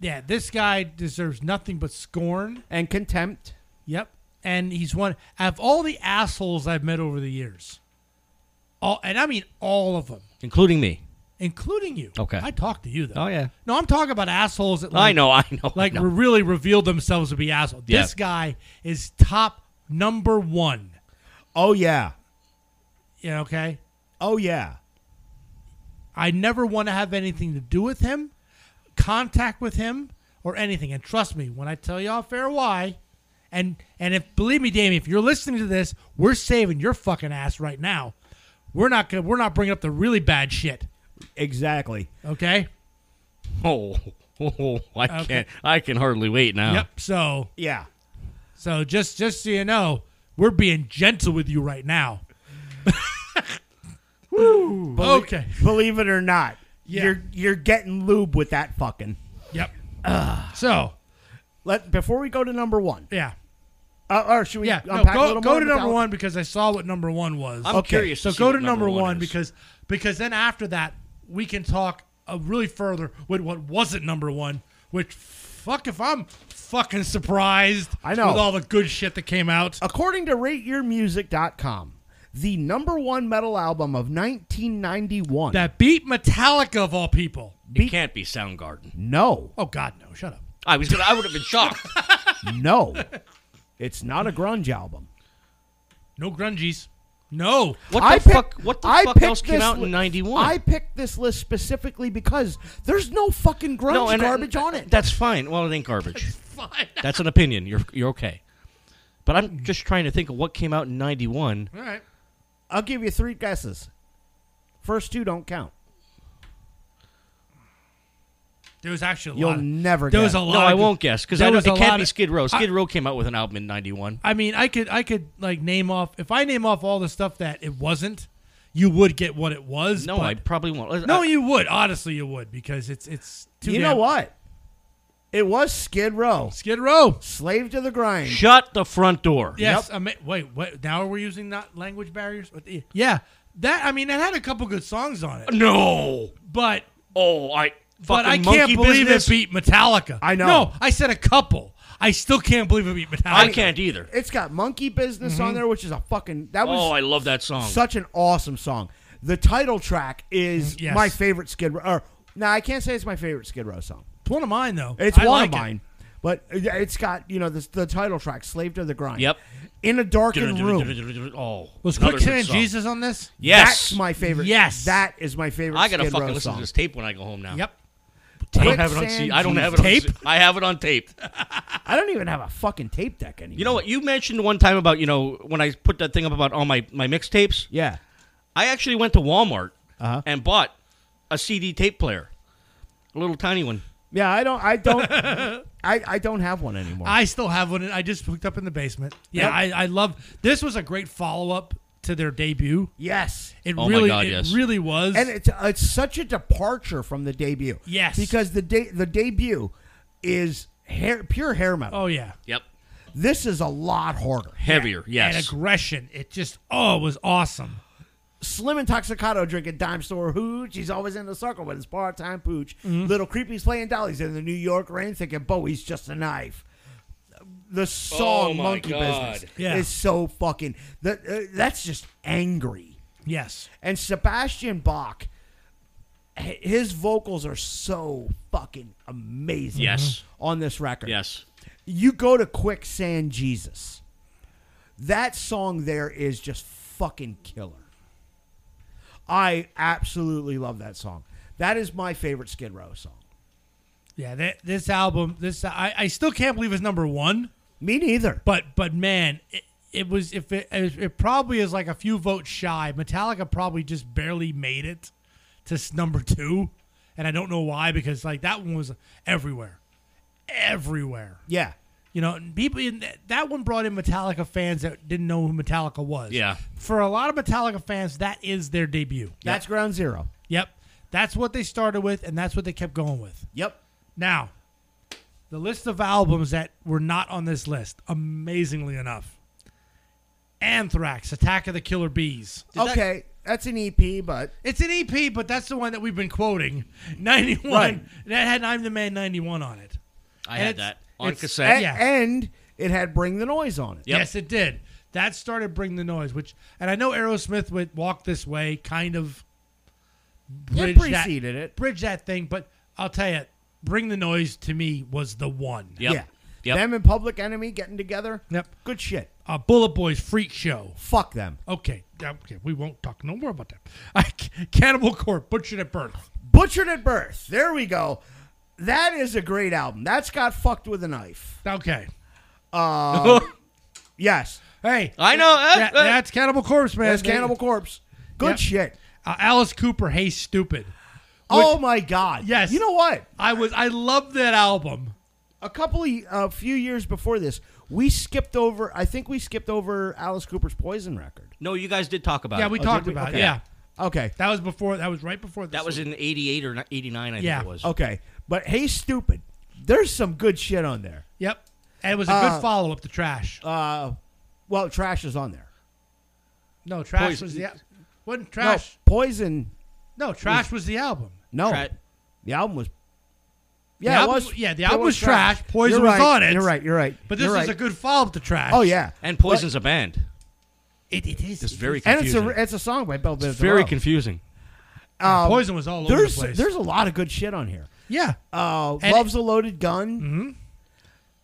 Speaker 3: Yeah, this guy deserves nothing but scorn.
Speaker 2: And contempt.
Speaker 3: Yep. And he's one out of all the assholes I've met over the years. All and I mean all of them,
Speaker 1: including me.
Speaker 3: including you.
Speaker 1: Okay.
Speaker 3: I talked to you though.
Speaker 1: Oh, yeah.
Speaker 3: No, I'm talking about assholes that
Speaker 1: I
Speaker 3: like,
Speaker 1: know, I know.
Speaker 3: like
Speaker 1: I know.
Speaker 3: re- really revealed themselves to be assholes.
Speaker 1: Yeah.
Speaker 3: This guy is top number one.
Speaker 2: Oh yeah.
Speaker 3: Yeah, okay.
Speaker 2: Oh yeah.
Speaker 3: I never want to have anything to do with him, contact with him, or anything. And trust me, when I tell you all fair why, and and if believe me, Damien, if you're listening to this, we're saving your fucking ass right now. We're not gonna we're not bringing up the really bad shit.
Speaker 2: Exactly.
Speaker 3: Okay.
Speaker 1: oh, oh, I
Speaker 3: Okay.
Speaker 1: can't. I can hardly wait now.
Speaker 3: Yep. So
Speaker 2: Yeah.
Speaker 3: so just just so you know, we're being gentle with you right now. Okay.
Speaker 2: Believe it or not.
Speaker 3: Yeah.
Speaker 2: You're you're getting lube with that fucking.
Speaker 3: Yep. so
Speaker 2: Let before we go to number 1.
Speaker 3: yeah,
Speaker 2: Uh, or should we
Speaker 3: yeah. No,
Speaker 2: unpack a
Speaker 3: go
Speaker 2: little
Speaker 3: go
Speaker 2: more
Speaker 3: to
Speaker 2: about
Speaker 3: number
Speaker 2: that
Speaker 3: one because I saw what number one was.
Speaker 1: I'm
Speaker 2: Okay,
Speaker 1: curious.
Speaker 3: so
Speaker 1: see
Speaker 3: go
Speaker 1: what
Speaker 3: to number, one,
Speaker 1: is.
Speaker 3: because because then after that we can talk uh, really further with what wasn't number one, which fuck if I'm fucking surprised.
Speaker 2: I know.
Speaker 3: with all the good shit that came out.
Speaker 2: According to rateyourmusic.com, the number 1 metal album of 1991.
Speaker 3: That beat Metallica of all people.
Speaker 1: it can't be Soundgarden.
Speaker 2: no.
Speaker 3: Oh God, no! Shut up.
Speaker 1: I was gonna. I would have been shocked.
Speaker 2: No, it's not a grunge album.
Speaker 3: No grungies. No.
Speaker 1: What the
Speaker 2: I pick-
Speaker 1: fuck? What the
Speaker 2: I
Speaker 1: fuck
Speaker 2: picked
Speaker 1: else came
Speaker 2: this
Speaker 1: out in
Speaker 2: li-
Speaker 1: '91?
Speaker 2: I picked this list specifically because there's no fucking grunge
Speaker 1: uh,
Speaker 2: garbage on it.
Speaker 1: That's fine. Well, it ain't garbage.
Speaker 3: Fine.
Speaker 1: That's an opinion. You're you're okay. But I'm just trying to think of what came out in '91.
Speaker 3: All right.
Speaker 2: I'll give you three guesses. First two don't count.
Speaker 3: There was actually a
Speaker 2: You'll
Speaker 3: lot. of-
Speaker 2: never
Speaker 3: There was
Speaker 2: guess.
Speaker 3: a lot.
Speaker 1: No,
Speaker 3: of
Speaker 1: I
Speaker 3: good-
Speaker 1: won't guess because
Speaker 3: there
Speaker 1: I know
Speaker 3: was
Speaker 1: it
Speaker 3: a
Speaker 1: can't
Speaker 3: lot
Speaker 1: be
Speaker 3: of-
Speaker 1: Skid Row.
Speaker 3: I-
Speaker 1: Skid Row came out with an album in '91.
Speaker 3: I mean, I could I could like name off if I name off all the stuff that it wasn't, you would get what it was.
Speaker 1: No,
Speaker 3: but-
Speaker 1: I probably won't. Uh,
Speaker 3: no,
Speaker 1: I-
Speaker 3: you would honestly, you would because it's it's too.
Speaker 2: You
Speaker 3: damn-
Speaker 2: know what? It was Skid Row.
Speaker 3: Skid Row.
Speaker 2: Slave to the grind.
Speaker 1: shut the front door.
Speaker 3: Yes. I mean, wait, what? Now we're using not language barriers. What the- Yeah, that I mean, it had a couple good songs on it,
Speaker 1: No.
Speaker 3: but
Speaker 1: Oh, I.
Speaker 3: but
Speaker 1: fucking
Speaker 3: I
Speaker 1: monkey
Speaker 3: can't believe
Speaker 1: business.
Speaker 3: it beat Metallica.
Speaker 2: I know.
Speaker 3: No, I said a couple. I still can't believe it beat Metallica.
Speaker 1: I can't either.
Speaker 2: It's got Monkey Business on there, which is a fucking that was
Speaker 1: Mm-hmm. Oh, I love that song.
Speaker 2: such an awesome song. The title track is
Speaker 3: Mm, yes.
Speaker 2: my favorite Skid Row. Or, now I can't say it's my favorite Skid Row song.
Speaker 3: It's one of mine though.
Speaker 2: It's
Speaker 3: I
Speaker 2: one
Speaker 3: like
Speaker 2: of
Speaker 3: it.
Speaker 2: mine, but it's got you know this, the title track "Slave to the Grind."
Speaker 1: Yep.
Speaker 2: In a darkened room.
Speaker 1: Oh,
Speaker 3: Was
Speaker 1: another good
Speaker 3: Quicksand
Speaker 1: song.
Speaker 3: Jesus on this?
Speaker 1: Yes,
Speaker 2: That's my favorite.
Speaker 3: Yes.
Speaker 2: That is my favorite.
Speaker 1: I gotta
Speaker 2: Skid
Speaker 1: fucking
Speaker 2: Row
Speaker 1: listen
Speaker 2: song.
Speaker 1: to this tape when I go home now.
Speaker 3: Yep.
Speaker 1: I don't have it on.
Speaker 2: Quicksand
Speaker 1: C- I don't have it on
Speaker 3: Jesus.
Speaker 1: C- I have it on tape.
Speaker 2: I don't even have a fucking tape deck anymore.
Speaker 1: You know what? You mentioned one time about you know when I put that thing up about all my my mixtapes.
Speaker 2: Yeah.
Speaker 1: I actually went to Walmart
Speaker 2: Uh-huh.
Speaker 1: and bought a CD tape player, a little tiny one.
Speaker 2: Yeah. I don't. I don't. I I don't have one anymore.
Speaker 3: I still have one. I just hooked up in the basement. Yeah,
Speaker 2: Yep.
Speaker 3: I, I love. This was a great follow up to their debut.
Speaker 2: yes.
Speaker 3: It
Speaker 1: Oh my
Speaker 3: really,
Speaker 1: God,
Speaker 3: it
Speaker 1: yes.
Speaker 3: really was.
Speaker 2: and it's it's such a departure from the debut.
Speaker 3: Yes.
Speaker 2: because the de- the debut is hair, pure hair metal.
Speaker 3: oh yeah,
Speaker 1: Yep,
Speaker 2: This is a lot harder.
Speaker 1: heavier.
Speaker 3: and
Speaker 1: Yes,
Speaker 3: aggression. It just oh, it was awesome.
Speaker 2: Slim Intoxicato drinking dime store hooch. He's always in the circle with his part time pooch. Little creepies playing dollies in the New York rain, thinking Bowie's just a knife. The song
Speaker 1: Oh my
Speaker 2: "Monkey
Speaker 1: God.
Speaker 2: Business"
Speaker 3: Yeah.
Speaker 2: is so fucking. That uh, that's just angry.
Speaker 3: Yes,
Speaker 2: And Sebastian Bach, h- his vocals are so fucking amazing.
Speaker 1: Yes.
Speaker 2: On this record.
Speaker 1: yes.
Speaker 2: You go to Quicksand Jesus. That song there is just fucking killer. I absolutely love that song. That is my favorite Skid Row song.
Speaker 3: yeah. That, this album, this I, I still can't believe it's number one.
Speaker 2: Me neither.
Speaker 3: But but man, it, it was if it it probably is like a few votes shy. Metallica probably just barely made it to s- number two, and I don't know why because like that one was everywhere, everywhere.
Speaker 2: Yeah.
Speaker 3: You know, and people in that one brought in Metallica fans that didn't know who Metallica was.
Speaker 1: Yeah.
Speaker 3: For a lot of Metallica fans, that is their debut.
Speaker 2: That's ground zero.
Speaker 3: Yep. That's what they started with and that's what they kept going with.
Speaker 2: Yep.
Speaker 3: Now, the list of albums that were not on this list, amazingly enough. Anthrax, Attack of the Killer Bees.
Speaker 1: Did that-
Speaker 2: okay. That's an EP, but
Speaker 3: It's an EP, but that's the one that we've been quoting. 91.
Speaker 2: Right.
Speaker 3: That had I'm the Man 91 on it.
Speaker 1: I
Speaker 3: And
Speaker 1: had
Speaker 3: it's-
Speaker 1: that on
Speaker 3: it's-
Speaker 1: cassette.
Speaker 2: a-
Speaker 3: Yeah.
Speaker 2: and it had Bring the Noise on it.
Speaker 1: Yep.
Speaker 3: Yes, it did. That started Bring the Noise, which, and I know Aerosmith would Walk This Way kind of bridge
Speaker 2: preceded
Speaker 3: that,
Speaker 2: it.
Speaker 3: Bridge that thing, but I'll tell you, Bring the Noise to me was the one.
Speaker 1: Yep.
Speaker 2: Yeah.
Speaker 1: Yep.
Speaker 2: Them and Public Enemy getting together.
Speaker 3: Yep.
Speaker 2: Good shit.
Speaker 3: Uh, Bullet Boys Freak Show.
Speaker 2: Fuck them.
Speaker 3: Okay, okay, we won't talk no more about that. I, Cannibal Corpse, Butchered at Birth.
Speaker 2: Butchered at Birth. There we go. That is a great album. That's got fucked with a knife.
Speaker 3: Okay.
Speaker 2: Yes.
Speaker 3: Hey,
Speaker 1: I know. uh,
Speaker 3: that-
Speaker 1: uh,
Speaker 3: that's Cannibal Corpse, man.
Speaker 2: eh, That's Cannibal Corpse. Good
Speaker 3: Yep.
Speaker 2: shit.
Speaker 3: Uh, Alice Cooper, Hey Stupid.
Speaker 2: Oh my god.
Speaker 3: Yes.
Speaker 2: You know what?
Speaker 3: I was, I loved that album.
Speaker 2: A couple of a few years before this, we skipped over I think we skipped over Alice Cooper's Poison record. Oh,
Speaker 1: no, you guys did talk about.
Speaker 3: Yeah,
Speaker 1: it.
Speaker 3: we
Speaker 2: did
Speaker 3: talked
Speaker 2: we?
Speaker 3: about it.
Speaker 2: Okay.
Speaker 3: Yeah.
Speaker 2: Okay.
Speaker 3: That was before. That was right before. This
Speaker 1: That was
Speaker 3: one.
Speaker 1: in '88 or '89. I
Speaker 3: Yeah.
Speaker 1: think it was.
Speaker 2: Okay. But hey stupid. There's some good shit on there.
Speaker 3: Yep. And it was a
Speaker 2: Uh,
Speaker 3: good follow up to Trash.
Speaker 2: Uh well, Trash is on there.
Speaker 3: no, Trash
Speaker 1: Poison-
Speaker 3: was the. al- Wasn't Trash?
Speaker 2: No, Poison.
Speaker 3: No, Trash was the album.
Speaker 2: No.
Speaker 1: Tra-
Speaker 2: the album was
Speaker 3: The
Speaker 2: Yeah, it
Speaker 3: album-
Speaker 2: was
Speaker 3: yeah, the
Speaker 2: it
Speaker 3: album was Trash. Poison
Speaker 2: You're
Speaker 3: was
Speaker 2: right.
Speaker 3: on it.
Speaker 2: You're right, you're right.
Speaker 3: But this
Speaker 2: You're
Speaker 3: was
Speaker 2: right.
Speaker 3: a good follow up to Trash.
Speaker 2: Oh yeah.
Speaker 1: And
Speaker 2: But-
Speaker 1: Poison's a band.
Speaker 3: It, it is.
Speaker 1: It's
Speaker 3: it
Speaker 1: very
Speaker 3: is.
Speaker 2: and it's
Speaker 1: confusing.
Speaker 2: a it's a song by Bell Biv
Speaker 1: very
Speaker 2: DeVoe.
Speaker 1: confusing.
Speaker 3: Poison was all over the
Speaker 2: Um, There's
Speaker 3: place.
Speaker 2: there's a lot of good shit on here. Mm-hmm.
Speaker 3: yeah.
Speaker 2: Uh,
Speaker 3: And-
Speaker 2: Love's a loaded gun.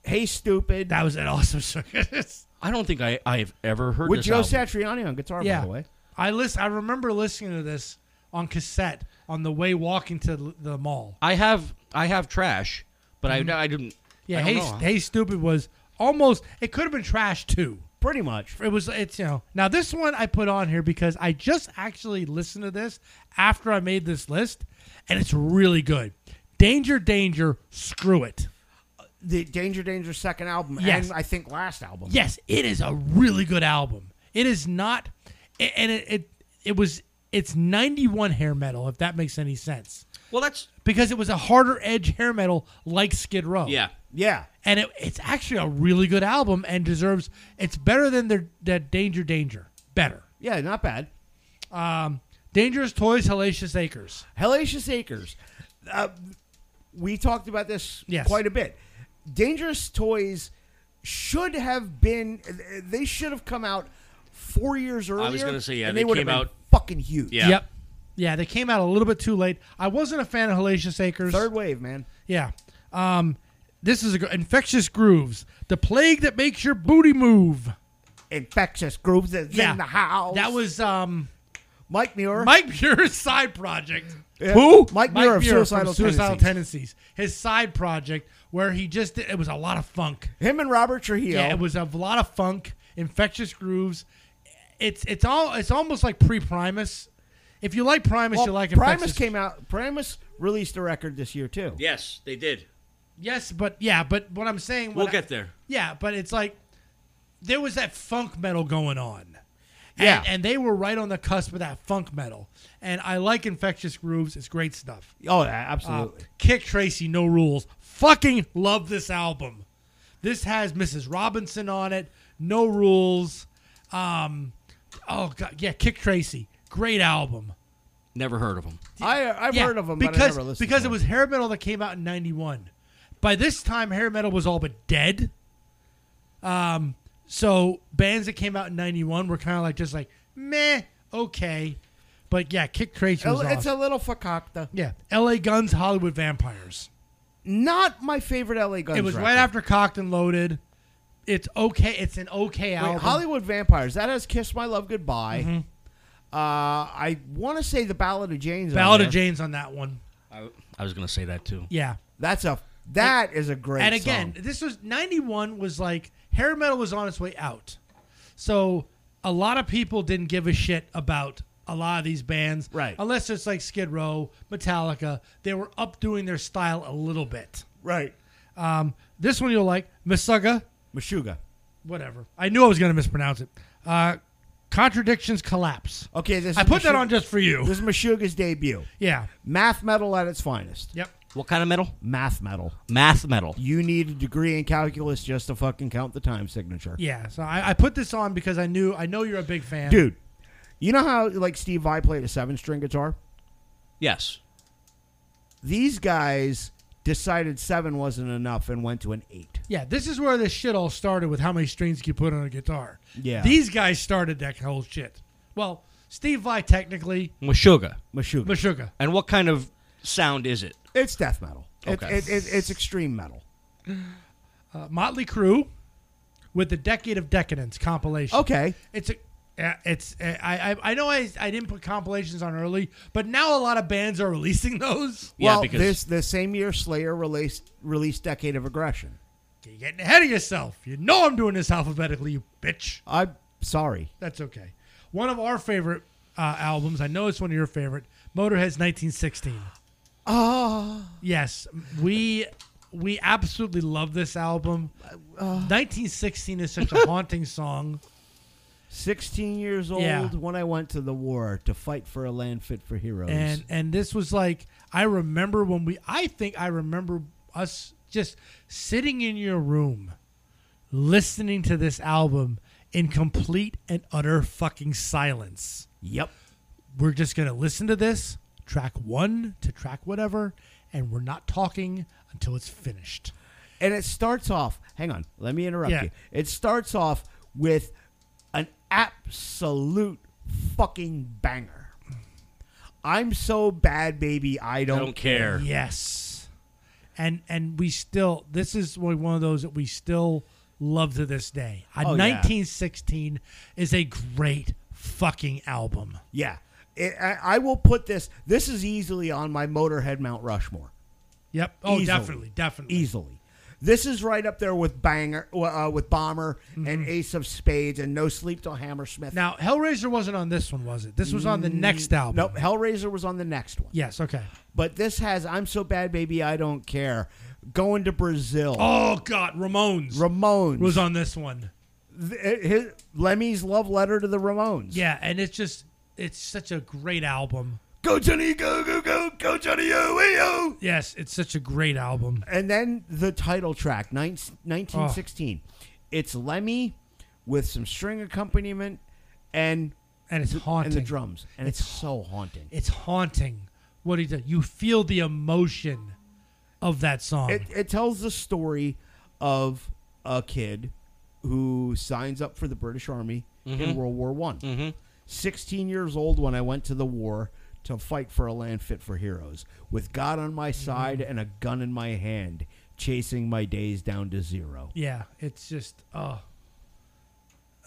Speaker 2: Hey, stupid.
Speaker 3: That was an awesome circus.
Speaker 1: I don't think I I've ever heard
Speaker 2: With
Speaker 1: this
Speaker 2: Joe
Speaker 1: album.
Speaker 2: Satriani on guitar,
Speaker 3: yeah.
Speaker 2: Oh, by the way.
Speaker 3: I list. I remember listening to this on cassette on the way walking to l- the mall.
Speaker 1: I have I have Trash, but I I didn't.
Speaker 3: Yeah.
Speaker 1: Mm-hmm. I don't
Speaker 3: hey,
Speaker 1: know.
Speaker 3: hey, stupid was almost it could have been trash too.
Speaker 2: Pretty much.
Speaker 3: It was it's you know now this one I put on here because I just actually listened to this after I made this list, and it's really good. Danger, danger, screw it.
Speaker 2: The Danger Danger second album
Speaker 3: Yes.
Speaker 2: and I think last album.
Speaker 3: Yes, it is a really good album. It is not, a- and it it, it was it's ninety one hair metal if that makes any sense
Speaker 1: Well, that's
Speaker 3: because it was a harder edge hair metal like Skid Row.
Speaker 1: yeah.
Speaker 2: Yeah.
Speaker 3: and it, it's actually a really good album and deserves it's better than their that Danger Danger better.
Speaker 2: Yeah, not bad.
Speaker 3: Um, Dangerous Toys, Hellacious Acres.
Speaker 2: Hellacious Acres. Uh, we talked about this
Speaker 3: Yes.
Speaker 2: quite a bit. Dangerous Toys should have been. They should have come out four years earlier.
Speaker 1: was gonna say, yeah,
Speaker 2: and
Speaker 1: they
Speaker 2: would
Speaker 1: came
Speaker 2: have been
Speaker 1: out-
Speaker 2: fucking huge.
Speaker 1: Yeah.
Speaker 3: Yep. Yeah, they came out a little bit too late. I wasn't a fan of Hellacious Acres.
Speaker 2: third wave, man.
Speaker 3: Yeah. Um, this is a gr- infectious grooves, the plague that makes your booty move.
Speaker 2: Infectious groups that's
Speaker 3: Yeah,
Speaker 2: in the house.
Speaker 3: That was um,
Speaker 2: Mike Muir.
Speaker 3: Mike Muir's side project.
Speaker 2: Yeah.
Speaker 3: Who?
Speaker 2: Mike Muir of
Speaker 3: from
Speaker 2: Suicidal
Speaker 3: Tendencies. His side project where he just did, it was a lot of funk.
Speaker 2: him and Robert Trujillo.
Speaker 3: Yeah, it was a lot of funk, infectious grooves. It's it's all it's almost like pre Primus. If you like Primus,
Speaker 2: Well,
Speaker 3: you like
Speaker 2: Primus
Speaker 3: infectious.
Speaker 2: came out. Primus released a record this year too.
Speaker 1: Yes, they did.
Speaker 3: Yes, but yeah, but what I'm saying,
Speaker 1: We'll
Speaker 3: what I-
Speaker 1: get there.
Speaker 3: Yeah, but it's like there was that funk metal going on. And,
Speaker 2: Yeah.
Speaker 3: and they were right on the cusp of that funk metal. And I like infectious grooves. It's great stuff.
Speaker 2: Oh, yeah,
Speaker 3: Uh,
Speaker 2: absolutely.
Speaker 3: Kick Tracy, no rules. Fucking love this album. This has Mrs. Robinson on it. No rules. Um, oh god, yeah, Kick Tracy, great album.
Speaker 1: Never heard of them.
Speaker 2: Uh, I I've
Speaker 3: Yeah,
Speaker 2: heard of him
Speaker 3: because
Speaker 2: but I never listened
Speaker 3: because
Speaker 2: to
Speaker 3: it
Speaker 2: him.
Speaker 3: was hair metal that came out in '91. By this time, hair metal was all but dead. Um, so bands that came out in '91 were kind of like just like meh, okay, but yeah, Kick Tracy was
Speaker 2: It's
Speaker 3: awesome.
Speaker 2: a little fakakta.
Speaker 3: yeah, L.A. Guns, Hollywood Vampires.
Speaker 2: Not my favorite LA Guns.
Speaker 3: It was
Speaker 2: record.
Speaker 3: right after Cocked and Loaded. It's okay. It's an okay
Speaker 2: Wait,
Speaker 3: album. Mm-hmm.
Speaker 2: Hollywood Vampires. That has "Kiss My Love Goodbye." Uh, I want to say the Ballad of Jane's. on
Speaker 3: Ballad of
Speaker 2: there.
Speaker 3: Jane's on that one.
Speaker 1: I, I was gonna say that too.
Speaker 3: Yeah.
Speaker 2: That's a that is a great.
Speaker 3: and again,
Speaker 2: song.
Speaker 3: this was '91 was like hair metal was on its way out, so a lot of people didn't give a shit about a lot of these bands,
Speaker 2: Right.
Speaker 3: Unless it's like Skid Row, Metallica, they were updoing their style a little bit.
Speaker 2: right?
Speaker 3: Um, this one you'll like, Misuga,
Speaker 2: Meshuga.
Speaker 3: whatever. I knew I was gonna mispronounce it. Uh, Contradictions collapse.
Speaker 2: Okay, this
Speaker 3: I
Speaker 2: is
Speaker 3: put that
Speaker 2: Meshuggah-
Speaker 3: on just for you.
Speaker 2: This is Meshuga's debut.
Speaker 3: Yeah.
Speaker 2: Math metal at its finest.
Speaker 3: Yep.
Speaker 1: What kind of metal?
Speaker 2: Math metal.
Speaker 1: Math metal.
Speaker 2: You need a degree in calculus just to fucking count the time signature,
Speaker 3: Yeah. So I, I put this on because I knew I know you're a big fan,
Speaker 2: dude. You know how like Steve Vai played a seven string guitar?
Speaker 1: Yes.
Speaker 2: These guys decided seven wasn't enough and went to an eight.
Speaker 3: Yeah, this is where this shit all started with how many strings you could put on a guitar.
Speaker 2: Yeah.
Speaker 3: These guys started that whole shit. Well, Steve Vai technically,
Speaker 1: Meshuggah.
Speaker 2: Meshuga.
Speaker 3: Meshuggah.
Speaker 1: And what kind of sound is it?
Speaker 2: It's death metal. It-
Speaker 1: Okay.
Speaker 2: It, it, it's extreme metal.
Speaker 3: Uh, Motley Crue with the Decade of Decadence compilation.
Speaker 2: Okay.
Speaker 3: It's a yeah, it's uh, I, I I know I I didn't put compilations on early, but now a lot of bands are releasing those.
Speaker 1: Yeah,
Speaker 2: well,
Speaker 1: because-
Speaker 2: this the same year Slayer released released Decade of Aggression.
Speaker 3: You're getting ahead of yourself. You know I'm doing this alphabetically, you bitch.
Speaker 2: I'm sorry.
Speaker 3: That's okay. One of our favorite uh, albums. I know it's one of your favorite. Motorhead's 1916.
Speaker 2: Oh,
Speaker 3: Yes, we we absolutely love this album. 1916 is such a haunting song.
Speaker 2: 16 years old
Speaker 3: Yeah.
Speaker 2: when I went to the war to fight for a land fit for heroes.
Speaker 3: And and this was like I remember when we I think I remember us just sitting in your room listening to this album in complete and utter fucking silence.
Speaker 2: yep.
Speaker 3: We're just going to listen to this track 1 to track whatever and we're not talking until it's finished.
Speaker 2: And it starts off, hang on, let me interrupt
Speaker 3: Yeah.
Speaker 2: you. It starts off with an absolute fucking banger. I'm so bad, baby, I don't,
Speaker 1: I don't care.
Speaker 3: Yes. And and we still this is one one of those that we still love to this day. Uh,
Speaker 2: Oh, yeah.
Speaker 3: 1916 is a great fucking album.
Speaker 2: Yeah. It, I, I will put this, this is easily on my Motorhead Mount Rushmore.
Speaker 3: Yep. Oh,
Speaker 2: Easily.
Speaker 3: definitely, definitely.
Speaker 2: easily. This is right up there with Banger, uh, with Bomber, and Ace of Spades, and No Sleep Till Hammersmith.
Speaker 3: Mm-hmm. Now, Hellraiser wasn't on this one, was it? This was on the next album.
Speaker 2: Mm, nope, Hellraiser was on the next one,
Speaker 3: Yes. Okay.
Speaker 2: but this has "I'm So Bad, Baby, I Don't Care," going to Brazil,
Speaker 3: Oh God, Ramones
Speaker 2: Ramones,
Speaker 3: was on this one.
Speaker 2: Th- eh, his, Lemmy's love letter to the Ramones.
Speaker 3: Yeah, and it's just it's such a great album.
Speaker 2: Go Johnny, go go go, go Johnny, yo yo.
Speaker 3: Yes, it's such a great album.
Speaker 2: And then the title track, nine- 1916. It's Lemmy with some string accompaniment and
Speaker 3: And it's haunting.
Speaker 2: and the drums, and it's, so haunting.
Speaker 3: It's haunting. What he did. You feel the emotion of
Speaker 1: Oh.
Speaker 3: that song.
Speaker 2: It, it tells the story of a kid who signs up for the British Army
Speaker 1: Mm-hmm.
Speaker 2: in World War One. 16 years old when I went to the war to fight for a land fit for heroes, with God on
Speaker 1: Mm-hmm.
Speaker 2: my side and a gun in my hand, chasing my days down to zero.
Speaker 3: yeah, it's just oh.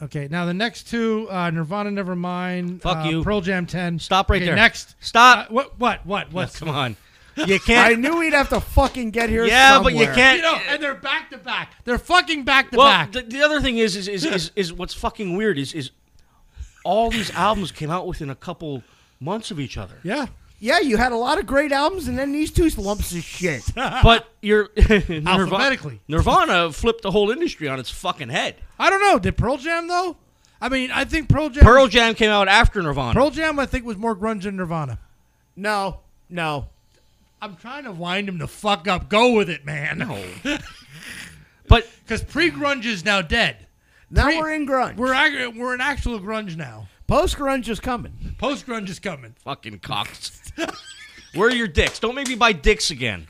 Speaker 3: Okay, now the next two, uh, Nirvana, Nevermind,
Speaker 1: Fuck
Speaker 3: uh,
Speaker 1: you.
Speaker 3: Pearl Jam, Ten.
Speaker 1: Stop right
Speaker 3: Okay,
Speaker 1: there.
Speaker 3: Next,
Speaker 1: Stop.
Speaker 3: Uh, what? What? What?
Speaker 1: Well,
Speaker 3: What's
Speaker 1: come on. You can't.
Speaker 2: I knew we'd have to fucking get here.
Speaker 1: Yeah, but you
Speaker 2: somewhere.
Speaker 1: can't-
Speaker 3: You know, and they're back to back. They're fucking back to
Speaker 1: well,
Speaker 3: back.
Speaker 1: the, the other thing is is is, is is what's fucking weird is is all these albums came out within a couple months of each other.
Speaker 3: yeah.
Speaker 2: Yeah, you had a lot of great albums, and then these two lumps of shit.
Speaker 1: But you're Nirvana-
Speaker 3: Alphabetically.
Speaker 1: Nirvana flipped the whole industry on its fucking head.
Speaker 3: I don't know. Did Pearl Jam though? I mean, I think Pearl Jam.
Speaker 1: Pearl Jam came out after Nirvana.
Speaker 3: Pearl Jam, I think, was more grunge than Nirvana.
Speaker 2: No, no.
Speaker 3: I'm trying to wind him the fuck up. Go with it, man. No,
Speaker 1: but
Speaker 3: because pre-grunge is now dead.
Speaker 2: Now
Speaker 3: Pre-
Speaker 2: we're in grunge.
Speaker 3: We're ag- we're an actual grunge now.
Speaker 2: Post grunge is coming.
Speaker 3: Post-grunge is coming.
Speaker 1: fucking cocks. Where are your dicks? Don't make me buy dicks again.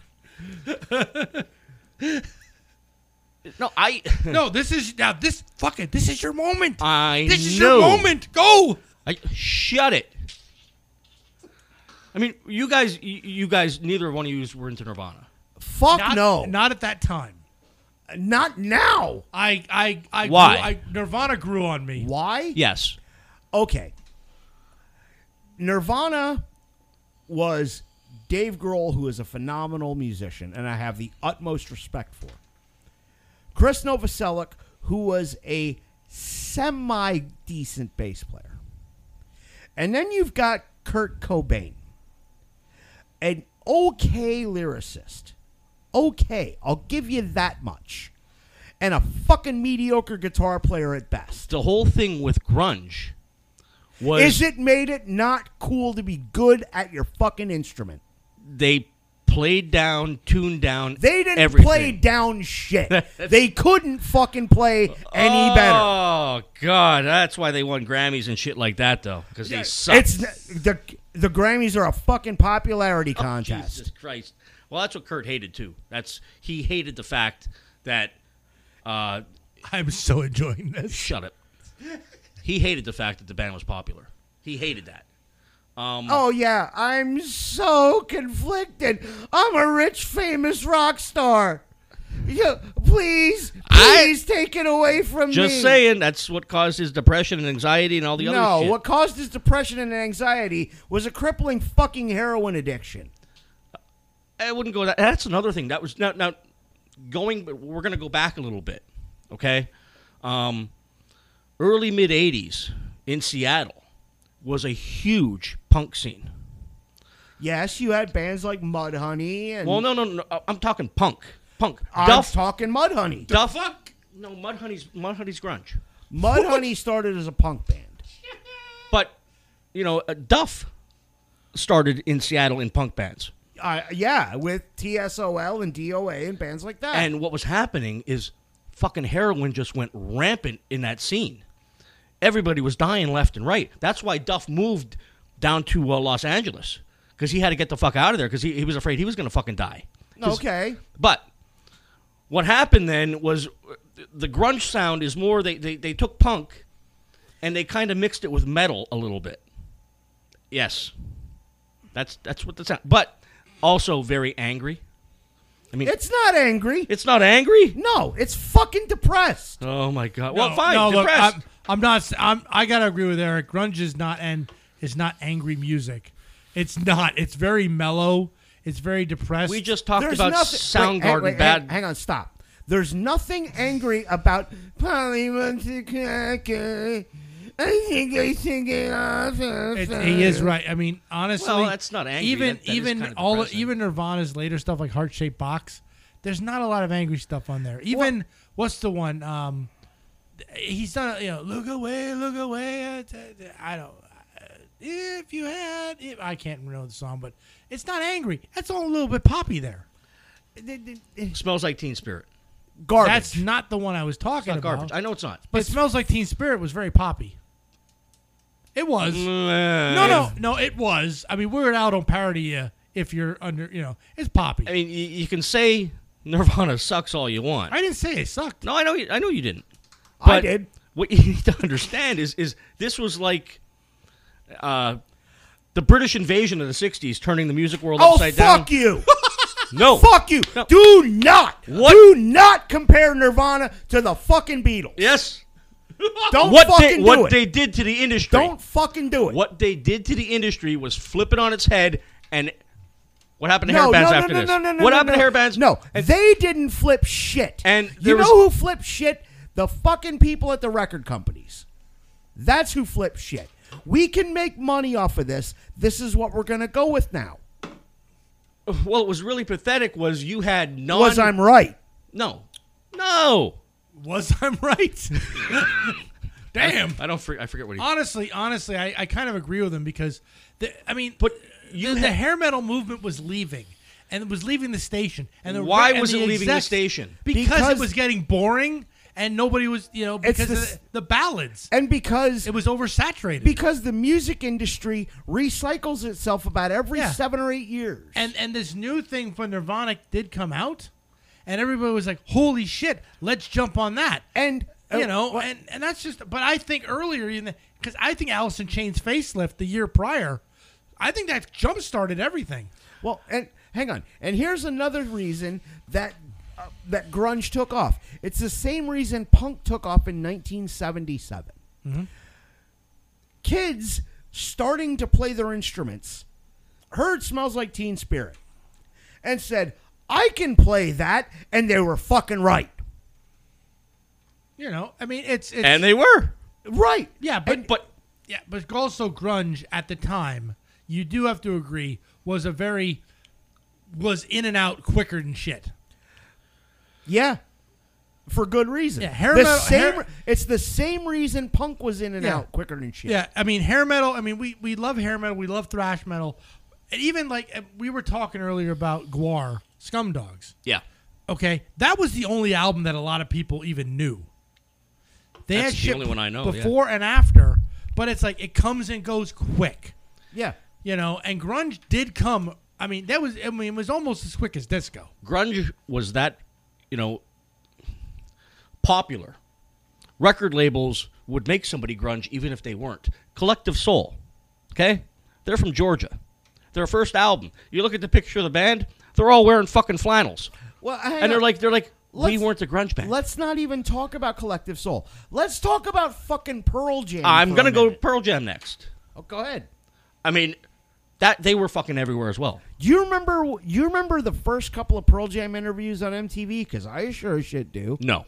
Speaker 1: no, I
Speaker 3: No, this is now this fucking this is your moment.
Speaker 1: I
Speaker 3: this is
Speaker 1: know.
Speaker 3: your moment. Go.
Speaker 1: I shut it. I mean, you guys, you, you guys, neither one of you were into Nirvana.
Speaker 2: Fuck
Speaker 3: Not,
Speaker 2: no. Not,
Speaker 3: not at that time.
Speaker 2: now.
Speaker 3: I I I
Speaker 1: Why?
Speaker 3: Grew, I, Nirvana grew on me.
Speaker 2: Why?
Speaker 1: Yes,
Speaker 2: Okay. Nirvana was Dave Grohl, who is a phenomenal musician, and I have the utmost respect for. Chris Novoselic, who was a semi decent bass player. And then you've got Kurt Cobain, an okay lyricist. Okay, I'll give you that much. And a fucking mediocre guitar player at best.
Speaker 1: the whole thing with grunge was
Speaker 2: Is it made it not cool to be good at your fucking instrument?
Speaker 1: they played down, tuned down.
Speaker 2: They didn't
Speaker 1: everything.
Speaker 2: play down shit. they couldn't fucking play any better.
Speaker 1: Oh god, that's why they won Grammys and shit like that, though, because they suck.
Speaker 2: It's n- the the Grammys are a fucking popularity contest.
Speaker 1: Oh, Jesus Christ. Well, that's what Kurt hated too. That's he hated the fact that. Uh,
Speaker 3: I'm so enjoying this.
Speaker 1: shut up. He hated the fact that the band was popular. He hated that. Um,
Speaker 2: Oh yeah, I'm so conflicted. I'm a rich famous rock star. Yeah, please,
Speaker 1: I-
Speaker 2: please take it away from me.
Speaker 1: Just saying, that's what caused his depression and anxiety and all the
Speaker 2: no,
Speaker 1: other shit.
Speaker 2: what caused his depression and anxiety was a crippling fucking heroin addiction.
Speaker 1: I wouldn't go that. That's another thing. That was now now going. But we're gonna go back a little bit, okay? Um, early mid '80s in Seattle was a huge punk scene.
Speaker 2: Yes, you had bands like Mudhoney and
Speaker 1: Well, no, no, no. I'm talking punk, punk.
Speaker 2: I'm
Speaker 1: Duff,
Speaker 2: talking Mudhoney.
Speaker 1: Duff. No, Mudhoney's Mudhoney's grunge.
Speaker 2: Mudhoney started as a punk band.
Speaker 1: But you know, uh, Duff started in Seattle in punk bands.
Speaker 2: Uh, yeah, with TSOL and DOA and bands like that.
Speaker 1: And what was happening is fucking heroin just went rampant in that scene. Everybody was dying left and right. That's why Duff moved down to uh, Los Angeles because he had to get the fuck out of there because he, he was afraid he was going to fucking die. 'Cause-
Speaker 2: okay,
Speaker 1: But what happened then was uh, th- the grunge sound is more, they, they, they took punk and they kind of mixed it with metal a little bit. Yes. That's, that's what the sound. But also very angry. I mean,
Speaker 2: it's not angry.
Speaker 1: it's not angry.
Speaker 2: No, it's fucking depressed.
Speaker 1: Oh my god.
Speaker 3: No,
Speaker 1: well, fine.
Speaker 3: no, look,
Speaker 1: depressed.
Speaker 3: I'm, I'm not. I'm. I gotta agree with Eric. Grunge is not and is not angry music. It's not. It's very mellow. It's very depressed.
Speaker 1: we just talked
Speaker 2: There's
Speaker 1: about
Speaker 2: nothing. wait,
Speaker 1: Soundgarden
Speaker 2: hang- wait, hang-
Speaker 1: bad.
Speaker 2: Hang, on, stop. There's nothing angry about Polly wants a cracker. I think I should get off. of
Speaker 3: It,
Speaker 2: her."
Speaker 3: he is right. I mean, honestly,
Speaker 1: uh, Well, that's not angry.
Speaker 3: Even
Speaker 1: That- that is
Speaker 3: even
Speaker 1: kind of
Speaker 3: all
Speaker 1: depressing.
Speaker 3: even Nirvana's later stuff like Heart Shaped Box, there's not a lot of angry stuff on there. Even what's the one? Um, he's not you know look away, look away. uh, t- t- I don't. uh, If you had, if, I can't remember the song, but it's not angry. That's all a little bit poppy there.
Speaker 1: Smells like Teen Spirit.
Speaker 2: Garbage.
Speaker 3: That's not the one I was
Speaker 1: It's
Speaker 3: talking
Speaker 1: not
Speaker 3: about.
Speaker 1: garbage. I know it's not.
Speaker 3: But smells like Teen Spirit was very poppy. It was.
Speaker 1: Mm,
Speaker 3: No, no, no. It was. I mean, Weird Al don't parody you if you're under. You know, it's poppy.
Speaker 1: I mean, you, you can say Nirvana sucks all you want.
Speaker 3: I didn't say it sucked.
Speaker 1: no, I know. You, I know you didn't.
Speaker 2: I
Speaker 1: But
Speaker 2: did.
Speaker 1: What you need to understand is is this was like, uh, the British invasion of the '60s, turning the music world
Speaker 2: Oh,
Speaker 1: upside
Speaker 2: fuck
Speaker 1: down.
Speaker 2: you.
Speaker 1: No,
Speaker 2: fuck you.
Speaker 1: No.
Speaker 2: Do not.
Speaker 1: What-
Speaker 2: Do not compare Nirvana to the fucking Beatles.
Speaker 1: Yes.
Speaker 2: Don't
Speaker 1: What
Speaker 2: fucking
Speaker 1: they
Speaker 2: do
Speaker 1: what
Speaker 2: it.
Speaker 1: they did to the industry.
Speaker 2: Don't fucking do it.
Speaker 1: What they did to the industry was flip it on its head and. What happened to
Speaker 2: No,
Speaker 1: hair bands
Speaker 2: no, no,
Speaker 1: after
Speaker 2: no,
Speaker 1: this?
Speaker 2: no, no, no,
Speaker 1: what
Speaker 2: no,
Speaker 1: happened
Speaker 2: no.
Speaker 1: to hair bands?
Speaker 2: No, they didn't flip shit.
Speaker 1: And
Speaker 2: you
Speaker 1: there was-
Speaker 2: know who flipped shit? The fucking people at the record companies. That's who flipped shit. We can make money off of this. This is what we're gonna go with now.
Speaker 1: Well, it was really pathetic. Was you had non?
Speaker 2: Was I'm right?
Speaker 1: No, no.
Speaker 3: Was I right? Damn.
Speaker 1: I don't. For, I forget what he.
Speaker 3: honestly, honestly, I, I kind of agree with him because, the, I mean,
Speaker 1: But
Speaker 3: you the, the hair metal movement was leaving. And it was leaving the station. And the
Speaker 1: Why
Speaker 3: and
Speaker 1: was
Speaker 3: the
Speaker 1: it leaving the
Speaker 3: execs-
Speaker 1: station?
Speaker 3: Because,
Speaker 2: Because-
Speaker 3: it was getting boring, and nobody was, you know, because
Speaker 2: the
Speaker 3: of
Speaker 2: s-
Speaker 3: the, the ballads.
Speaker 2: And because
Speaker 3: It was oversaturated.
Speaker 2: because the music industry recycles itself about every
Speaker 3: Yeah.
Speaker 2: seven or eight years.
Speaker 3: And and this new thing for Nirvana did come out, and everybody was like, "Holy shit, let's jump on that!"
Speaker 2: and
Speaker 3: you
Speaker 2: uh,
Speaker 3: know, and and that's just. But I think earlier in the because I think Allison Chain's facelift the year prior, I think that jump started everything.
Speaker 2: Well, and hang on. And here's another reason that uh, that grunge took off. It's the same reason punk took off in 1977.
Speaker 3: Mm-hmm.
Speaker 2: Kids starting to play their instruments heard "Smells Like Teen Spirit" and said, "I can play that," and they were fucking right.
Speaker 3: You know, I mean, it's it's
Speaker 1: and they were.
Speaker 2: Right.
Speaker 3: yeah, but
Speaker 2: And-
Speaker 1: But
Speaker 3: yeah, but also grunge at the time. You do have to agree was a very was in and out quicker than shit.
Speaker 2: Yeah. For good reason.
Speaker 3: Yeah, hair
Speaker 2: the
Speaker 3: metal-
Speaker 2: same,
Speaker 3: hair-
Speaker 2: It's the same reason punk was in and
Speaker 3: Yeah.
Speaker 2: out quicker than shit.
Speaker 3: Yeah, I mean hair metal. I mean we we love hair metal. We love thrash metal. And even like uh, we were talking earlier about Guar Scum Dogs.
Speaker 1: yeah,
Speaker 3: Okay, that was the only album that a lot of people even knew. They
Speaker 1: That's
Speaker 3: had
Speaker 1: the
Speaker 3: shit
Speaker 1: only one I know, yeah.
Speaker 3: before and after, but it's like it comes and goes quick,
Speaker 2: Yeah.
Speaker 3: you know. And grunge did come. I mean, that was I mean it was almost as quick as disco.
Speaker 1: grunge was that, you know, popular. Record labels would make somebody grunge even if they weren't. Collective Soul, okay, they're from Georgia. Their first album. You look at the picture of the band; they're all wearing fucking flannels,
Speaker 2: Well, hang
Speaker 1: and they're
Speaker 2: on.
Speaker 1: like, they're like, we
Speaker 2: Let's-
Speaker 1: weren't a grunge band.
Speaker 2: Let's not even talk about Collective Soul. Let's talk about fucking Pearl Jam.
Speaker 1: I'm
Speaker 2: for
Speaker 1: gonna
Speaker 2: a
Speaker 1: go
Speaker 2: minute.
Speaker 1: Pearl Jam next.
Speaker 2: Oh, go ahead.
Speaker 1: I mean, that they were fucking everywhere as well.
Speaker 2: Do you remember? You remember the first couple of Pearl Jam interviews on MTV? Because I sure as shit do.
Speaker 1: No,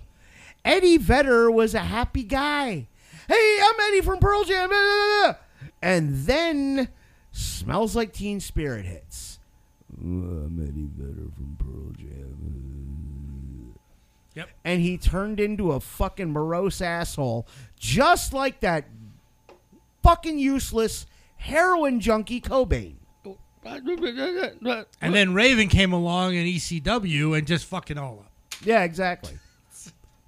Speaker 2: Eddie Vedder was a happy guy. Hey, I'm Eddie from Pearl Jam. blah, blah, blah, blah. And then Smells Like Teen Spirit hits. "Ooh, I'm Eddie Vedder from Pearl Jam.
Speaker 3: Yep.
Speaker 2: And he turned into a fucking morose asshole, just like that fucking useless heroin junkie Cobain.
Speaker 3: And then Raven came along and ECW and just fucking all up.
Speaker 2: Yeah, exactly.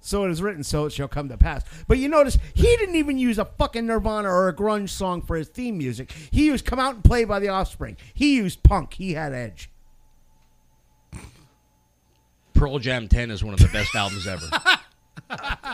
Speaker 2: So it is written, so it shall come to pass. But you notice he didn't even use a fucking Nirvana or a grunge song for his theme music. He used "Come Out and Play" by The Offspring. He used punk. He had edge.
Speaker 1: Pearl Jam 10 is one of the best albums ever.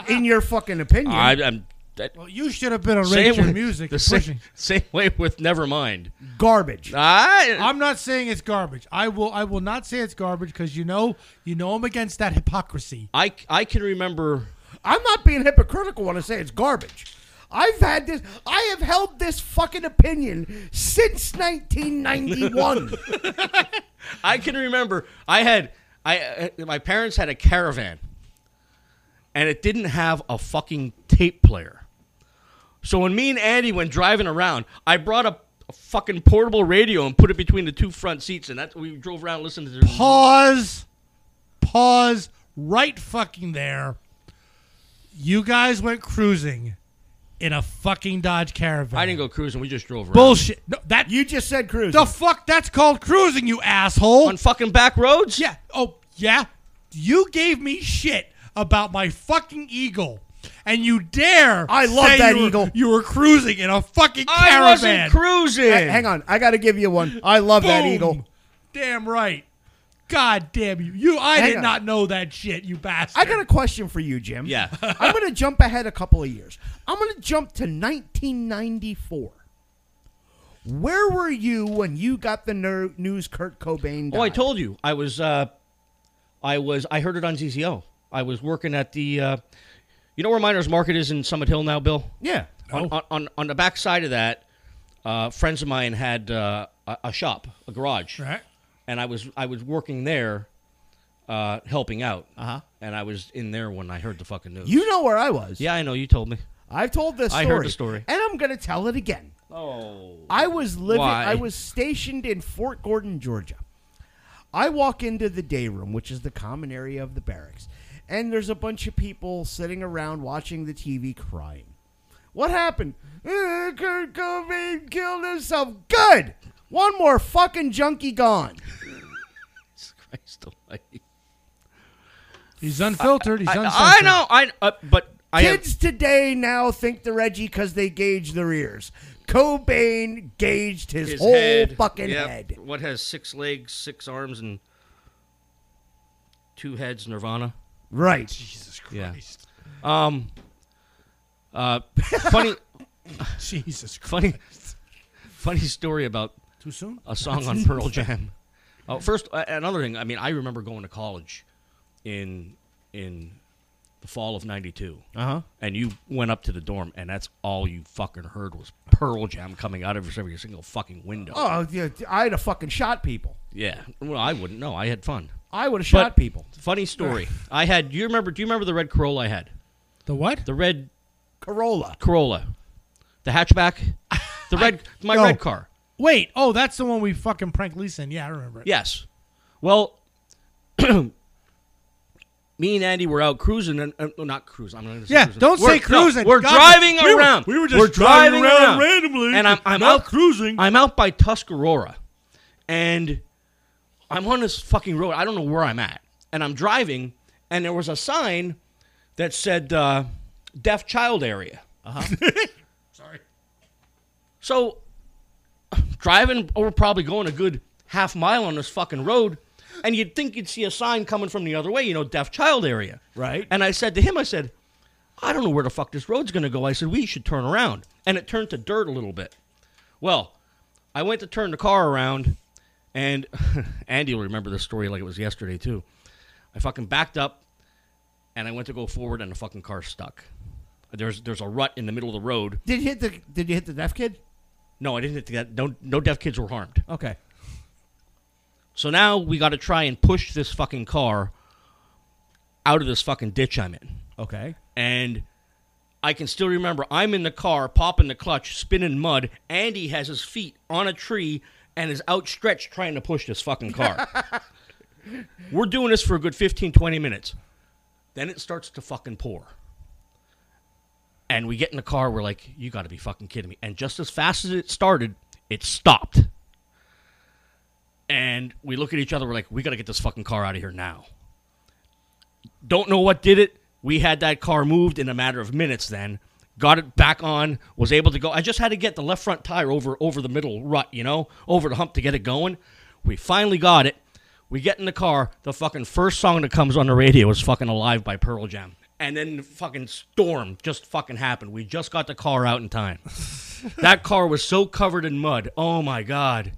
Speaker 2: In your fucking opinion,
Speaker 1: I, I'm that,
Speaker 3: Well, you should have been a
Speaker 1: same
Speaker 3: Rachel
Speaker 1: with-
Speaker 3: music.
Speaker 1: The
Speaker 3: and
Speaker 1: same,
Speaker 3: pushing.
Speaker 1: same way with Nevermind.
Speaker 2: garbage.
Speaker 1: I,
Speaker 3: I'm not saying it's garbage. I will. I will not say it's garbage because you know, you know, I'm against that hypocrisy.
Speaker 1: I I can remember.
Speaker 2: I'm not being hypocritical when I say it's garbage. I've had this. I have held this fucking opinion since 1991.
Speaker 1: I can remember. I had I uh, my parents had a caravan, and it didn't have a fucking tape player. So when me and Andy went driving around, I brought a, a fucking portable radio and put it between the two front seats, and that we drove around listening to.
Speaker 3: pause, pause, right fucking there. You guys went cruising in a fucking Dodge Caravan.
Speaker 1: I didn't go cruising. We just drove around.
Speaker 3: Bullshit. No, that
Speaker 2: You just said cruise.
Speaker 3: the fuck that's called cruising, you asshole.
Speaker 1: on fucking back roads.
Speaker 3: yeah. Oh yeah. You gave me shit about my fucking eagle. And you dare
Speaker 2: I love
Speaker 3: say
Speaker 2: that
Speaker 3: you were-
Speaker 2: eagle.
Speaker 3: You were cruising in a fucking
Speaker 1: I
Speaker 3: caravan.
Speaker 1: wasn't cruising.
Speaker 2: hang on, I got to give you one. I love that
Speaker 3: Boom.
Speaker 2: eagle.
Speaker 3: Damn right. God damn you. You I
Speaker 2: Hang
Speaker 3: did
Speaker 2: on.
Speaker 3: not know that shit, you bastard.
Speaker 2: I got a question for you, Jim.
Speaker 1: Yeah.
Speaker 2: I'm going to jump ahead a couple of years. I'm going to jump to 1994. Where were you when you got the ner- news Kurt Cobain died?
Speaker 1: Oh, I told you. I was, uh, I was, I heard it on ZZO. I was working at the, uh, you know where Miners Market is in Summit Hill now, Bill?
Speaker 2: Yeah.
Speaker 1: On, on, on, on the back side of that, uh, friends of mine had uh, a, a shop, a garage.
Speaker 3: Right.
Speaker 1: And I was, I was working there, uh, helping out. Uh huh. And I was in there when I heard the fucking news.
Speaker 2: You know where I was.
Speaker 1: yeah, I know. You told me.
Speaker 2: I've told this
Speaker 1: I
Speaker 2: story.
Speaker 1: heard the story.
Speaker 2: And I'm going to tell it again.
Speaker 1: Oh.
Speaker 2: I was living.
Speaker 1: Why?
Speaker 2: I was stationed in Fort Gordon, Georgia. I walk into the day room, which is the common area of the barracks, and there's a bunch of people sitting around watching the TV crying. What happened? "Eh, Kurt Cobain killed himself. Good. One more fucking junkie gone.
Speaker 1: Jesus Christ almighty.
Speaker 3: He's unfiltered. He's
Speaker 1: I,
Speaker 3: uncensored.
Speaker 1: I know. I, uh, but I am-
Speaker 2: Kids today now think the Reggie because they gauge their ears. Cobain gauged his,
Speaker 1: his
Speaker 2: whole
Speaker 1: head.
Speaker 2: fucking
Speaker 1: Yep.
Speaker 2: head.
Speaker 1: What has six legs, six arms, and two heads? Nirvana.
Speaker 2: Right.
Speaker 3: Jesus
Speaker 1: Yeah.
Speaker 3: Christ.
Speaker 1: Um. Uh, funny,
Speaker 3: Jesus Christ.
Speaker 1: funny, funny story about
Speaker 3: Too soon?
Speaker 1: a song on Pearl Jam. Oh, first, uh, another thing. I mean, I remember going to college in in the fall of '92.
Speaker 2: Uh huh.
Speaker 1: and you went up to the dorm, and that's all you fucking heard was Pearl Jam coming out of every single fucking window.
Speaker 2: Oh, yeah, I'd have fucking shot people.
Speaker 1: Yeah, well, I wouldn't know. I had fun.
Speaker 2: I would have shot
Speaker 1: But-
Speaker 2: people.
Speaker 1: Funny story. I had. Do you remember? Do you remember the red Corolla I had?
Speaker 3: The what?
Speaker 1: The red
Speaker 2: Corolla.
Speaker 1: Corolla, the hatchback, the red my
Speaker 3: no.
Speaker 1: red car.
Speaker 3: Wait. Oh, that's the one we fucking pranked Lisa in. Yeah, I remember it.
Speaker 1: Yes. Well, me and Andy were out cruising, and uh, no, not cruising. I'm not gonna say
Speaker 3: Yeah,
Speaker 1: cruising.
Speaker 3: don't say
Speaker 1: We're- no,
Speaker 3: cruising.
Speaker 1: we're
Speaker 3: God,
Speaker 1: driving
Speaker 3: we were-
Speaker 1: around.
Speaker 3: we were just
Speaker 1: We're
Speaker 3: driving
Speaker 1: driving
Speaker 3: around randomly,
Speaker 1: and I'm, I'm
Speaker 3: not
Speaker 1: out
Speaker 3: cruising.
Speaker 1: I'm out by Tuscarora, and I'm on this fucking road. I don't know where I'm at, and I'm driving, and there was a sign that said uh, "deaf child area."
Speaker 3: Sorry.
Speaker 1: So driving, we're probably going a good half mile on this fucking road, and you'd think you'd see a sign coming from the other way, you know, deaf child area.
Speaker 2: Right.
Speaker 1: And I said to him, I said, I don't know where the fuck this road's gonna go. I said, we should turn around. And it turned to dirt a little bit. Well, I went to turn the car around, and Andy will remember this story like it was yesterday too. I fucking backed up, and I went to go forward, and the fucking car stuck. There's there's a rut in the middle of the road,
Speaker 2: Did you hit the Did you hit the deaf kid?
Speaker 1: no, I didn't hit that. No, no deaf kids were harmed.
Speaker 2: Okay.
Speaker 1: So now we got to try and push this fucking car out of this fucking ditch I'm in.
Speaker 2: Okay.
Speaker 1: And I can still remember I'm in the car, popping the clutch, spinning mud. Andy has his feet on a tree and is outstretched trying to push this fucking car. We're doing this for a good 15, 20 minutes. Then it starts to fucking pour. And we get in the car, we're like, you gotta be fucking kidding me. And just as fast as it started, it stopped. And we look at each other, we're like, we gotta get this fucking car out of here now. Don't know what did it. We had that car moved in a matter of minutes then. Got it back on, was able to go. I just had to get the left front tire over over the middle rut, you know, over the hump to get it going. We finally got it. We get in the car. The fucking first song that comes on the radio is fucking Alive by Pearl Jam. And then the fucking storm just fucking happened. We just got the car out in time. that car was so covered in mud. Oh my god.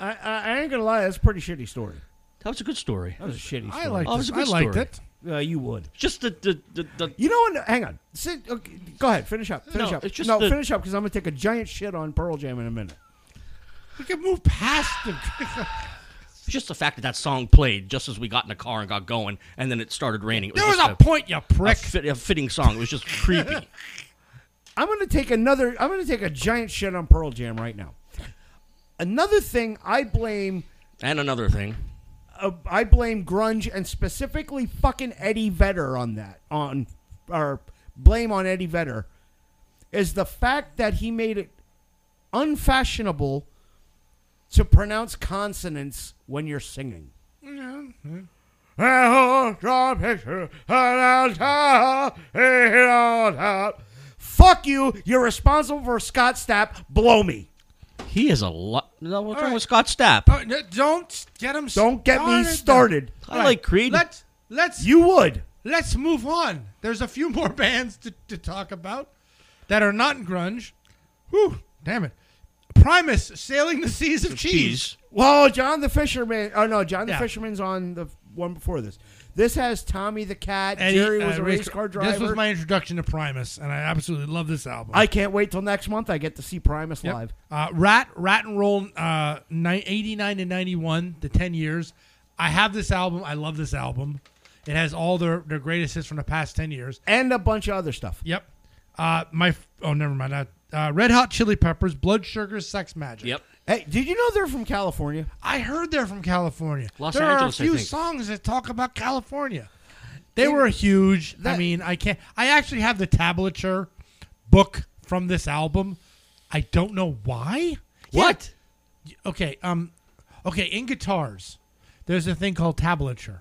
Speaker 2: I, I I ain't gonna lie, that's a pretty shitty story.
Speaker 1: That was a good story.
Speaker 2: That was a shitty story.
Speaker 3: I liked
Speaker 1: Oh, it was
Speaker 3: it.
Speaker 1: a good
Speaker 3: I liked
Speaker 1: story.
Speaker 3: it.
Speaker 2: Uh, you would.
Speaker 1: Just the the, the, the
Speaker 2: You know what? Hang on. Sit, okay, go ahead. Finish up. Finish
Speaker 1: No,
Speaker 2: up.
Speaker 1: it's just
Speaker 2: no,
Speaker 1: the-
Speaker 2: finish up because I'm gonna take a giant shit on Pearl Jam in a minute.
Speaker 3: We can move past the.
Speaker 1: just the fact that that song played just as we got in the car and got going, and then it started raining. It
Speaker 3: There was
Speaker 1: just
Speaker 3: a point, you prick.
Speaker 1: fit, a fitting song. It was just creepy.
Speaker 2: I'm going to take another. I'm going to take a giant shit on Pearl Jam right now. Another thing I blame.
Speaker 1: and another thing,
Speaker 2: Uh, I blame grunge and specifically fucking Eddie Vedder on that. On or blame on Eddie Vedder is the fact that he made it unfashionable to pronounce consonants when you're singing. Fuck you! You're responsible for Scott Stapp. Blow me.
Speaker 1: he is a lot. No, what's
Speaker 3: All
Speaker 1: wrong
Speaker 3: right.
Speaker 1: with Scott Stapp?
Speaker 3: Oh, no, don't get him.
Speaker 2: Don't get me
Speaker 3: though.
Speaker 2: started.
Speaker 1: I like Creed.
Speaker 3: Let's let's
Speaker 2: You would.
Speaker 3: let's move on. There's a few more bands to, to talk about that are not in grunge. Whew, damn it. Primus sailing the seas of
Speaker 1: Jeez.
Speaker 3: cheese.
Speaker 2: Well, John the Fisherman. Oh no, John the
Speaker 3: Yeah.
Speaker 2: Fisherman's on the one before this. This has Tommy the Cat.
Speaker 3: Eddie,
Speaker 2: Jerry was
Speaker 3: uh,
Speaker 2: a race car driver.
Speaker 3: This was my introduction to Primus, and I absolutely love this album.
Speaker 2: I can't wait till next month. I get to see Primus
Speaker 3: Yep.
Speaker 2: live.
Speaker 3: Uh, Rat, Rat and Roll, uh, ni- 89 and 91, the 10 years. I have this album. I love this album. It has all their, their greatest hits from the past 10 years.
Speaker 2: and a bunch of other stuff.
Speaker 3: Yep. Uh, my oh, never mind. Uh, uh, Red Hot Chili Peppers, Blood Sugar, Sex Magic.
Speaker 1: Yep.
Speaker 2: Hey, did you know they're from California?
Speaker 3: I heard they're from California.
Speaker 1: Los
Speaker 3: there
Speaker 1: Angeles,
Speaker 3: are
Speaker 1: I
Speaker 3: a few
Speaker 1: think.
Speaker 3: songs that talk about California. They were huge. I
Speaker 2: that-
Speaker 3: mean, I can't. I actually have the tablature book from this album. I don't know why.
Speaker 1: What?
Speaker 3: Yeah. Okay. Um. Okay. In guitars, there's a thing called tablature,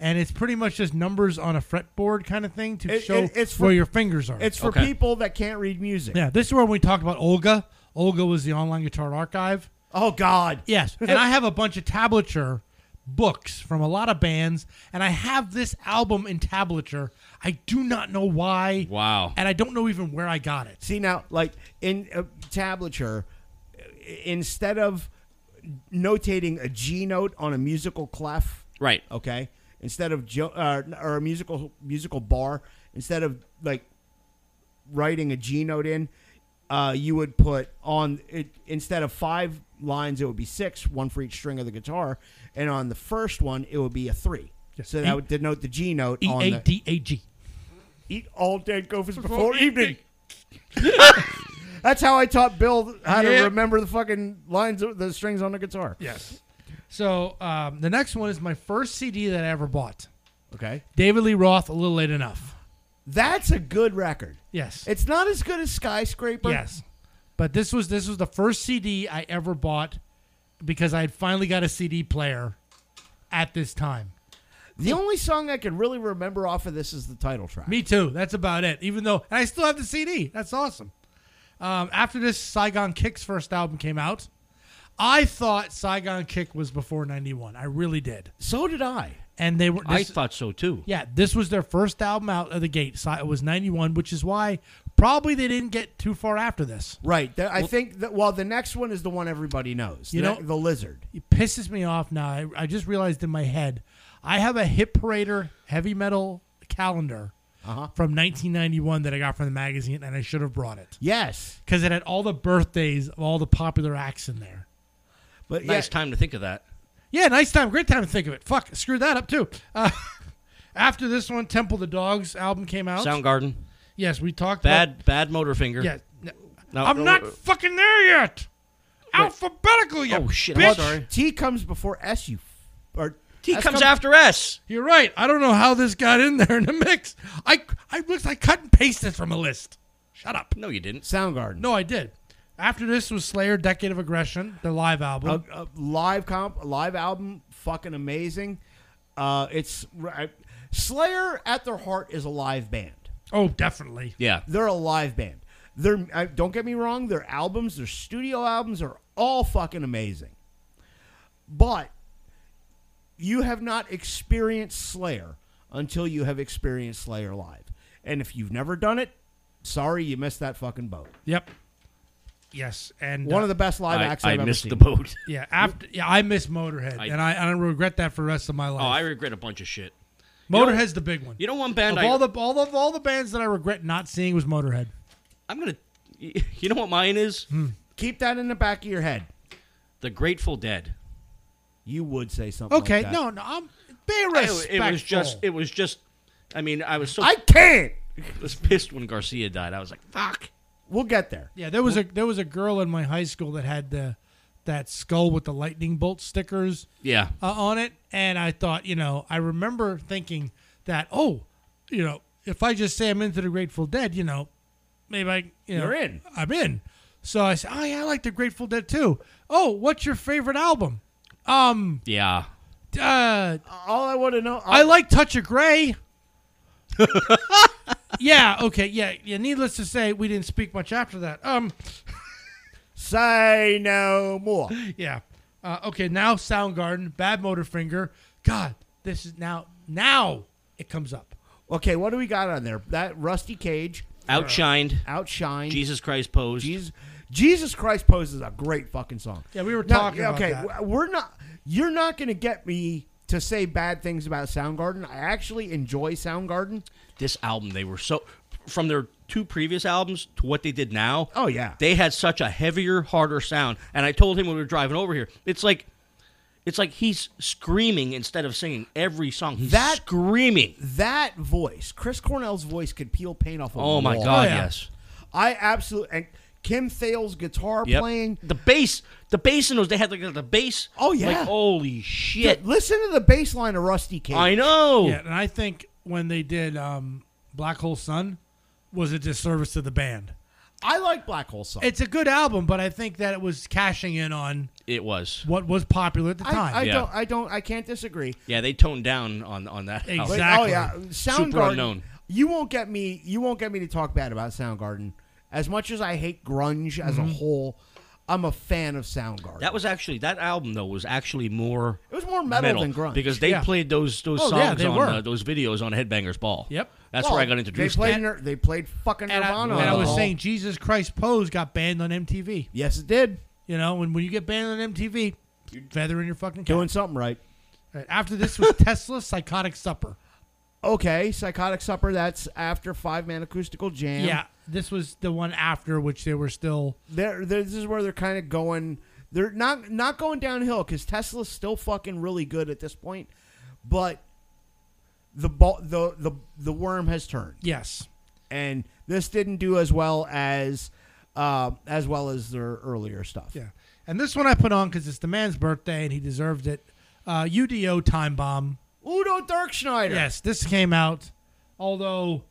Speaker 3: and it's pretty much just numbers on a fretboard kind of thing to
Speaker 2: It-
Speaker 3: show
Speaker 2: it- it's for-
Speaker 3: where your fingers are.
Speaker 2: It's for
Speaker 1: Okay.
Speaker 2: people that can't read music.
Speaker 3: Yeah, this is where we talked about Olga. Olga was the online guitar archive.
Speaker 2: Oh God.
Speaker 3: Yes, and I have a bunch of tablature books from a lot of bands, and I have this album in tablature. I do not know why.
Speaker 1: Wow.
Speaker 3: And I don't know even where I got it.
Speaker 2: See now, like in uh, tablature, uh, instead of notating a G note on a musical clef,
Speaker 1: Right.
Speaker 2: okay instead of jo- uh, or a musical musical bar instead of like writing a g note in uh, you would put on it instead of five lines it would be six one for each string of the guitar and on the first one it would be a three
Speaker 3: Yes.
Speaker 2: so that
Speaker 3: E-
Speaker 2: would denote the g note
Speaker 3: E
Speaker 2: on
Speaker 3: A
Speaker 2: the
Speaker 3: D A G.
Speaker 2: eat all dead gophers
Speaker 3: E
Speaker 2: before evening that's how i taught bill how
Speaker 3: Yeah.
Speaker 2: to remember the fucking lines of the strings on the guitar
Speaker 3: Yes. So um, the next one is my first CD that I ever bought.
Speaker 2: okay
Speaker 3: David Lee Roth, A Little Late Enough.
Speaker 2: that's a good record
Speaker 3: Yes.
Speaker 2: it's not as good as skyscraper
Speaker 3: Yes, but this was this was the first CD I ever bought because I had finally got a CD player at this time.
Speaker 2: The only song I can really remember off of this is the title track.
Speaker 3: Me too. That's about it. Even though and I still have the CD. That's awesome. Um, after this, Saigon Kick's first album came out. I thought Saigon Kick was before '91. I really did.
Speaker 2: So did I.
Speaker 3: And they were.
Speaker 1: I
Speaker 3: this-
Speaker 1: thought so too.
Speaker 3: Yeah, this was their first album out of the gate. Si- It was 91, which is why probably they didn't get too far after this.
Speaker 2: Right. Th- I think that well, the next one is the one everybody knows.
Speaker 3: You
Speaker 2: the,
Speaker 3: know-
Speaker 2: the lizard.
Speaker 3: it pisses me off now. I, I just realized in my head, I have a Hit Parader heavy metal calendar
Speaker 2: Uh-huh.
Speaker 3: from 1991 that I got from the magazine, and I should have brought it
Speaker 2: Yes,
Speaker 3: because it had all the birthdays of all the popular acts in there.
Speaker 2: but
Speaker 1: Nice
Speaker 2: yeah,
Speaker 1: time to think of that.
Speaker 3: Yeah, nice time, great time to think of it. Fuck, screwed that up too. Uh, after this one, Temple the Dogs album came out.
Speaker 1: Soundgarden.
Speaker 3: yes, we talked
Speaker 1: Bad, bad motor finger.
Speaker 3: About, yeah, n-
Speaker 1: No,
Speaker 3: I'm
Speaker 1: no,
Speaker 3: not
Speaker 1: uh,
Speaker 3: fucking there yet. Alphabetical, you
Speaker 1: Oh, shit, I'm
Speaker 3: Bitch.
Speaker 1: sorry.
Speaker 2: T comes before S. You f- or
Speaker 1: T
Speaker 2: S
Speaker 1: comes after S.
Speaker 3: You're right. I don't know how this got in there in the mix. I I looks I cut and paste this from a list. Shut up.
Speaker 1: No, you didn't.
Speaker 2: Soundgarden.
Speaker 3: No, I did. After this was Slayer Decade of Aggression, their live album.
Speaker 2: a, a Uh, live comp, a live album, fucking amazing. Uh, it's I- Slayer at their heart is a live band.
Speaker 3: oh, definitely.
Speaker 1: Yeah.
Speaker 2: They're a live band. They're I, don't get me wrong. Their albums, their studio albums, are all fucking amazing. But you have not experienced Slayer until you have experienced Slayer live. And if you've never done it, sorry, you missed that fucking boat.
Speaker 3: Yep. Yes, and uh,
Speaker 2: One of the best live
Speaker 1: I,
Speaker 2: acts
Speaker 1: I
Speaker 2: I've ever
Speaker 1: missed
Speaker 2: seen.
Speaker 1: the boat.
Speaker 3: yeah after yeah I miss Motorhead,
Speaker 1: I-
Speaker 3: and I and I regret that for the rest of my
Speaker 1: Oh, I
Speaker 3: life.
Speaker 1: regret a bunch of shit.
Speaker 3: Motorhead's the big one.
Speaker 1: You know one band
Speaker 3: of
Speaker 1: I
Speaker 3: all the all of all the bands that I regret not seeing was Motorhead.
Speaker 1: I'm gonna. You
Speaker 3: Hmm.
Speaker 1: know what mine is?
Speaker 2: Keep that in the back of your head.
Speaker 1: The Grateful Dead.
Speaker 2: you would say something. like
Speaker 3: Okay,
Speaker 2: that.
Speaker 3: no, no, I'm be
Speaker 1: I-
Speaker 3: respectful.
Speaker 1: it was just. It was just. I mean, I was so
Speaker 2: I can't.
Speaker 1: was pissed when Garcia died. I was like, "Fuck!"
Speaker 2: We'll get there.
Speaker 3: yeah, there was a there was a girl in my high school that had the that skull with the lightning bolt stickers
Speaker 1: Yeah,
Speaker 3: uh, on it, and I thought, you know, I remember thinking that, oh, you know, if I just say I'm into the Grateful Dead, you know, maybe I, you know,
Speaker 2: You're in.
Speaker 3: I'm in. So I said, oh yeah, I like the Grateful Dead too. Oh, what's your favorite album? Um,
Speaker 1: yeah.
Speaker 3: uh,
Speaker 2: All I want to know.
Speaker 3: I like Touch of Grey. yeah, okay, yeah, yeah. Needless to say, we didn't speak much after that. Um,
Speaker 2: say no more.
Speaker 3: yeah, uh, okay. Now Soundgarden, Bad Motorfinger. God, this is now now it comes up.
Speaker 2: Okay, what do we got on there? That rusty cage
Speaker 1: Outshined.
Speaker 2: outshine.
Speaker 1: Jesus Christ posed.
Speaker 2: Jesus, Jesus Christ poses a great fucking song.
Speaker 3: Yeah, we were
Speaker 2: Now,
Speaker 3: talking about
Speaker 2: okay,
Speaker 3: that.
Speaker 2: w- we're not. You're not going to get me to say bad things about Soundgarden. I actually enjoy Soundgarden.
Speaker 1: This album, they were so from their two previous albums to what they did now.
Speaker 2: Oh, yeah.
Speaker 1: they had such a heavier, harder sound. And I told him when we were driving over here, it's like, it's like he's screaming instead of singing every song. He's
Speaker 2: That-
Speaker 1: screaming.
Speaker 2: That voice, Chris Cornell's voice, could peel paint off a wall.
Speaker 1: Oh my God!
Speaker 3: Oh, yeah.
Speaker 1: Yes.
Speaker 2: I absolutely and Kim Thayil's guitar
Speaker 1: Yep.
Speaker 2: playing.
Speaker 1: the bass, the bass in those. They had like the bass.
Speaker 2: Oh, yeah.
Speaker 1: Like holy shit!
Speaker 2: Listen to the bass line of Rusty Cage.
Speaker 1: I know.
Speaker 3: Yeah, and I think when they did um, Black Hole Sun was a disservice to the band.
Speaker 2: I like Black Hole Sun.
Speaker 3: It's a good album, but I think that it was cashing in on
Speaker 1: It was.
Speaker 3: what was popular at the
Speaker 2: I,
Speaker 3: time.
Speaker 2: I
Speaker 1: Yeah.
Speaker 2: don't. I don't. I can't disagree.
Speaker 1: Yeah, they toned down on on that. album.
Speaker 3: Exactly.
Speaker 2: But, oh yeah,
Speaker 1: Super
Speaker 2: Soundgarden.
Speaker 1: unknown.
Speaker 2: You won't get me. You won't get me to talk bad about Soundgarden. As much as I hate grunge as
Speaker 1: Mm-hmm.
Speaker 2: a whole, I'm a fan of Soundgarden.
Speaker 1: That was actually that album though was actually more
Speaker 2: it was more metal, than grunge
Speaker 1: because they
Speaker 3: Yeah.
Speaker 1: played those those
Speaker 3: Oh, yeah,
Speaker 1: songs
Speaker 3: they
Speaker 1: on
Speaker 3: were.
Speaker 1: uh, those videos on Headbangers Ball.
Speaker 3: Yep.
Speaker 1: that's
Speaker 2: Well,
Speaker 1: where I got introduced.
Speaker 2: They played.
Speaker 1: to it.
Speaker 2: Nir- they played fucking
Speaker 3: and I,
Speaker 2: Nirvana.
Speaker 3: and I
Speaker 2: on
Speaker 3: was
Speaker 2: the
Speaker 3: saying
Speaker 2: whole-
Speaker 3: Jesus Christ Pose got banned on MTV.
Speaker 2: yes, it did.
Speaker 3: You know, when when you get banned on MTV, you're feathering your fucking cap.
Speaker 2: Doing something right.
Speaker 3: Right, After this was Tesla Psychotic Supper.
Speaker 2: Okay, Psychotic Supper. That's after Five Man Acoustical Jam.
Speaker 3: Yeah, this was the one after which they were still.
Speaker 2: they're, they're- this is where they're kind of going. They're not not going downhill because Tesla's still fucking really good at this point, but the ball the the the worm has turned,
Speaker 3: Yes.
Speaker 2: and this didn't do as well as uh, as well as their earlier stuff.
Speaker 3: Yeah. And this one I put on because it's the man's birthday and he deserved it. Uh, UDO Time Bomb.
Speaker 2: Udo Dirkschneider.
Speaker 3: Yes, this came out. Although,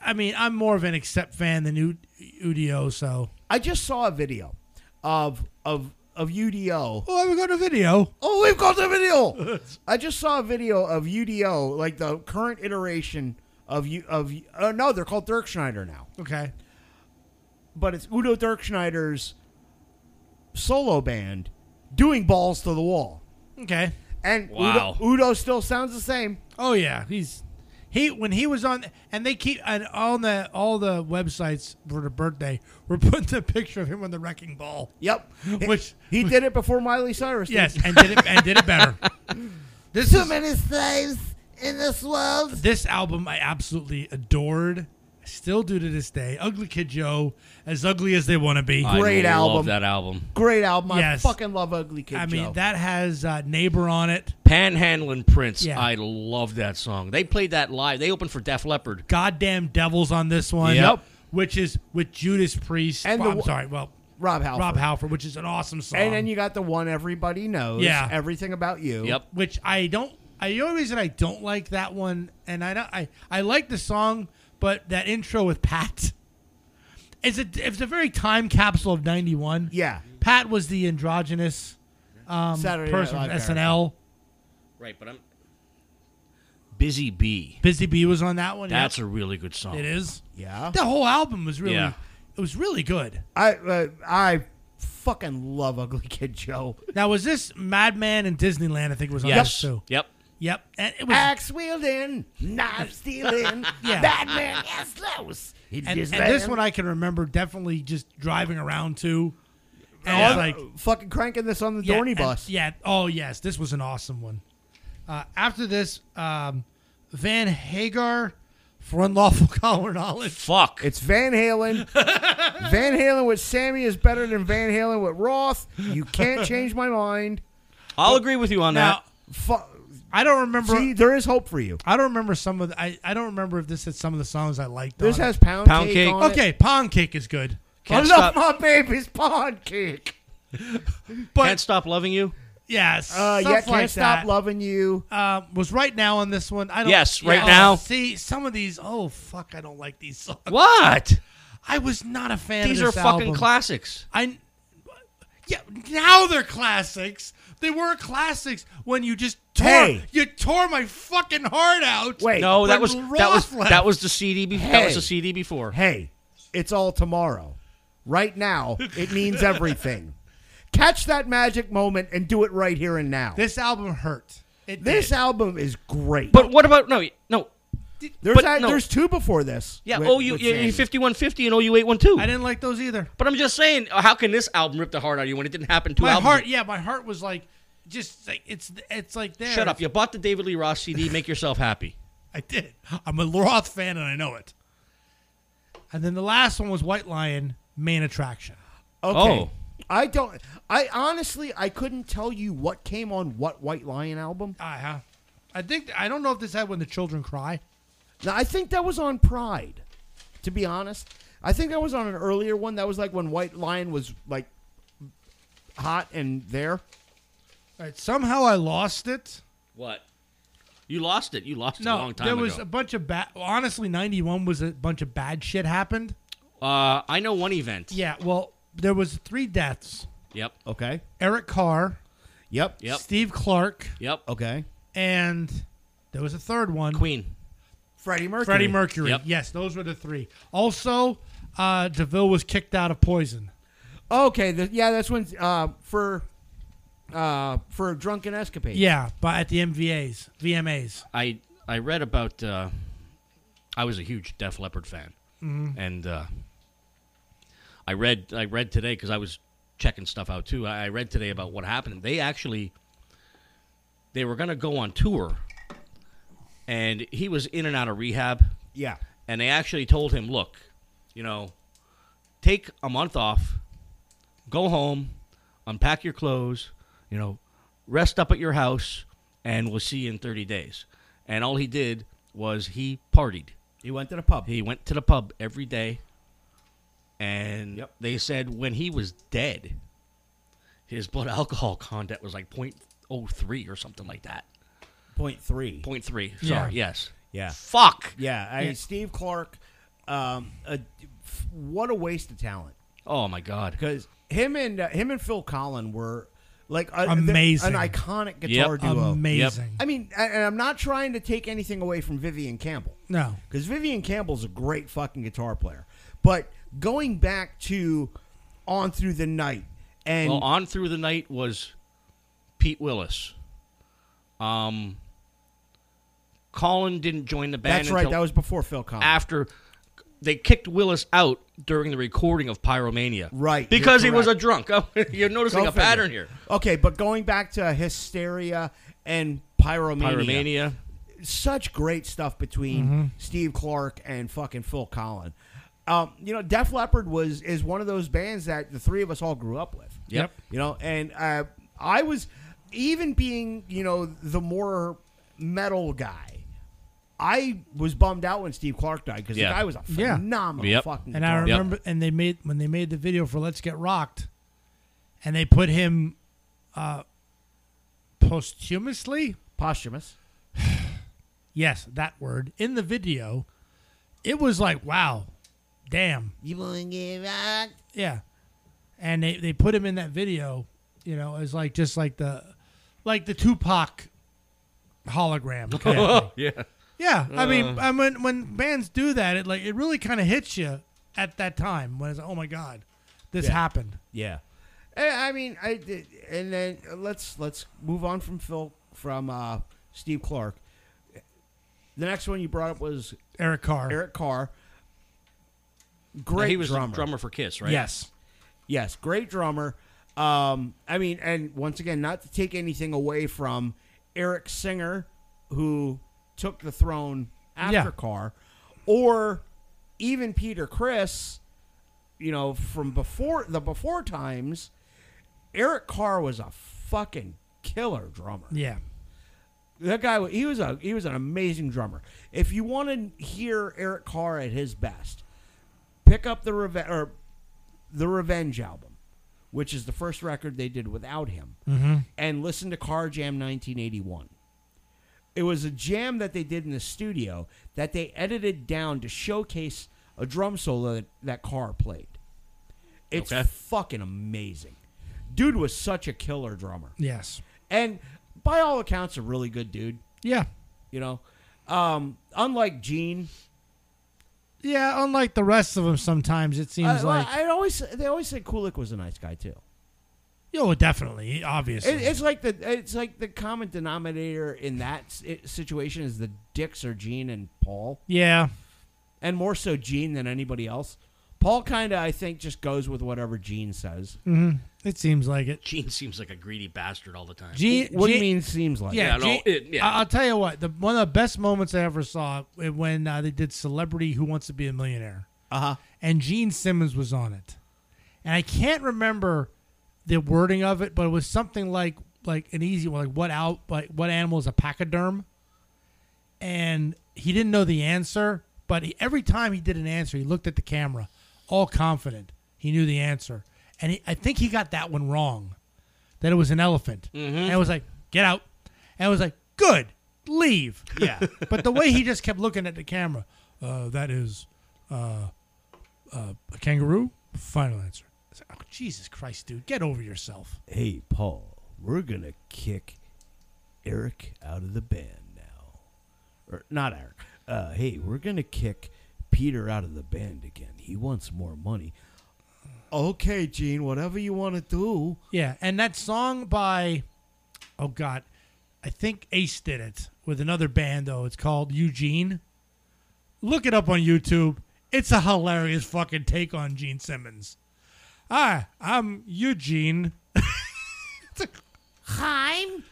Speaker 3: I mean, I'm more of an Accept fan than U- UDO, so.
Speaker 2: I just saw a video of of of UDO.
Speaker 3: Oh, I got a video.
Speaker 2: Oh, we've got the video. I just saw a video of UDO, like the current iteration of you of. Uh, no, they're called Dirkschneider now.
Speaker 3: Okay.
Speaker 2: but it's Udo Dirkschneider's solo band doing balls to the wall.
Speaker 3: Okay.
Speaker 2: And
Speaker 1: Wow.
Speaker 2: Udo, Udo still sounds the same.
Speaker 3: Oh yeah, he's he when he was on, and they keep and all the all the websites for the birthday were putting the picture of him on the wrecking ball.
Speaker 2: Yep.
Speaker 3: Which-
Speaker 2: he did it before Miley Cyrus. did.
Speaker 3: Yes, and did it and did it better. This
Speaker 2: Too
Speaker 3: is,
Speaker 2: many slaves in this world.
Speaker 3: this album I absolutely adored. I still do to this day. Ugly Kid Joe, as ugly as they want to be.
Speaker 1: I
Speaker 2: Great
Speaker 1: love
Speaker 2: album.
Speaker 1: That album.
Speaker 2: Great album.
Speaker 3: Yes.
Speaker 2: I fucking love Ugly Kid
Speaker 3: I mean,
Speaker 2: Joe.
Speaker 3: that has uh, neighbor on it.
Speaker 1: Panhandling Prince.
Speaker 3: Yeah.
Speaker 1: I love that song. They played that live. They opened for Def Leppard.
Speaker 3: Goddamn devils on this one.
Speaker 1: Yep.
Speaker 3: Which is with Judas Priest.
Speaker 2: And
Speaker 3: And
Speaker 2: the
Speaker 3: I'm
Speaker 2: w-
Speaker 3: sorry. Well,
Speaker 2: Rob Halford.
Speaker 3: Rob Halford, which is an awesome song.
Speaker 2: and then you got the one everybody knows.
Speaker 3: Yeah.
Speaker 2: Everything about you.
Speaker 1: Yep.
Speaker 3: which I don't. I, the only reason I don't like that one, and I don't, I, I like the song, but that intro with Pat, it's a it's a very time capsule of '91.
Speaker 2: Yeah.
Speaker 3: Pat was the androgynous um,
Speaker 2: Saturday
Speaker 3: person
Speaker 2: Night Live.
Speaker 3: from SNL.
Speaker 1: Right, but I'm Busy Bee.
Speaker 3: Busy Bee was on that one.
Speaker 1: That's a really good song.
Speaker 3: yeah. it is.
Speaker 2: Yeah.
Speaker 3: The whole album was really
Speaker 1: Yeah.
Speaker 3: it was really good.
Speaker 2: I uh, I fucking love Ugly Kid Joe.
Speaker 3: Now was this Madman in Disneyland? I think was on this
Speaker 1: Yes.
Speaker 3: too.
Speaker 1: Yep.
Speaker 3: Yep, and it was
Speaker 2: axe wielding, knife stealing,
Speaker 3: Yeah.
Speaker 2: Batman is loose. He
Speaker 3: and,
Speaker 2: just
Speaker 3: and this
Speaker 2: ran.
Speaker 3: one I can remember definitely just driving around to. And
Speaker 2: Oh,
Speaker 3: it's like
Speaker 2: fucking cranking this on the
Speaker 3: Yeah,
Speaker 2: Dorney
Speaker 3: and-
Speaker 2: bus.
Speaker 3: Yeah. Oh yes, this was an awesome one. Uh, after this, um, Van Hagar for unlawful color knowledge.
Speaker 1: Fuck.
Speaker 2: It's Van Halen. Van Halen with Sammy is better than Van Halen with Roth. You can't change my mind.
Speaker 1: I'll agree with you on
Speaker 3: Now,
Speaker 2: Fu-
Speaker 3: I don't remember.
Speaker 2: See, there is hope for you.
Speaker 3: I don't remember some of. The, I I don't remember if this had some of the songs I liked.
Speaker 2: This
Speaker 3: on it.
Speaker 2: has pound,
Speaker 1: Pound
Speaker 2: cake.
Speaker 1: cake.
Speaker 2: on it.
Speaker 3: okay. Pound cake is good,
Speaker 2: I
Speaker 1: Can't
Speaker 2: love
Speaker 1: stop,
Speaker 2: my baby's pound cake.
Speaker 3: but
Speaker 1: can't stop loving you.
Speaker 3: yes,
Speaker 2: Uh, yeah,
Speaker 3: stuff like
Speaker 2: can't stop
Speaker 3: that.
Speaker 2: loving you.
Speaker 3: uh, was right now on this one. I don't,
Speaker 1: Yes, Right
Speaker 3: Oh,
Speaker 1: Now.
Speaker 3: See some of these. Oh fuck, I don't like these songs.
Speaker 1: What?
Speaker 3: I was not a fan.
Speaker 1: These
Speaker 3: of
Speaker 1: are
Speaker 3: this
Speaker 1: fucking
Speaker 3: album.
Speaker 1: classics.
Speaker 3: I yeah, now they're classics. They were classics when you just tore
Speaker 2: Hey.
Speaker 3: you tore my fucking heart out.
Speaker 2: Wait.
Speaker 1: No, that
Speaker 3: When
Speaker 1: was that
Speaker 3: Roth
Speaker 1: was
Speaker 3: left.
Speaker 1: that was the CD. Be- That was
Speaker 2: Hey.
Speaker 1: the CD before.
Speaker 2: Hey, it's all tomorrow. Right now, it means everything. Catch that magic moment and do it right here and now.
Speaker 3: this album hurt. It
Speaker 2: This
Speaker 3: did.
Speaker 2: album is great.
Speaker 1: But what about no no?
Speaker 2: there's
Speaker 1: but
Speaker 2: that,
Speaker 1: no.
Speaker 2: there's two before this.
Speaker 1: Yeah,
Speaker 2: with-
Speaker 1: OU
Speaker 2: with
Speaker 1: yeah,
Speaker 2: Sandy.
Speaker 1: 5150 and oh, OU 812.
Speaker 3: I didn't like those either.
Speaker 1: But I'm just saying, uh, how can this album rip the heart out of you when it didn't happen to
Speaker 3: My
Speaker 1: albums?
Speaker 3: heart, yeah, my heart was like just like it's it's like there.
Speaker 1: Shut up! You bought the David Lee Roth CD. Make yourself happy.
Speaker 3: I did. I'm a Roth fan and I know it. And then the last one was White Lion, Main Attraction.
Speaker 2: Okay.
Speaker 1: Oh.
Speaker 2: I don't. I honestly, I couldn't tell you what came on what White Lion album.
Speaker 3: Uh huh. I think I don't know if this had when the children cry.
Speaker 2: Now, I think that was on Pride. To be honest, I think that was on an earlier one. That was like when White Lion was like hot and there.
Speaker 3: All right, somehow I lost it.
Speaker 1: What? You lost it. You lost it a long time
Speaker 3: there
Speaker 1: ago.
Speaker 3: was a bunch of bad. honestly, ninety one was a bunch of bad shit happened.
Speaker 1: uh, I know one event.
Speaker 3: Yeah, well, there was three deaths:
Speaker 1: Yep.
Speaker 2: Okay.
Speaker 3: Eric Carr,
Speaker 2: Yep.
Speaker 1: Yep.
Speaker 3: Steve Clark,
Speaker 1: Yep.
Speaker 2: Okay.
Speaker 3: and there was a third one,
Speaker 1: Queen.
Speaker 2: Freddie Mercury.
Speaker 3: Freddie Mercury.
Speaker 1: Yep.
Speaker 3: Yes, those were the three. Also, uh, Deville was kicked out of Poison.
Speaker 2: Okay. The, yeah, that's when uh, for uh, for a drunken escapade.
Speaker 3: Yeah, but at the MVAs, VMAs.
Speaker 1: I I read about. Uh, I was a huge Def Leppard fan,
Speaker 3: Mm-hmm.
Speaker 1: and uh, I read I read today because I was checking stuff out too. I I read today about what happened. They actually they were going to go on tour, and he was in and out of rehab,
Speaker 2: Yeah.
Speaker 1: and they actually told him, "Look, you know, take a month off, go home, unpack your clothes, you know, rest up at your house, and we'll see you in 30 days." And all he did was he partied.
Speaker 2: He went to the pub.
Speaker 1: He went to the pub every day, and they said when he was dead, his blood alcohol content was like 0.03 or something like that.
Speaker 2: Point three.
Speaker 1: 0.3. Sorry.
Speaker 3: Yeah.
Speaker 1: Yes.
Speaker 2: Yeah.
Speaker 1: Fuck.
Speaker 2: Yeah. I, Steve Clark. Um, a, f- what a waste of talent.
Speaker 1: Oh my god.
Speaker 2: because him and uh, him and Phil Collin were like a,
Speaker 3: Amazing.
Speaker 2: an iconic guitar
Speaker 1: Yep.
Speaker 2: duo.
Speaker 3: Amazing.
Speaker 2: I mean, a- and I'm not trying to take anything away from Vivian Campbell
Speaker 3: No.
Speaker 2: because Vivian Campbell's a great fucking guitar player, but going back to on through the night and
Speaker 1: Well, on through the night was Pete Willis. Um, Colin didn't join the band.
Speaker 2: that's right,
Speaker 1: until
Speaker 2: that was before Phil Collin.
Speaker 1: after they kicked Willis out during the recording of Pyromania.
Speaker 2: Right, you're
Speaker 1: because he was a drunk. Oh, you're noticing
Speaker 2: Go
Speaker 1: a
Speaker 2: figure.
Speaker 1: pattern here.
Speaker 2: Okay, but going back to Hysteria and Pyromania,
Speaker 1: Pyromania.
Speaker 2: such great stuff between
Speaker 3: Mm-hmm.
Speaker 2: Steve Clark and fucking Phil Collin. Um, you know, Def Leppard was is one of those bands that the three of us all grew up with.
Speaker 1: Yep.
Speaker 2: You know, and uh, I was even being you know the more metal guy. I was bummed out when Steve Clark died because
Speaker 1: Yeah.
Speaker 2: the guy was a
Speaker 3: Yeah.
Speaker 2: phenomenal
Speaker 1: Yep.
Speaker 2: fucking.
Speaker 3: And I
Speaker 2: guitar-
Speaker 3: remember, and they made when they made the video for "Let's Get Rocked," and they put him uh, posthumously.
Speaker 2: posthumous.
Speaker 3: Yes, that word in the video. It was like, wow, damn,
Speaker 2: You won't give up.
Speaker 3: yeah. And they they put him in that video, you know, as like just like the, like the Tupac hologram. kind of thing.
Speaker 1: Yeah.
Speaker 3: yeah, I mean, I mean, when bands do that, it like it really kind of hits you at that time when it's oh my god, this
Speaker 2: Yeah.
Speaker 3: happened.
Speaker 2: Yeah, Eh, I I mean, I did, and then uh, let's let's move on from Phil from uh, Steve Clark. The next one you brought up was
Speaker 3: Eric Carr.
Speaker 2: Eric Carr.
Speaker 1: Yeah,
Speaker 2: Great
Speaker 1: he was
Speaker 2: drummer.
Speaker 1: the drummer for Kiss, right?
Speaker 3: Yes.
Speaker 2: Yes, great drummer. Um, I mean, and once again, not to take anything away from Eric Singer, who took the throne after
Speaker 3: Yeah.
Speaker 2: Carr, or even Peter Chris, you know, from before the before times, Eric Carr was a fucking killer drummer.
Speaker 3: Yeah.
Speaker 2: That guy, he was a he was an amazing drummer. If you want to hear Eric Carr at his best, pick up the revenge or the Revenge album, which is the first record they did without him, and listen to Carr Jam 1981. It was a jam that they did in the studio that they edited down to showcase a drum solo that, that Carr played. It's
Speaker 1: Okay.
Speaker 2: fucking amazing. Dude was such a killer drummer
Speaker 3: Yes.
Speaker 2: and by all accounts a really good dude
Speaker 3: Yeah.
Speaker 2: you know um unlike gene
Speaker 3: Yeah. Unlike the rest of them, sometimes it seems
Speaker 2: I,
Speaker 3: like
Speaker 2: Uh, I always they always say kulik was a nice guy too
Speaker 3: yo, Oh, definitely, obviously.
Speaker 2: it, it's like the it's like the common denominator in that s- it- situation is the dicks are gene and paul
Speaker 3: yeah.
Speaker 2: and more so gene than anybody else paul kind of i think just goes with whatever gene says
Speaker 3: Mm. It seems like it.
Speaker 1: Gene seems like a greedy bastard all the time.
Speaker 3: Gene,
Speaker 2: what do you mean seems like
Speaker 1: Yeah,
Speaker 3: Yeah,
Speaker 1: no,
Speaker 3: Gene-
Speaker 1: it- yeah.
Speaker 3: I- I'll tell you what. The one of the best moments I ever saw was when uh, they did "Celebrity Who Wants to Be a Millionaire,"
Speaker 2: uh-huh
Speaker 3: and Gene Simmons was on it, and I can't remember the wording of it, but it was something like like an easy one, like what out, like what animal is a pachyderm, and he didn't know the answer, but he, every time he did an answer, he looked at the camera, all confident, he knew the answer, and he, I think he got that one wrong that it was an elephant. And it was like, get out. And it was like, good, leave. Yeah. but the way he just kept looking at the camera, uh, that is uh, uh, a kangaroo. Final answer. It's like, oh, Jesus Christ, dude, get over yourself.
Speaker 2: hey paul we're gonna kick eric out of the band now or not eric uh, hey we're gonna kick peter out of the band again he wants more money okay gene whatever you want to do
Speaker 3: Yeah. And that song by, oh God, I think Ace did it with another band though. It's called Eugene. Look it up on YouTube. It's a hilarious fucking take on Gene Simmons. Hi, I'm Eugene.
Speaker 4: Heim?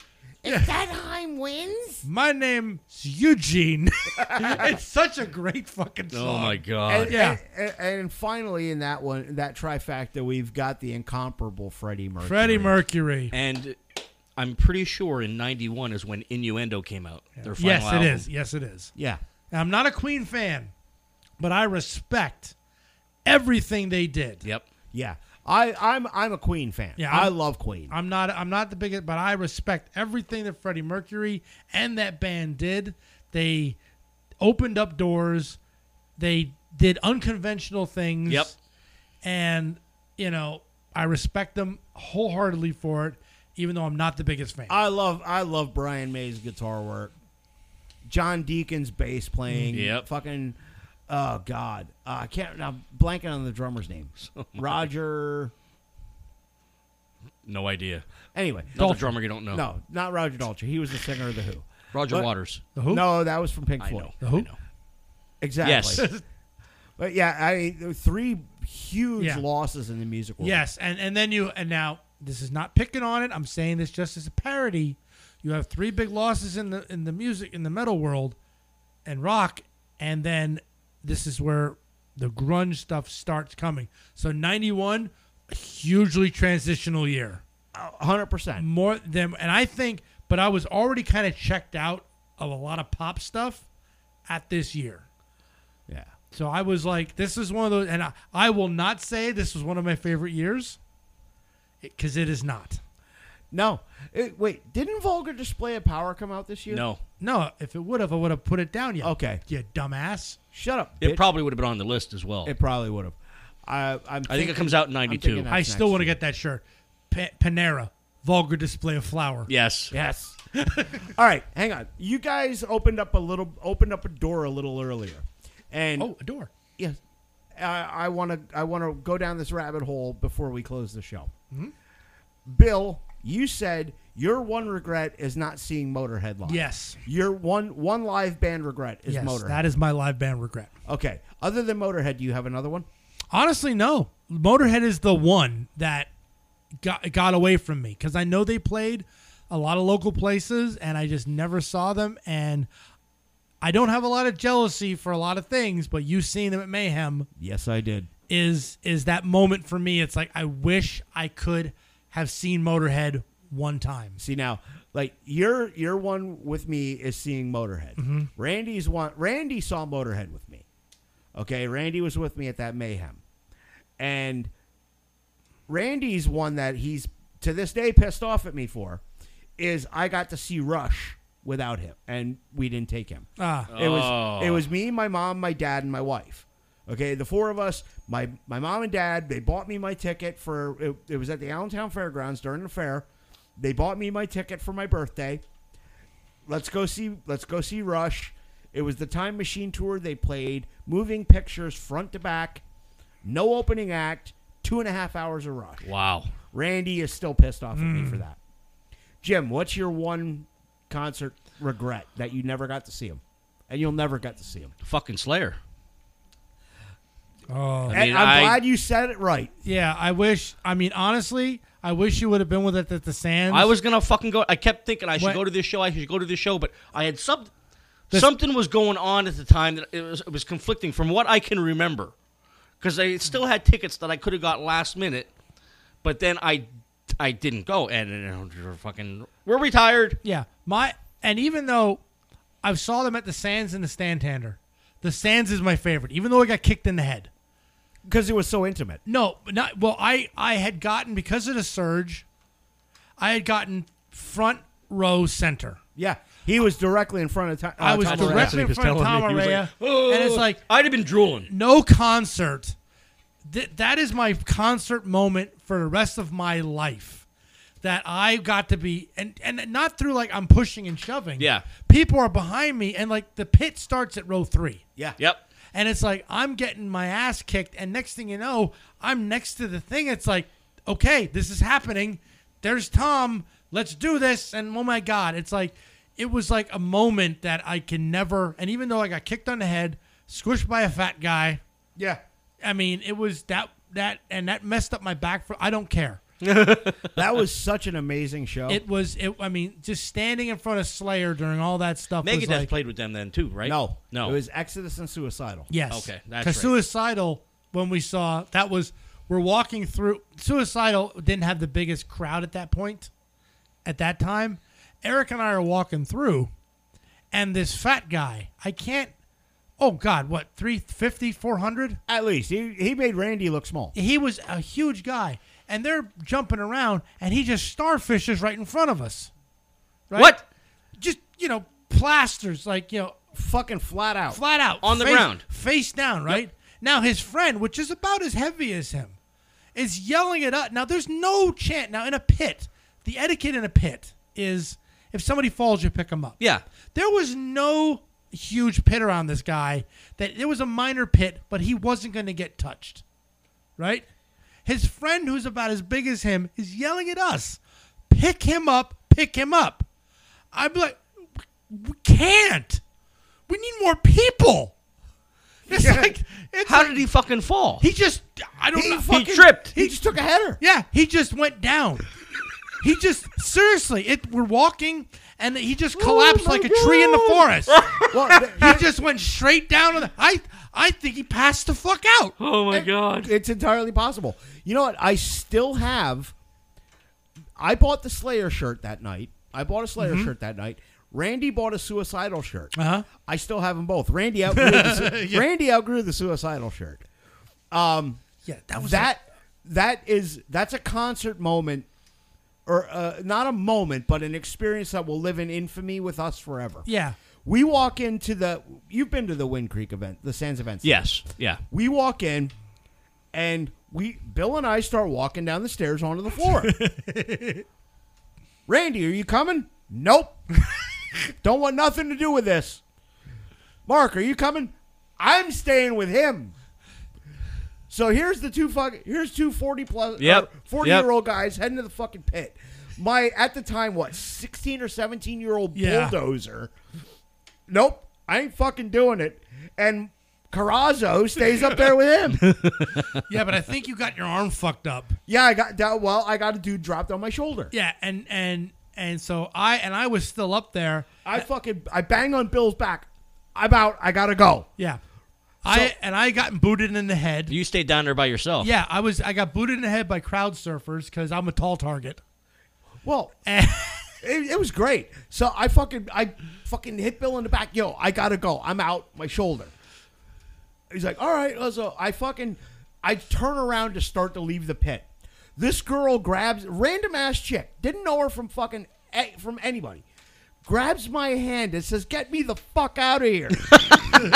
Speaker 4: Is that Heim wins?
Speaker 3: My name's Eugene. it's such a great fucking song.
Speaker 1: oh my god.
Speaker 2: and,
Speaker 3: yeah.
Speaker 2: and, and, and finally in that one that trifecta we've got the incomparable freddie mercury
Speaker 3: Freddie Mercury.
Speaker 1: And, I'm pretty sure in '91 is when Innuendo came out. Their final
Speaker 3: Yes,
Speaker 1: album.
Speaker 3: it is. Yes, it is.
Speaker 2: yeah
Speaker 3: And I'm not a Queen fan, but I respect everything they did.
Speaker 1: Yep.
Speaker 2: yeah I, I'm I'm a Queen fan.
Speaker 3: Yeah,
Speaker 2: I
Speaker 3: I'm-
Speaker 2: love Queen.
Speaker 3: I'm not I'm not the biggest, but I respect everything that Freddie Mercury and that band did. They opened up doors. They did unconventional things.
Speaker 1: Yep.
Speaker 3: And you know, I respect them wholeheartedly for it, even though I'm not the biggest fan.
Speaker 2: I love I love Brian May's guitar work. John Deacon's bass playing.
Speaker 1: Yep.
Speaker 2: Fucking oh god. Uh, I can't I'm blanking on the drummer's name. Roger
Speaker 1: No idea.
Speaker 2: Anyway.
Speaker 1: Another drummer you don't know.
Speaker 2: No, not Roger Daltrey. He was the singer of the Who.
Speaker 1: Roger
Speaker 2: But-
Speaker 1: Waters.
Speaker 3: The Who?
Speaker 2: No, that was from Pink
Speaker 1: I
Speaker 2: Floyd.
Speaker 1: know.
Speaker 3: The Who?
Speaker 1: I know.
Speaker 2: Exactly.
Speaker 1: Yes.
Speaker 2: But yeah, I mean, there were three huge
Speaker 3: Yeah.
Speaker 2: losses in the music world.
Speaker 3: Yes, and and then you and now this is not picking on it. I'm saying this just as a parody. You have three big losses in the in the music in the metal world, and rock, and then this is where the grunge stuff starts coming. So '91, hugely transitional year.
Speaker 2: hundred percent.
Speaker 3: More than and I think, but I was already kind of checked out of a lot of pop stuff at this year.
Speaker 2: Yeah.
Speaker 3: So I was like, this is one of those, and I, I will not say this was one of my favorite years, because it is not.
Speaker 2: No. It- wait, didn't Vulgar Display of Power come out this year?
Speaker 1: No.
Speaker 3: No, if it would have, I would have put it down. You,
Speaker 2: Okay.
Speaker 3: You dumbass.
Speaker 2: Shut up.
Speaker 1: It
Speaker 2: bitch.
Speaker 1: probably would have been on the list as well.
Speaker 2: It probably would have. I, I'm
Speaker 1: I think
Speaker 2: thinking-
Speaker 1: it comes out in
Speaker 2: I'm
Speaker 1: '92.
Speaker 2: thinking
Speaker 3: I
Speaker 2: that's
Speaker 3: still
Speaker 2: next
Speaker 3: want to
Speaker 2: year.
Speaker 3: get that shirt. Pa- Panera, vulgar display of flour.
Speaker 1: Yes.
Speaker 2: Yes. All right, hang on. You guys opened up a little, opened up a door a little earlier, and
Speaker 3: Oh, a door.
Speaker 2: yes, I want to, I want to go down this rabbit hole before we close the show. Bill, you said your one regret is not seeing Motorhead live.
Speaker 3: Yes.
Speaker 2: Your one one live band regret is
Speaker 3: yes,
Speaker 2: Motorhead.
Speaker 3: that is my live band regret.
Speaker 2: okay. Other than Motorhead, do you have another one?
Speaker 3: Honestly, no. Motorhead is the one that got got away from me because I know they played a lot of local places, and I just never saw them. And I don't have a lot of jealousy for a lot of things, but you seeing them at Mayhem
Speaker 2: Yes, I did.
Speaker 3: is is that moment for me. It's like I wish I could have seen Motorhead one time.
Speaker 2: See now, like your your one with me is seeing Motorhead. Randy's one. Randy saw Motorhead with me. Okay, Randy was with me at that mayhem, and Randy's one that he's to this day pissed off at me for is I got to see Rush without him, and we didn't take him.
Speaker 3: Ah.
Speaker 2: It was
Speaker 1: Oh.
Speaker 2: it was me, my mom, my dad, and my wife. Okay, the four of us. My my mom and dad. They bought me my ticket for it, it was at the Allentown Fairgrounds during the fair. They bought me my ticket for my birthday. Let's go see. Let's go see Rush. It was the Time Machine tour. They played moving pictures front to back. No opening act. Two and a half hours of Rush.
Speaker 1: Wow.
Speaker 2: Randy is still pissed off at me for that. Jim, what's your one concert regret that you never got to see him? And you'll never get to see him.
Speaker 1: Fucking Slayer.
Speaker 3: Oh.
Speaker 1: I mean,
Speaker 2: and I'm
Speaker 1: I-
Speaker 2: glad you said it right.
Speaker 3: Yeah, I wish. I mean, honestly, I wish you would have been with it at the Sands.
Speaker 1: I was gonna fucking go. I kept thinking I should
Speaker 3: What?
Speaker 1: go to this show. I should go to this show, but I had some something was going on at the time that it was it was conflicting from what I can remember, because I still had tickets that I could have got last minute, but then I I didn't go, and, and we're fucking we're retired.
Speaker 3: Yeah, my and even though I saw them at the Sands and the Standtander, the Sands is my favorite. Even though I got kicked in the head.
Speaker 2: Because it was so intimate.
Speaker 3: No, not well. I I had gotten because of the surge, I had gotten front row center.
Speaker 2: Yeah. He was directly in front of Tom.
Speaker 3: I was
Speaker 2: Tom Araya.
Speaker 3: directly in
Speaker 5: was
Speaker 3: front of Tom
Speaker 5: telling me, he was like, "Oh."
Speaker 3: Araya, and it's like
Speaker 1: I'd have been drooling.
Speaker 3: no concert. Th- that is my concert moment for the rest of my life. That I got to be, and and not through like I'm pushing and shoving.
Speaker 1: Yeah.
Speaker 3: people are behind me, and like the pit starts at row three,
Speaker 2: Yeah.
Speaker 1: Yep.
Speaker 3: and it's like I'm getting my ass kicked, and next thing you know, I'm next to the thing. It's like, okay, this is happening. There's Tom. Let's do this. And oh my God, it's like it was like a moment that I can never. And even though I got kicked on the head, squished by a fat guy,
Speaker 2: Yeah.
Speaker 3: I mean, it was that that and that messed up my back for I don't care.
Speaker 2: That was such an amazing show.
Speaker 3: It was it I mean, just standing in front of Slayer during all that stuff was
Speaker 1: Megadeth
Speaker 3: like
Speaker 1: played with them then too, right?
Speaker 2: no.
Speaker 1: no.
Speaker 2: It was Exodus and Suicidal.
Speaker 3: yes.
Speaker 1: Okay, that's
Speaker 3: 'Cause
Speaker 1: right.
Speaker 3: suicidal when we saw that was we're walking through suicidal didn't have the biggest crowd at that point at that time. Eric and I are walking through and this fat guy, I can't Oh god, what? 350 400?
Speaker 2: At least. He, he made Randy look small.
Speaker 3: he was a huge guy, and they're jumping around, and he just starfishes right in front of us. Right?
Speaker 1: What?
Speaker 3: Just you know, plasters like you know,
Speaker 2: Fucking flat out.
Speaker 3: flat out
Speaker 1: On the
Speaker 3: face-
Speaker 1: ground.
Speaker 3: face down. Right now, his friend, which is about as heavy as him, is yelling it up. Now, there's no chance. Now, in a pit, the etiquette in a pit is if somebody falls, you pick them up.
Speaker 1: Yeah.
Speaker 3: There was no huge pit around this guy. That there was a minor pit, but he wasn't going to get touched. Right? His friend, who's about as big as him, is yelling at us, "Pick him up! Pick him up!" I'm like, "We can't. We need more people." It's like it's
Speaker 1: How
Speaker 3: like-
Speaker 1: did he fucking fall?
Speaker 3: He just I don't
Speaker 2: He
Speaker 3: know.
Speaker 2: fucking-
Speaker 1: tripped.
Speaker 2: He just took a header.
Speaker 3: Yeah, he just went down. he just seriously, it we're walking and he just collapsed like a tree in the forest.
Speaker 2: Well, th-
Speaker 3: he just went straight down. to the- I I think he passed the fuck out.
Speaker 1: oh my god.
Speaker 2: It's entirely possible. You know what? I still have. I bought the Slayer shirt that night. I bought a Slayer shirt that night. Randy bought a suicidal shirt.
Speaker 3: Mm-hmm. Uh-huh.
Speaker 2: I still have them both. Randy outgrew the, su- Randy outgrew the suicidal shirt.
Speaker 3: Yeah, that was
Speaker 2: That that is that's a concert moment, or uh, not a moment, but an experience that will live in infamy with us forever.
Speaker 3: yeah.
Speaker 2: We walk into the. You've been to the Wind Creek event, the Sands event.
Speaker 1: Yes. Yeah.
Speaker 2: We walk in, and we Bill and I start walking down the stairs onto the floor. Randy, are you coming? Nope. Don't want nothing to do with this. Mark, are you coming? I'm staying with him. So here's the two fuck. Here's two 40 plus
Speaker 1: Yep.
Speaker 2: or 40
Speaker 1: Yep.
Speaker 2: year old guys heading to the fucking pit. My at the time what 16 or 17 year old
Speaker 3: Yeah.
Speaker 2: bulldozer. Nope, I ain't fucking doing it. And Carrazzo stays up there with him.
Speaker 3: Yeah, but I think you got your arm fucked up.
Speaker 2: yeah, I got that. Well, I got a dude dropped on my shoulder.
Speaker 3: Yeah, and and and so I and I was still up there.
Speaker 2: I fucking I bang on Bill's back. I'm out. I gotta go.
Speaker 3: Yeah. I and I got booted in the head.
Speaker 1: You stayed down there by yourself.
Speaker 3: Yeah, I was I got booted in the head by crowd surfers cuz I'm a tall target.
Speaker 2: Well, it, it was great. So I fucking I fucking hit Bill in the back. Yo, I gotta go. I'm out. My shoulder. He's like, all right. So I fucking I turn around to start to leave the pit. This girl grabs random ass chick. Didn't know her from fucking a- from anybody. Grabs my hand and says, "Get me the fuck out of here."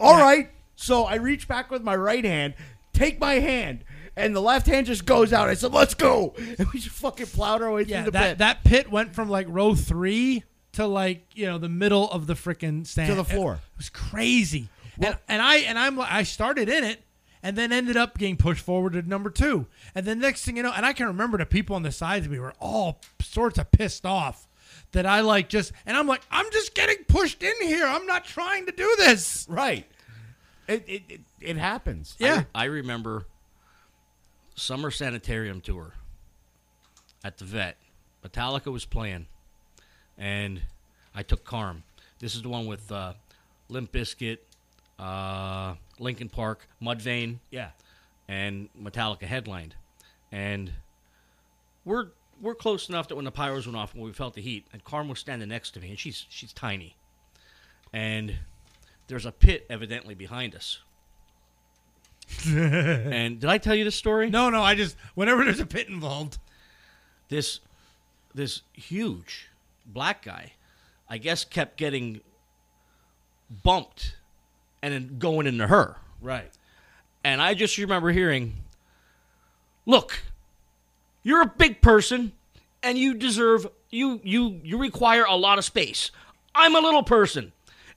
Speaker 2: All right. So I reach back with my right hand, take my hand, and the left hand just goes out. I said, "Let's go!" And we just fucking plowed our way
Speaker 3: Yeah,
Speaker 2: through the
Speaker 3: that,
Speaker 2: pit
Speaker 3: that pit went from like row three to like you know the middle of the freaking stand
Speaker 2: To the floor.
Speaker 3: It was crazy.
Speaker 2: Well-
Speaker 3: and, and I and I'm like- I started in it and then ended up getting pushed forward to number two. And then next thing you know, and I can remember the people on the sides of me were all sorts of pissed off that I like just and I'm like I'm just getting pushed in here. I'm not trying to do this.
Speaker 2: Right. It it, it, it happens.
Speaker 3: Yeah.
Speaker 1: I remember summer sanitarium tour at the vet. Metallica was playing, and I took Carm. This is the one with uh, Limp Bizkit, uh, Linkin Park, Mudvayne,
Speaker 3: yeah.
Speaker 1: and Metallica headlined. And we're we're close enough that when the pyros went off and we felt the heat, and Carm was standing next to me, and she's she's tiny, and there's a pit evidently behind us. and did I tell you this story?
Speaker 3: No, no, I just whenever there's a pit involved.
Speaker 1: this this huge black guy, I guess, kept getting bumped and then going into her.
Speaker 3: Right.
Speaker 1: And I just remember hearing, "Look, you're a big person, and you deserve you you you require a lot of space. I'm a little person,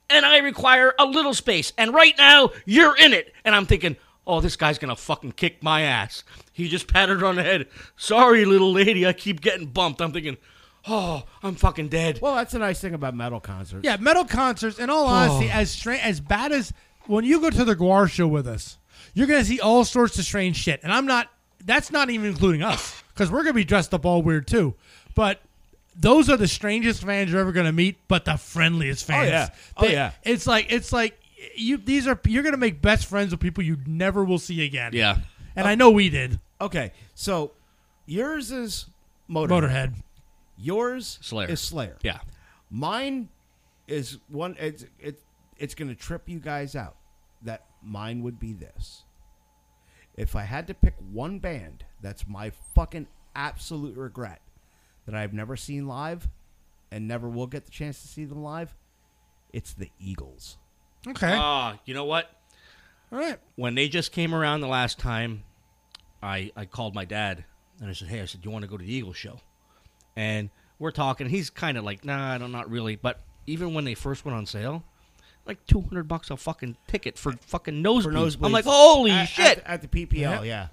Speaker 1: and I require a little space. And right now, you're in it." And I'm thinking, "Oh, this guy's gonna fucking kick my ass." He just patted her on the head. Sorry, little lady, I keep getting bumped. I'm thinking, "Oh, I'm fucking dead."
Speaker 2: Well, that's the nice thing about metal concerts.
Speaker 3: Yeah, metal concerts. In all honesty,
Speaker 2: Oh.
Speaker 3: as stra- as bad as when you go to the Guar show with us, you're gonna see all sorts of strange shit. And I'm not. That's not even including us, because we're gonna be dressed up all weird too. But those are the strangest fans you're ever gonna meet, but the friendliest fans.
Speaker 2: yeah. Oh, yeah.
Speaker 3: It's like it's like you. These are you're gonna make best friends with people you never will see again.
Speaker 1: Yeah.
Speaker 3: And I know we did.
Speaker 2: Okay. So yours is Motorhead.
Speaker 3: Motorhead.
Speaker 2: Yours
Speaker 1: Slayer.
Speaker 2: is Slayer.
Speaker 1: Yeah.
Speaker 2: Mine is one. It's it, it's going to trip you guys out. That mine would be this. If I had to pick one band, that's my fucking absolute regret that I've never seen live, and never will get the chance to see them live. It's the Eagles.
Speaker 3: Okay.
Speaker 1: Ah, you know what?
Speaker 3: all right.
Speaker 1: when they just came around the last time, I I called my dad and I said, "Hey, I said, do you want to go to the Eagles show?" And we're talking. He's kind of like, "Nah, I don't, not really." But even when they first went on sale, like two hundred bucks a fucking ticket for fucking nosebleeds. I'm like, "Holy
Speaker 2: At-
Speaker 1: shit!"
Speaker 2: At, at the PPL, yeah.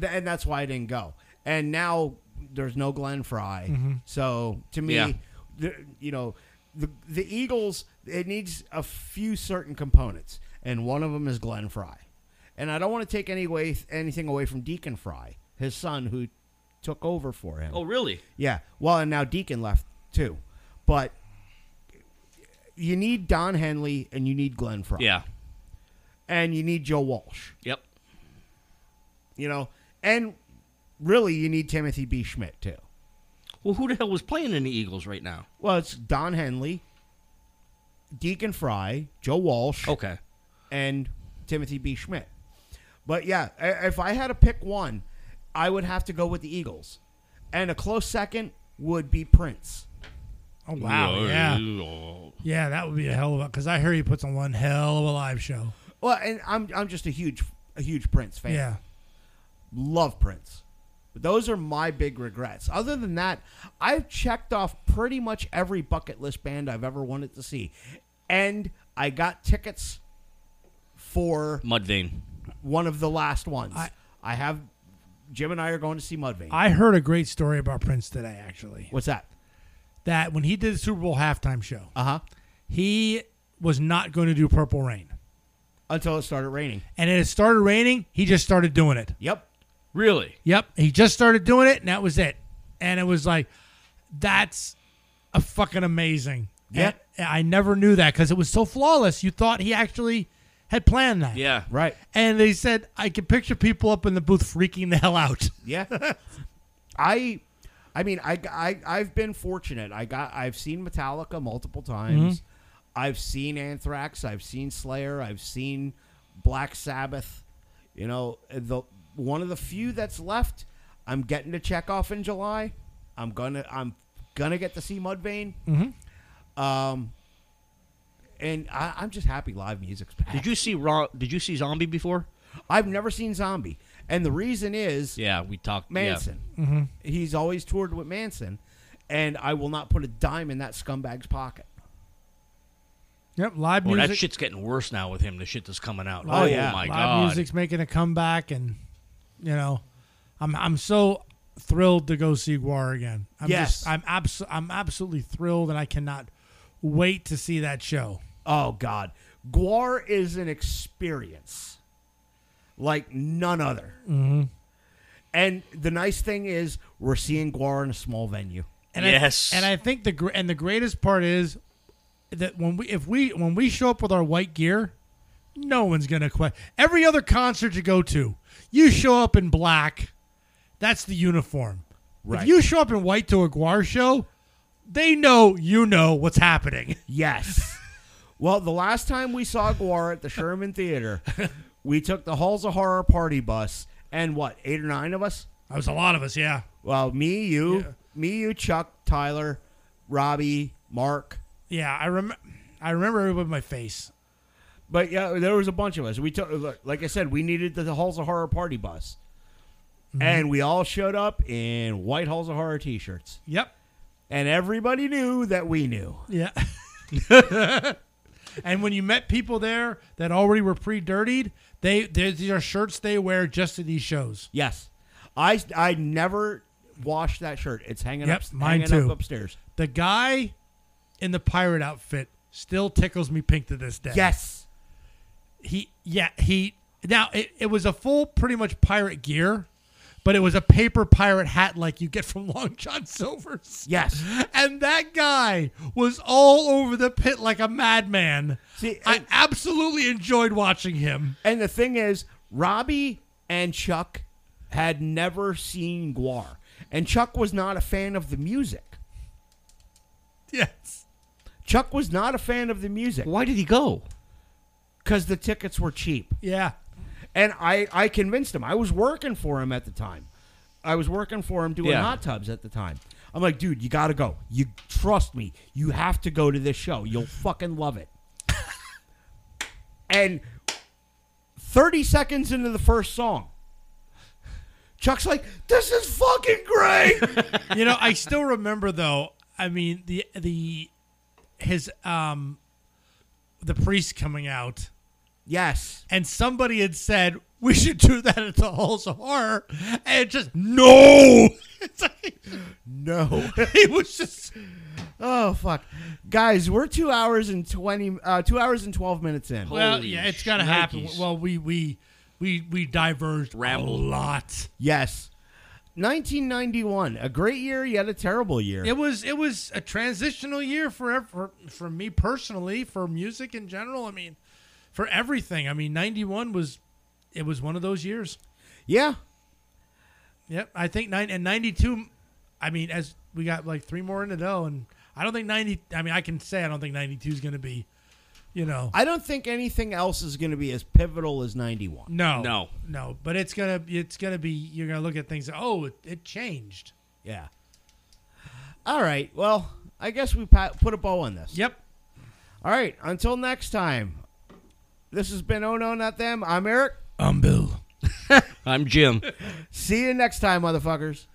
Speaker 2: Th- and that's why I didn't go. And now there's no Glenn Fry. So to me,
Speaker 1: Mm-hmm. Yeah.
Speaker 2: the, you know, the the Eagles it needs a few certain components, and one of them is Glenn Fry. And I don't want to take any way, anything away from Deacon Fry, his son who took over for him.
Speaker 1: oh, really?
Speaker 2: Yeah. Well, and now Deacon left too, but you need Don Henley and you need Glenn Fry.
Speaker 1: Yeah.
Speaker 2: And you need Joe Walsh
Speaker 1: Yep.
Speaker 2: you know, and really you need Timothy B. Schmidt too.
Speaker 1: Well, who the hell was playing in the Eagles right now?
Speaker 2: Well, it's Don Henley, Deacon Fry, Joe Walsh,
Speaker 1: Okay.
Speaker 2: and Timothy B. Schmidt. But yeah, i- if I had to pick one, I would have to go with the Eagles, and a close second would be Prince.
Speaker 3: Oh wow. Yeah. Yeah, that would be a hell of a. Because I hear he puts on one hell of a live show.
Speaker 2: Well, and I'm I'm just a huge a huge Prince fan.
Speaker 3: Yeah.
Speaker 2: love Prince. But those are my big regrets. Other than that, I've checked off pretty much every bucket list band I've ever wanted to see. And I got tickets for
Speaker 1: Mudvayne.
Speaker 2: one of the last ones. I,
Speaker 3: I-
Speaker 2: have Jim and I are going to see Mudvayne.
Speaker 3: I heard a great story about Prince today, actually.
Speaker 2: What's that?
Speaker 3: That when he did the Super Bowl halftime show,
Speaker 2: Uh huh.
Speaker 3: he was not going to do Purple Rain.
Speaker 2: Until it started raining.
Speaker 3: And it had started raining, he just started doing it.
Speaker 2: Yep.
Speaker 1: Really?
Speaker 3: Yep, he just started doing it, and that was it. And it was like, that's a fucking amazing.
Speaker 2: Yeah.
Speaker 3: And I never knew that because it was so flawless. You thought he actually had planned that.
Speaker 1: Yeah.
Speaker 2: Right.
Speaker 3: And they said, I could picture people up in the booth freaking the hell out.
Speaker 2: Yeah. I I mean, I, I I've been fortunate. I got I've seen Metallica multiple times.
Speaker 1: Mm-hmm.
Speaker 2: I've seen Anthrax. I've seen Slayer. I've seen Black Sabbath. You know, the one of the few that's left. I'm getting to check off in July. I'm gonna I'm gonna get to see Mudvayne.
Speaker 1: Mm-hmm.
Speaker 2: Um, and I, I'm just happy live music's back.
Speaker 1: Did you see Ro- Did you see Zombie before?
Speaker 2: I've never seen Zombie, and the reason is
Speaker 1: Yeah, we talked.
Speaker 2: Manson. He's always toured with Manson, and I will not put a dime in that scumbag's pocket.
Speaker 3: Yep, live
Speaker 1: Well,
Speaker 3: music.
Speaker 1: Oh, that shit's getting worse now with him. The shit that's coming out.
Speaker 3: Live-
Speaker 1: oh
Speaker 2: yeah.
Speaker 1: my
Speaker 3: live
Speaker 1: god.
Speaker 3: music's making a comeback, and you know, I'm I'm so thrilled to go see Guar again. I'm
Speaker 2: Yes.
Speaker 3: just, I'm abs- I'm absolutely thrilled, and I cannot wait to see that show.
Speaker 2: Oh God, Guar is an experience like none other. Mm-hmm. And the nice thing is, we're seeing Guar in a small venue.
Speaker 3: And
Speaker 1: Yes.
Speaker 3: I, and I think the gr- and the greatest part is that when we if we when we show up with our white gear, no one's gonna question. Every other concert you go to, you show up in black. That's the uniform.
Speaker 2: Right.
Speaker 3: If you show up in white to a Guar show, they know you know what's happening.
Speaker 2: Yes. well, the last time we saw Guar at the Sherman Theater, we took the Halls of Horror party bus, and what, eight or nine of us?
Speaker 3: That was a lot of us, yeah.
Speaker 2: Well, me, you,
Speaker 3: Yeah.
Speaker 2: me, you, Chuck, Tyler, Robbie, Mark.
Speaker 3: Yeah, I remember. I remember everybody in my face.
Speaker 2: But yeah, there was a bunch of us. We took, look, like I said, we needed the Halls of Horror party bus, and we all showed up in white Halls of Horror t-shirts,
Speaker 3: Yep.
Speaker 2: and everybody knew that we knew.
Speaker 3: Yeah. and when you met people there that already were pre-dirtied, they they- these are shirts they wear just to these shows.
Speaker 2: Yes, I I never washed that shirt. It's hanging
Speaker 3: Yep,
Speaker 2: up,
Speaker 3: mine
Speaker 2: hanging
Speaker 3: too.
Speaker 2: up upstairs.
Speaker 3: The guy in the pirate outfit still tickles me pink to this day.
Speaker 2: Yes,
Speaker 3: He yeah, he now it, it was a full pretty much pirate gear, but it was a paper pirate hat like you get from Long John Silver's.
Speaker 2: yes.
Speaker 3: And that guy was all over the pit like a madman.
Speaker 2: See,
Speaker 3: I
Speaker 2: and-
Speaker 3: absolutely enjoyed watching him.
Speaker 2: And the thing is, Robbie and Chuck had never seen Guar, and Chuck was not a fan of the music.
Speaker 3: Yes.
Speaker 2: Chuck was not a fan of the music
Speaker 1: Why did he go?
Speaker 2: because the tickets were cheap.
Speaker 3: Yeah.
Speaker 2: And I, I convinced him. I was working for him at the time. I was working for him doing
Speaker 1: Yeah.
Speaker 2: hot tubs at the time. I'm like, dude, you got to go. You trust me. You have to go to this show. You'll fucking love it. and 30 seconds into the first song, Chuck's like, this is fucking great.
Speaker 3: you know, I still remember though. I mean, the the his um the priest coming out,
Speaker 2: yes.
Speaker 3: and somebody had said we should do that at the halls of horror, and it just no. It's like,
Speaker 2: No.
Speaker 3: he was just
Speaker 2: oh, fuck. Guys, we're two hours and 20, uh, two hours and 12 minutes in.
Speaker 3: well,
Speaker 1: Holy
Speaker 3: yeah, it's gotta happen.
Speaker 1: shnikes.
Speaker 3: Well, we we we we diverged
Speaker 1: Rambled.
Speaker 3: a lot.
Speaker 2: Yes. 1991, a great year, yet a terrible year.
Speaker 3: It was it was a transitional year for ev- for for me personally, for music in general. I mean, for everything. I mean, ninety one was it was one of those years.
Speaker 2: Yeah.
Speaker 3: Yep, I think nine and ninety-two. I mean, as we got like three more in the dough, and I don't think ninety. I mean, I can say I don't think ninety-two is going to be, you know,
Speaker 2: I don't think anything else is going to be as pivotal as 91.
Speaker 3: no,
Speaker 1: No.
Speaker 3: no. But it's gonna, it's gonna be. You're gonna look at things. Oh, it, it changed.
Speaker 2: Yeah. All right. Well, I guess we pa- put a bow on this.
Speaker 3: Yep.
Speaker 2: All right. Until next time. This has been Oh No Not Them. I'm Eric.
Speaker 3: Um, Bill.
Speaker 1: I'm Jim.
Speaker 2: See you next time, motherfuckers.